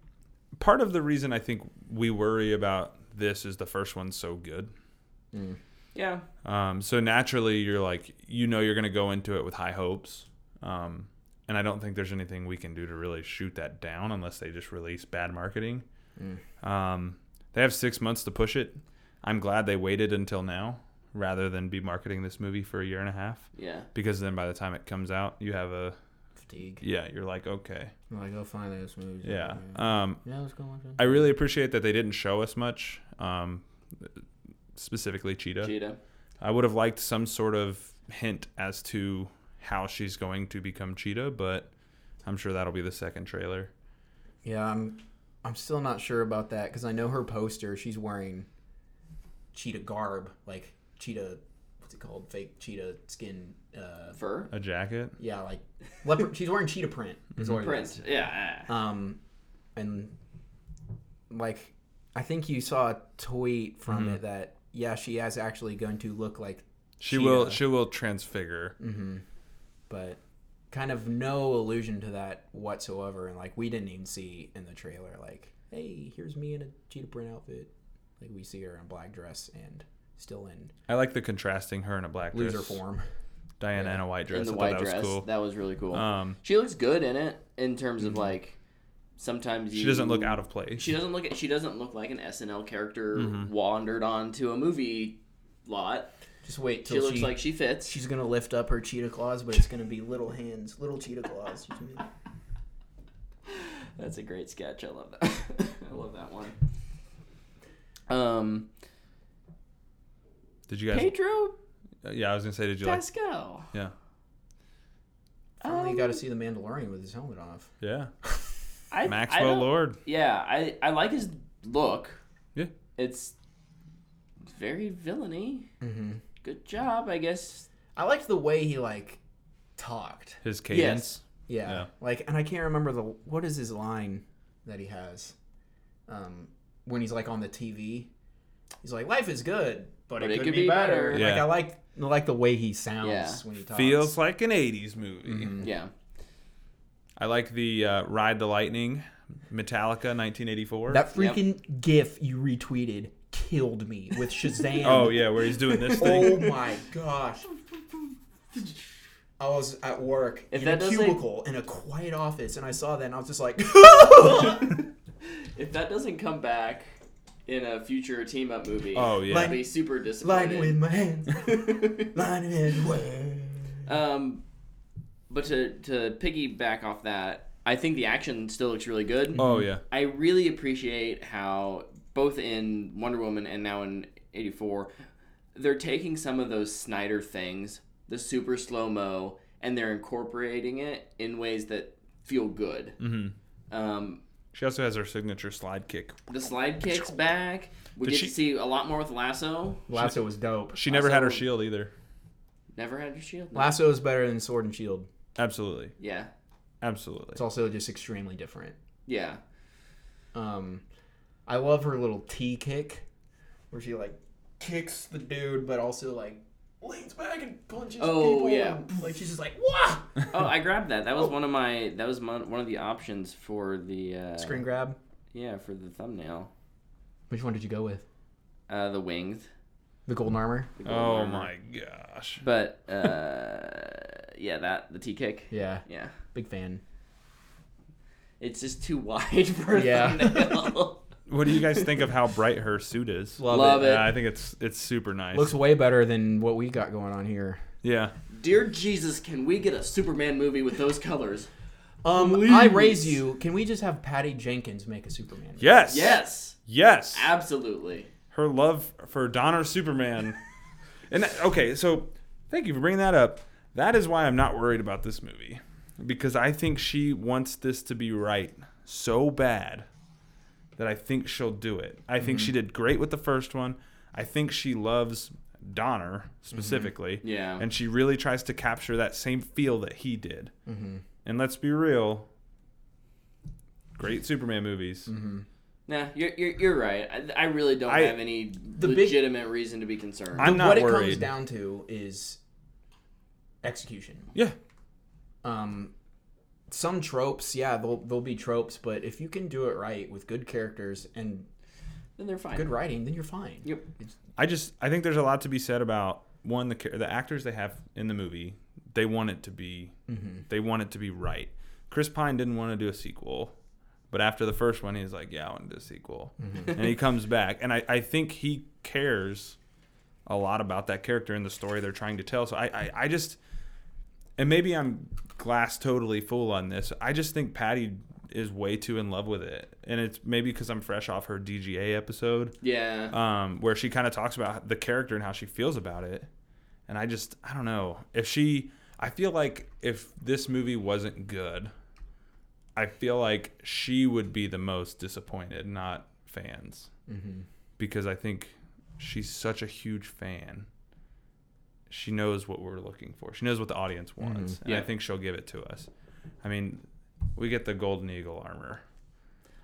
Speaker 1: part of the reason I think we worry about this is the first one's so good.
Speaker 3: Yeah.
Speaker 1: Um, so naturally, you're like, you know, you're going to go into it with high hopes. Um, and I don't think there's anything we can do to really shoot that down unless they just release bad marketing. Um, they have six months to push it. I'm glad they waited until now rather than be marketing this movie for a year and a half
Speaker 3: Yeah.
Speaker 1: because then by the time it comes out, you have a,
Speaker 2: Fatigue.
Speaker 1: yeah, you're like, okay.
Speaker 2: I'm like, oh finally this movie's
Speaker 1: Yeah.
Speaker 2: over.
Speaker 1: Um,
Speaker 2: Yeah, let's go watch it.
Speaker 1: I really appreciate that they didn't show us much, um, specifically Cheetah.
Speaker 3: Cheetah.
Speaker 1: I would have liked some sort of hint as to how she's going to become Cheetah, but I'm sure that'll be the second trailer.
Speaker 2: Yeah, I'm I'm still not sure about that because I know her poster. She's wearing cheetah garb, like cheetah. What's it called? Fake cheetah skin. Uh,
Speaker 3: Fur.
Speaker 1: A jacket?
Speaker 2: yeah, like leopard. she's wearing cheetah print. Is what it is.
Speaker 3: Print. Yeah. ah.
Speaker 2: Um, and like I think you saw a tweet from it that yeah, she has actually going to look like,
Speaker 1: She will.
Speaker 2: Cheetah.
Speaker 1: She will transfigure.
Speaker 2: but kind of no allusion to that whatsoever. And like we didn't even see in the trailer like, hey, here's me in a cheetah print outfit. Like we see her in a black dress and still in
Speaker 1: I like the contrasting her in a black dress.
Speaker 2: loser form. <laughs>
Speaker 1: Diana in a white dress.
Speaker 3: In the
Speaker 1: I
Speaker 3: white
Speaker 1: thought that
Speaker 3: dress.
Speaker 1: was cool.
Speaker 3: That was really cool.
Speaker 1: Um, Mm-hmm.
Speaker 3: she looks good in it in terms of like sometimes you,
Speaker 1: she doesn't look out of place.
Speaker 3: She doesn't look she doesn't look like an SNL character
Speaker 1: Mm-hmm.
Speaker 3: wandered onto a movie lot.
Speaker 2: Just wait
Speaker 3: She
Speaker 2: till she,
Speaker 3: looks like she fits.
Speaker 2: she's gonna lift up her cheetah claws, but it's gonna be little hands, little cheetah claws. She's gonna be-
Speaker 3: That's a great sketch. I love that. <laughs> I love that one. Um
Speaker 1: Did you guys? uh,
Speaker 3: Pedro
Speaker 1: Yeah, I was gonna say, did you like?
Speaker 3: Pascal.
Speaker 1: Yeah,
Speaker 2: Finally,
Speaker 3: Um,
Speaker 2: got to see the Mandalorian with his helmet off.
Speaker 1: yeah.
Speaker 3: I,
Speaker 1: Maxwell
Speaker 3: Lord.
Speaker 1: Lord.
Speaker 3: Yeah, I I like his look.
Speaker 1: Yeah.
Speaker 3: It's very villainy.
Speaker 2: Mm-hmm.
Speaker 3: Good job, I guess.
Speaker 2: I liked the way he like talked.
Speaker 1: His cadence.
Speaker 2: Yeah.
Speaker 1: Yeah.
Speaker 2: Like, and I can't remember the what is his line that he has, um, when he's like on the TV. He's like, "Life is good, but, it, could, be, better."
Speaker 1: Yeah.
Speaker 2: Like, I like I like the way he sounds
Speaker 3: Yeah.
Speaker 2: when he talks.
Speaker 1: Feels like an '80s movie.
Speaker 2: Mm-hmm.
Speaker 3: Yeah.
Speaker 1: I like the uh, Ride the Lightning, Metallica, 1984.
Speaker 2: that freaking GIF you retweeted killed me with <laughs> Shazam.
Speaker 1: Oh yeah, where he's doing this
Speaker 2: <laughs> Oh
Speaker 1: thing.
Speaker 2: my gosh. I was at work
Speaker 3: If
Speaker 2: in
Speaker 3: that
Speaker 2: a
Speaker 3: doesn't-
Speaker 2: cubicle in a quiet office, and I saw that, and I was just <laughs> like,
Speaker 3: If that doesn't come back in a future team up movie,
Speaker 1: Oh, yeah.
Speaker 3: I'll be super
Speaker 2: "Line with
Speaker 3: disappointed.
Speaker 2: my <laughs> hands, line with my." hands."
Speaker 3: um, but to to piggyback off that, I think the action still looks really good.
Speaker 1: Oh yeah.
Speaker 3: I really appreciate how both in Wonder Woman and now in 84 they're taking some of those Snyder things, the super slow-mo and they're incorporating it in ways that feel good.
Speaker 1: Mhm.
Speaker 3: Um
Speaker 1: She also has her signature slide kick.
Speaker 3: The slide kicks back. We
Speaker 1: Did
Speaker 3: get
Speaker 1: she-
Speaker 3: to see a lot more with Lasso.
Speaker 2: Lasso was dope.
Speaker 1: She never had her
Speaker 3: Also-
Speaker 1: shield either.
Speaker 3: Never had your shield. No.
Speaker 2: Lasso is better than Sword and Shield.
Speaker 1: Absolutely,
Speaker 3: Yeah.
Speaker 1: absolutely.
Speaker 2: It's also just extremely different.
Speaker 3: Yeah.
Speaker 2: Um, I love her little T kick, where she like kicks the dude, but also like leans back and punches.
Speaker 3: Oh,
Speaker 2: people
Speaker 3: yeah.
Speaker 2: and, like she's just like wah.
Speaker 3: Oh, I grabbed that. That was one of my. That was mon- one of the options for the uh,
Speaker 2: Screen grab.
Speaker 3: Yeah, for the thumbnail.
Speaker 2: Which one did you go with?
Speaker 3: Uh, the wings.
Speaker 2: The golden armor.
Speaker 3: the golden
Speaker 1: Oh
Speaker 3: armor.
Speaker 1: my gosh. <laughs>
Speaker 3: But uh, yeah, that the T kick.
Speaker 2: Yeah,
Speaker 3: Yeah.
Speaker 2: big fan.
Speaker 3: It's just too wide <laughs> for a
Speaker 2: Yeah.
Speaker 3: thumbnail. <laughs>
Speaker 1: What do you guys think of how bright her suit is?
Speaker 2: Love,
Speaker 3: Love
Speaker 2: it.
Speaker 3: it.
Speaker 1: Yeah, I think it's it's super nice.
Speaker 2: Looks way better than what we got going on here.
Speaker 1: yeah.
Speaker 3: Dear Jesus, can we get a Superman movie with those colors?
Speaker 2: Um, I
Speaker 3: Please.
Speaker 2: raise you. Can we just have Patty Jenkins make a Superman?
Speaker 1: Yes.
Speaker 3: Yes,
Speaker 1: Yes.
Speaker 3: absolutely.
Speaker 1: her love for Donner
Speaker 2: <laughs>
Speaker 1: Superman. and that- okay, so thank you for bringing that up. That is why I'm not worried about this movie because I think she wants this to be right so bad that I think she'll do it. I think
Speaker 2: Mm-hmm.
Speaker 1: she did great with the first one. I think she loves
Speaker 2: Mm-hmm.
Speaker 1: Donner specifically.
Speaker 3: Yeah.
Speaker 1: And she really tries to capture that same feel that he did.
Speaker 2: Mm-hmm.
Speaker 1: And let's be real great Superman movies.
Speaker 2: Mm-hmm.
Speaker 3: Nah, you're, you're, you're right. I, I really don't
Speaker 1: I-
Speaker 3: have any
Speaker 2: big-
Speaker 3: legitimate reason to be concerned.
Speaker 1: I'm not
Speaker 2: what it comes
Speaker 1: worried.
Speaker 2: down to is execution.
Speaker 1: yeah.
Speaker 2: Um, some tropes, yeah, they'll they'll be tropes, but if you can do it right with good characters and
Speaker 3: then they're fine.
Speaker 2: good writing, then you're fine.
Speaker 3: Yep.
Speaker 1: I just I think there's a lot to be said about one the char- the actors they have in the movie. They want it to be they want it to be right. Chris Pine didn't want to do a sequel, but after the first one, he's like, "Yeah, I want to do a sequel," and he comes back, and I I think he cares a lot about that character and the story they're trying to tell. So I I, I just and maybe I'm glass totally full on this. I just think Patty is way too in love with it, and it's maybe because I'm fresh off her DGA episode
Speaker 3: Yeah.
Speaker 1: um, where she kind of talks about the character and how she feels about it. And I just, I don't know. If she, I feel like if this movie wasn't good, I feel like she would be the most disappointed, not fans.
Speaker 3: Mm-hmm.
Speaker 1: Because I think she's such a huge fan. She knows what we're looking for, she knows what the audience wants. And I
Speaker 3: Mm-hmm. Yeah.
Speaker 1: think she'll give it to us. I mean, we get the Golden Eagle armor.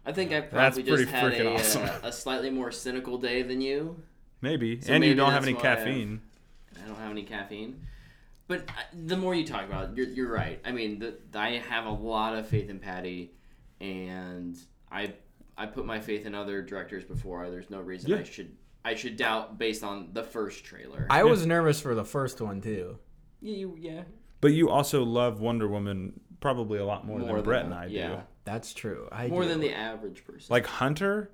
Speaker 3: I think I've
Speaker 1: That's
Speaker 3: probably just
Speaker 1: pretty
Speaker 3: had
Speaker 1: freaking
Speaker 3: a, uh,
Speaker 1: awesome.
Speaker 3: a slightly more cynical day than you.
Speaker 1: Maybe.
Speaker 3: So
Speaker 1: and you
Speaker 3: maybe
Speaker 1: don't have
Speaker 3: that's
Speaker 1: any
Speaker 3: why I-
Speaker 1: caffeine.
Speaker 3: I don't have any caffeine. But I- the more you talk about it, you're, you're right. I mean, the, I have a lot of faith in Patty, and I I put my faith in other directors before. There's no reason
Speaker 1: Yeah.
Speaker 3: I should I should doubt based on the first trailer.
Speaker 2: I was nervous for the first one too.
Speaker 3: yeah, you, yeah,
Speaker 1: But you also love Wonder Woman probably a lot more,
Speaker 3: More
Speaker 1: than
Speaker 3: than
Speaker 1: Brett
Speaker 3: that,
Speaker 1: and I do.
Speaker 3: yeah.
Speaker 2: That's true. I
Speaker 3: more
Speaker 2: do.
Speaker 3: than the average person.
Speaker 1: Like Hunter,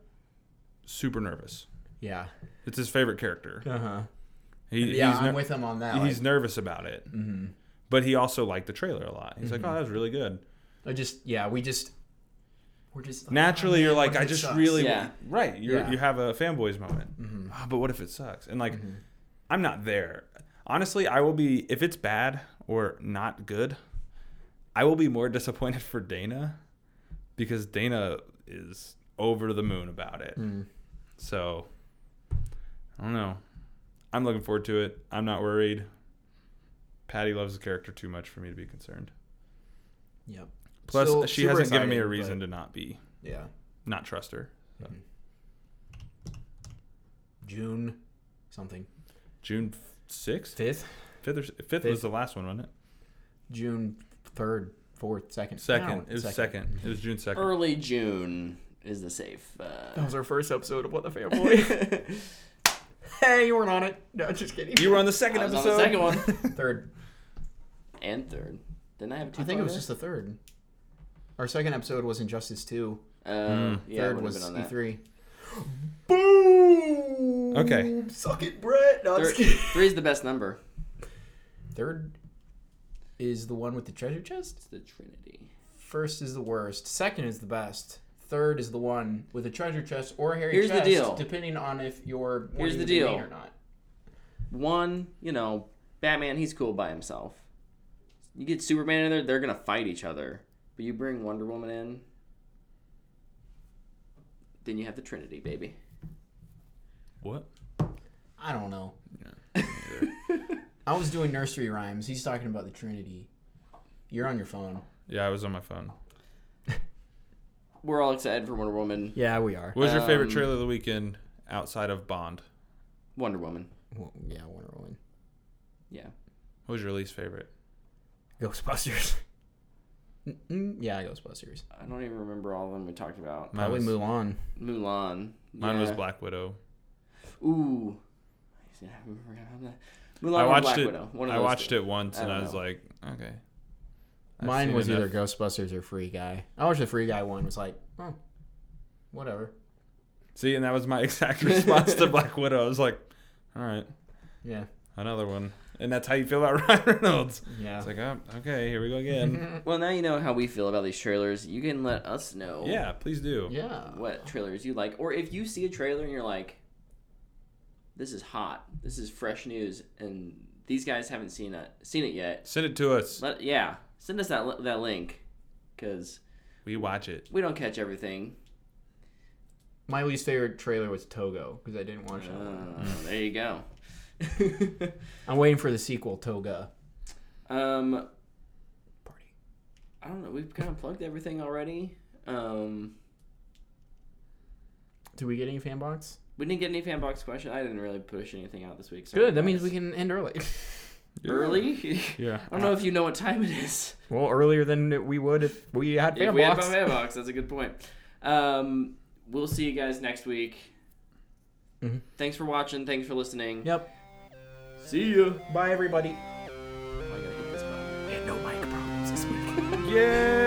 Speaker 1: super nervous.
Speaker 2: yeah.
Speaker 1: It's his favorite character.
Speaker 2: Uh huh.
Speaker 1: Uh-huh. He,
Speaker 2: Yeah,
Speaker 1: he's
Speaker 2: I'm
Speaker 1: ner-
Speaker 2: with him on that.
Speaker 1: he's
Speaker 2: like, Mm-hmm.
Speaker 1: nervous about it. But he also liked the trailer a lot. He's like, "Oh, that was really good."
Speaker 2: I just yeah, we just we're just like,
Speaker 1: Naturally,
Speaker 2: "Oh,
Speaker 1: you're
Speaker 2: man,
Speaker 1: like,
Speaker 2: what if
Speaker 1: "I
Speaker 2: it
Speaker 1: just
Speaker 2: sucks?"
Speaker 1: really
Speaker 3: Yeah.
Speaker 1: right." You
Speaker 2: Yeah.
Speaker 1: you have a fanboys moment.
Speaker 2: Mm-hmm.
Speaker 1: "Ah, but what if it sucks? And like, I'm not there. Honestly, I will be if it's bad or not good. I will be more <laughs> disappointed for Dana because Dana is over the moon about it. So I don't know. I'm looking forward to it. I'm not worried. Patty loves the character too much for me to be concerned.
Speaker 2: Yep.
Speaker 1: Plus,
Speaker 2: Still
Speaker 1: she
Speaker 2: super
Speaker 1: hasn't given me a
Speaker 2: excited,
Speaker 1: reason to not be
Speaker 2: but- yeah.
Speaker 1: not trust her.
Speaker 2: June something.
Speaker 1: June sixth,
Speaker 2: Fifth?
Speaker 1: fifth, or, s- fifth was
Speaker 2: Fifth.
Speaker 1: the last one, wasn't it?
Speaker 2: June third, fourth, second.
Speaker 1: Second,
Speaker 2: No,
Speaker 1: it was second. It was June second.
Speaker 3: early June is the safe.
Speaker 1: <laughs>
Speaker 2: That
Speaker 3: Uh,
Speaker 2: was our first episode of What the Family. hey, you weren't on it. No, just kidding.
Speaker 1: You were on the second
Speaker 3: <laughs> I was on
Speaker 1: episode.
Speaker 3: the second one
Speaker 1: <laughs>
Speaker 2: <laughs> third.
Speaker 3: and third. Didn't I have two?
Speaker 2: I think it was
Speaker 3: farther?
Speaker 2: just the third. Our second episode was Injustice Two.
Speaker 3: Uh,
Speaker 1: Mm,
Speaker 3: yeah, I
Speaker 2: third
Speaker 3: would've
Speaker 2: was
Speaker 3: been
Speaker 2: E
Speaker 3: on that.
Speaker 2: three. Boom.
Speaker 1: Okay.
Speaker 2: Suck it, Brett. No, I'm just
Speaker 3: Third, E
Speaker 2: kidding.
Speaker 3: three is the best number.
Speaker 2: Third is the one with the treasure chest.
Speaker 3: It's the Trinity.
Speaker 2: First is the worst. Second is the best. Third is the one with a treasure chest or a hairy
Speaker 3: Here's the
Speaker 2: chest,
Speaker 3: deal.
Speaker 2: depending on if you're wanting
Speaker 3: Here's the
Speaker 2: to be mean
Speaker 3: deal.
Speaker 2: or not.
Speaker 3: one, you know, Batman, he's cool by himself. You get Superman in there, they're gonna fight each other. But you bring Wonder Woman in, Then you have the Trinity, baby.
Speaker 1: What?
Speaker 2: I don't know.
Speaker 1: Yeah.
Speaker 2: <laughs> I was doing nursery rhymes. He's talking about the Trinity. You're on your phone.
Speaker 1: yeah, I was on my phone.
Speaker 3: We're all excited for Wonder Woman.
Speaker 2: Yeah, we are.
Speaker 1: What was your favorite
Speaker 3: Um,
Speaker 1: trailer of the weekend outside of Bond?
Speaker 3: Wonder Woman.
Speaker 2: Well, yeah, Wonder Woman.
Speaker 3: Yeah.
Speaker 1: What was your least favorite?
Speaker 2: Ghostbusters. <laughs> Mm-mm, yeah, Ghostbusters.
Speaker 3: I don't even remember all of them we talked about.
Speaker 1: Mine
Speaker 2: Probably
Speaker 1: was,
Speaker 2: Mulan.
Speaker 3: Mulan.
Speaker 1: mine was
Speaker 3: Yeah.
Speaker 1: Black Widow.
Speaker 3: Ooh. Yeah, I remember how that- Mulan
Speaker 1: I
Speaker 3: or
Speaker 1: watched
Speaker 3: Black
Speaker 1: it.
Speaker 3: Widow. One of
Speaker 1: I
Speaker 3: those
Speaker 1: watched
Speaker 3: two.
Speaker 1: it once,
Speaker 3: I
Speaker 1: and
Speaker 3: don't
Speaker 1: I was
Speaker 3: know.
Speaker 1: like, okay. I've
Speaker 2: Mine
Speaker 1: seen
Speaker 2: was either
Speaker 1: enough.
Speaker 2: Ghostbusters or Free Guy. I watched the Free Guy one. Was like, oh, whatever.
Speaker 1: See, and that was my <laughs>
Speaker 3: <laughs>
Speaker 1: exact response to Black Widow. I was like, all right,
Speaker 2: Yeah,
Speaker 1: another one. And that's how you feel about <laughs> Ryan Reynolds.
Speaker 2: yeah.
Speaker 1: It's like, oh, okay, here we go
Speaker 2: <laughs>
Speaker 3: <laughs>
Speaker 1: again.
Speaker 3: Well, now you know how we feel about these trailers. You can let us know.
Speaker 1: yeah, please do.
Speaker 2: yeah.
Speaker 3: What trailers you like, or if you see a trailer and you're like, "This is hot. This is fresh news," and these guys haven't seen it seen it yet.
Speaker 1: Send it to us.
Speaker 3: Let yeah, send us that li- that link, because
Speaker 1: We watch it.
Speaker 3: we don't catch everything.
Speaker 2: My least favorite trailer was Togo because I didn't watch that one.
Speaker 3: Uh, there you go. <laughs>
Speaker 2: I'm waiting for the sequel, Toga.
Speaker 3: um,
Speaker 2: Party.
Speaker 3: I don't know. We've kind of plugged everything already. Um,
Speaker 2: Did we get any fan box?
Speaker 3: we didn't get any fan box question. I didn't really push anything out this week. sorry,
Speaker 2: Good. That means
Speaker 3: guys.
Speaker 2: we can end early. <laughs>
Speaker 3: early.
Speaker 1: Yeah.
Speaker 3: <laughs> I don't know if you know what time it is.
Speaker 2: well, earlier than we would if we had
Speaker 3: If we had fan box, that's a good point. Um, we'll see you guys next week.
Speaker 2: Mhm.
Speaker 3: Thanks for watching. Thanks for listening.
Speaker 2: Yep.
Speaker 3: See ya.
Speaker 2: Bye, everybody.
Speaker 3: Oh, I gotta get this button.
Speaker 2: Yeah, no mic problems this week.
Speaker 1: Yay!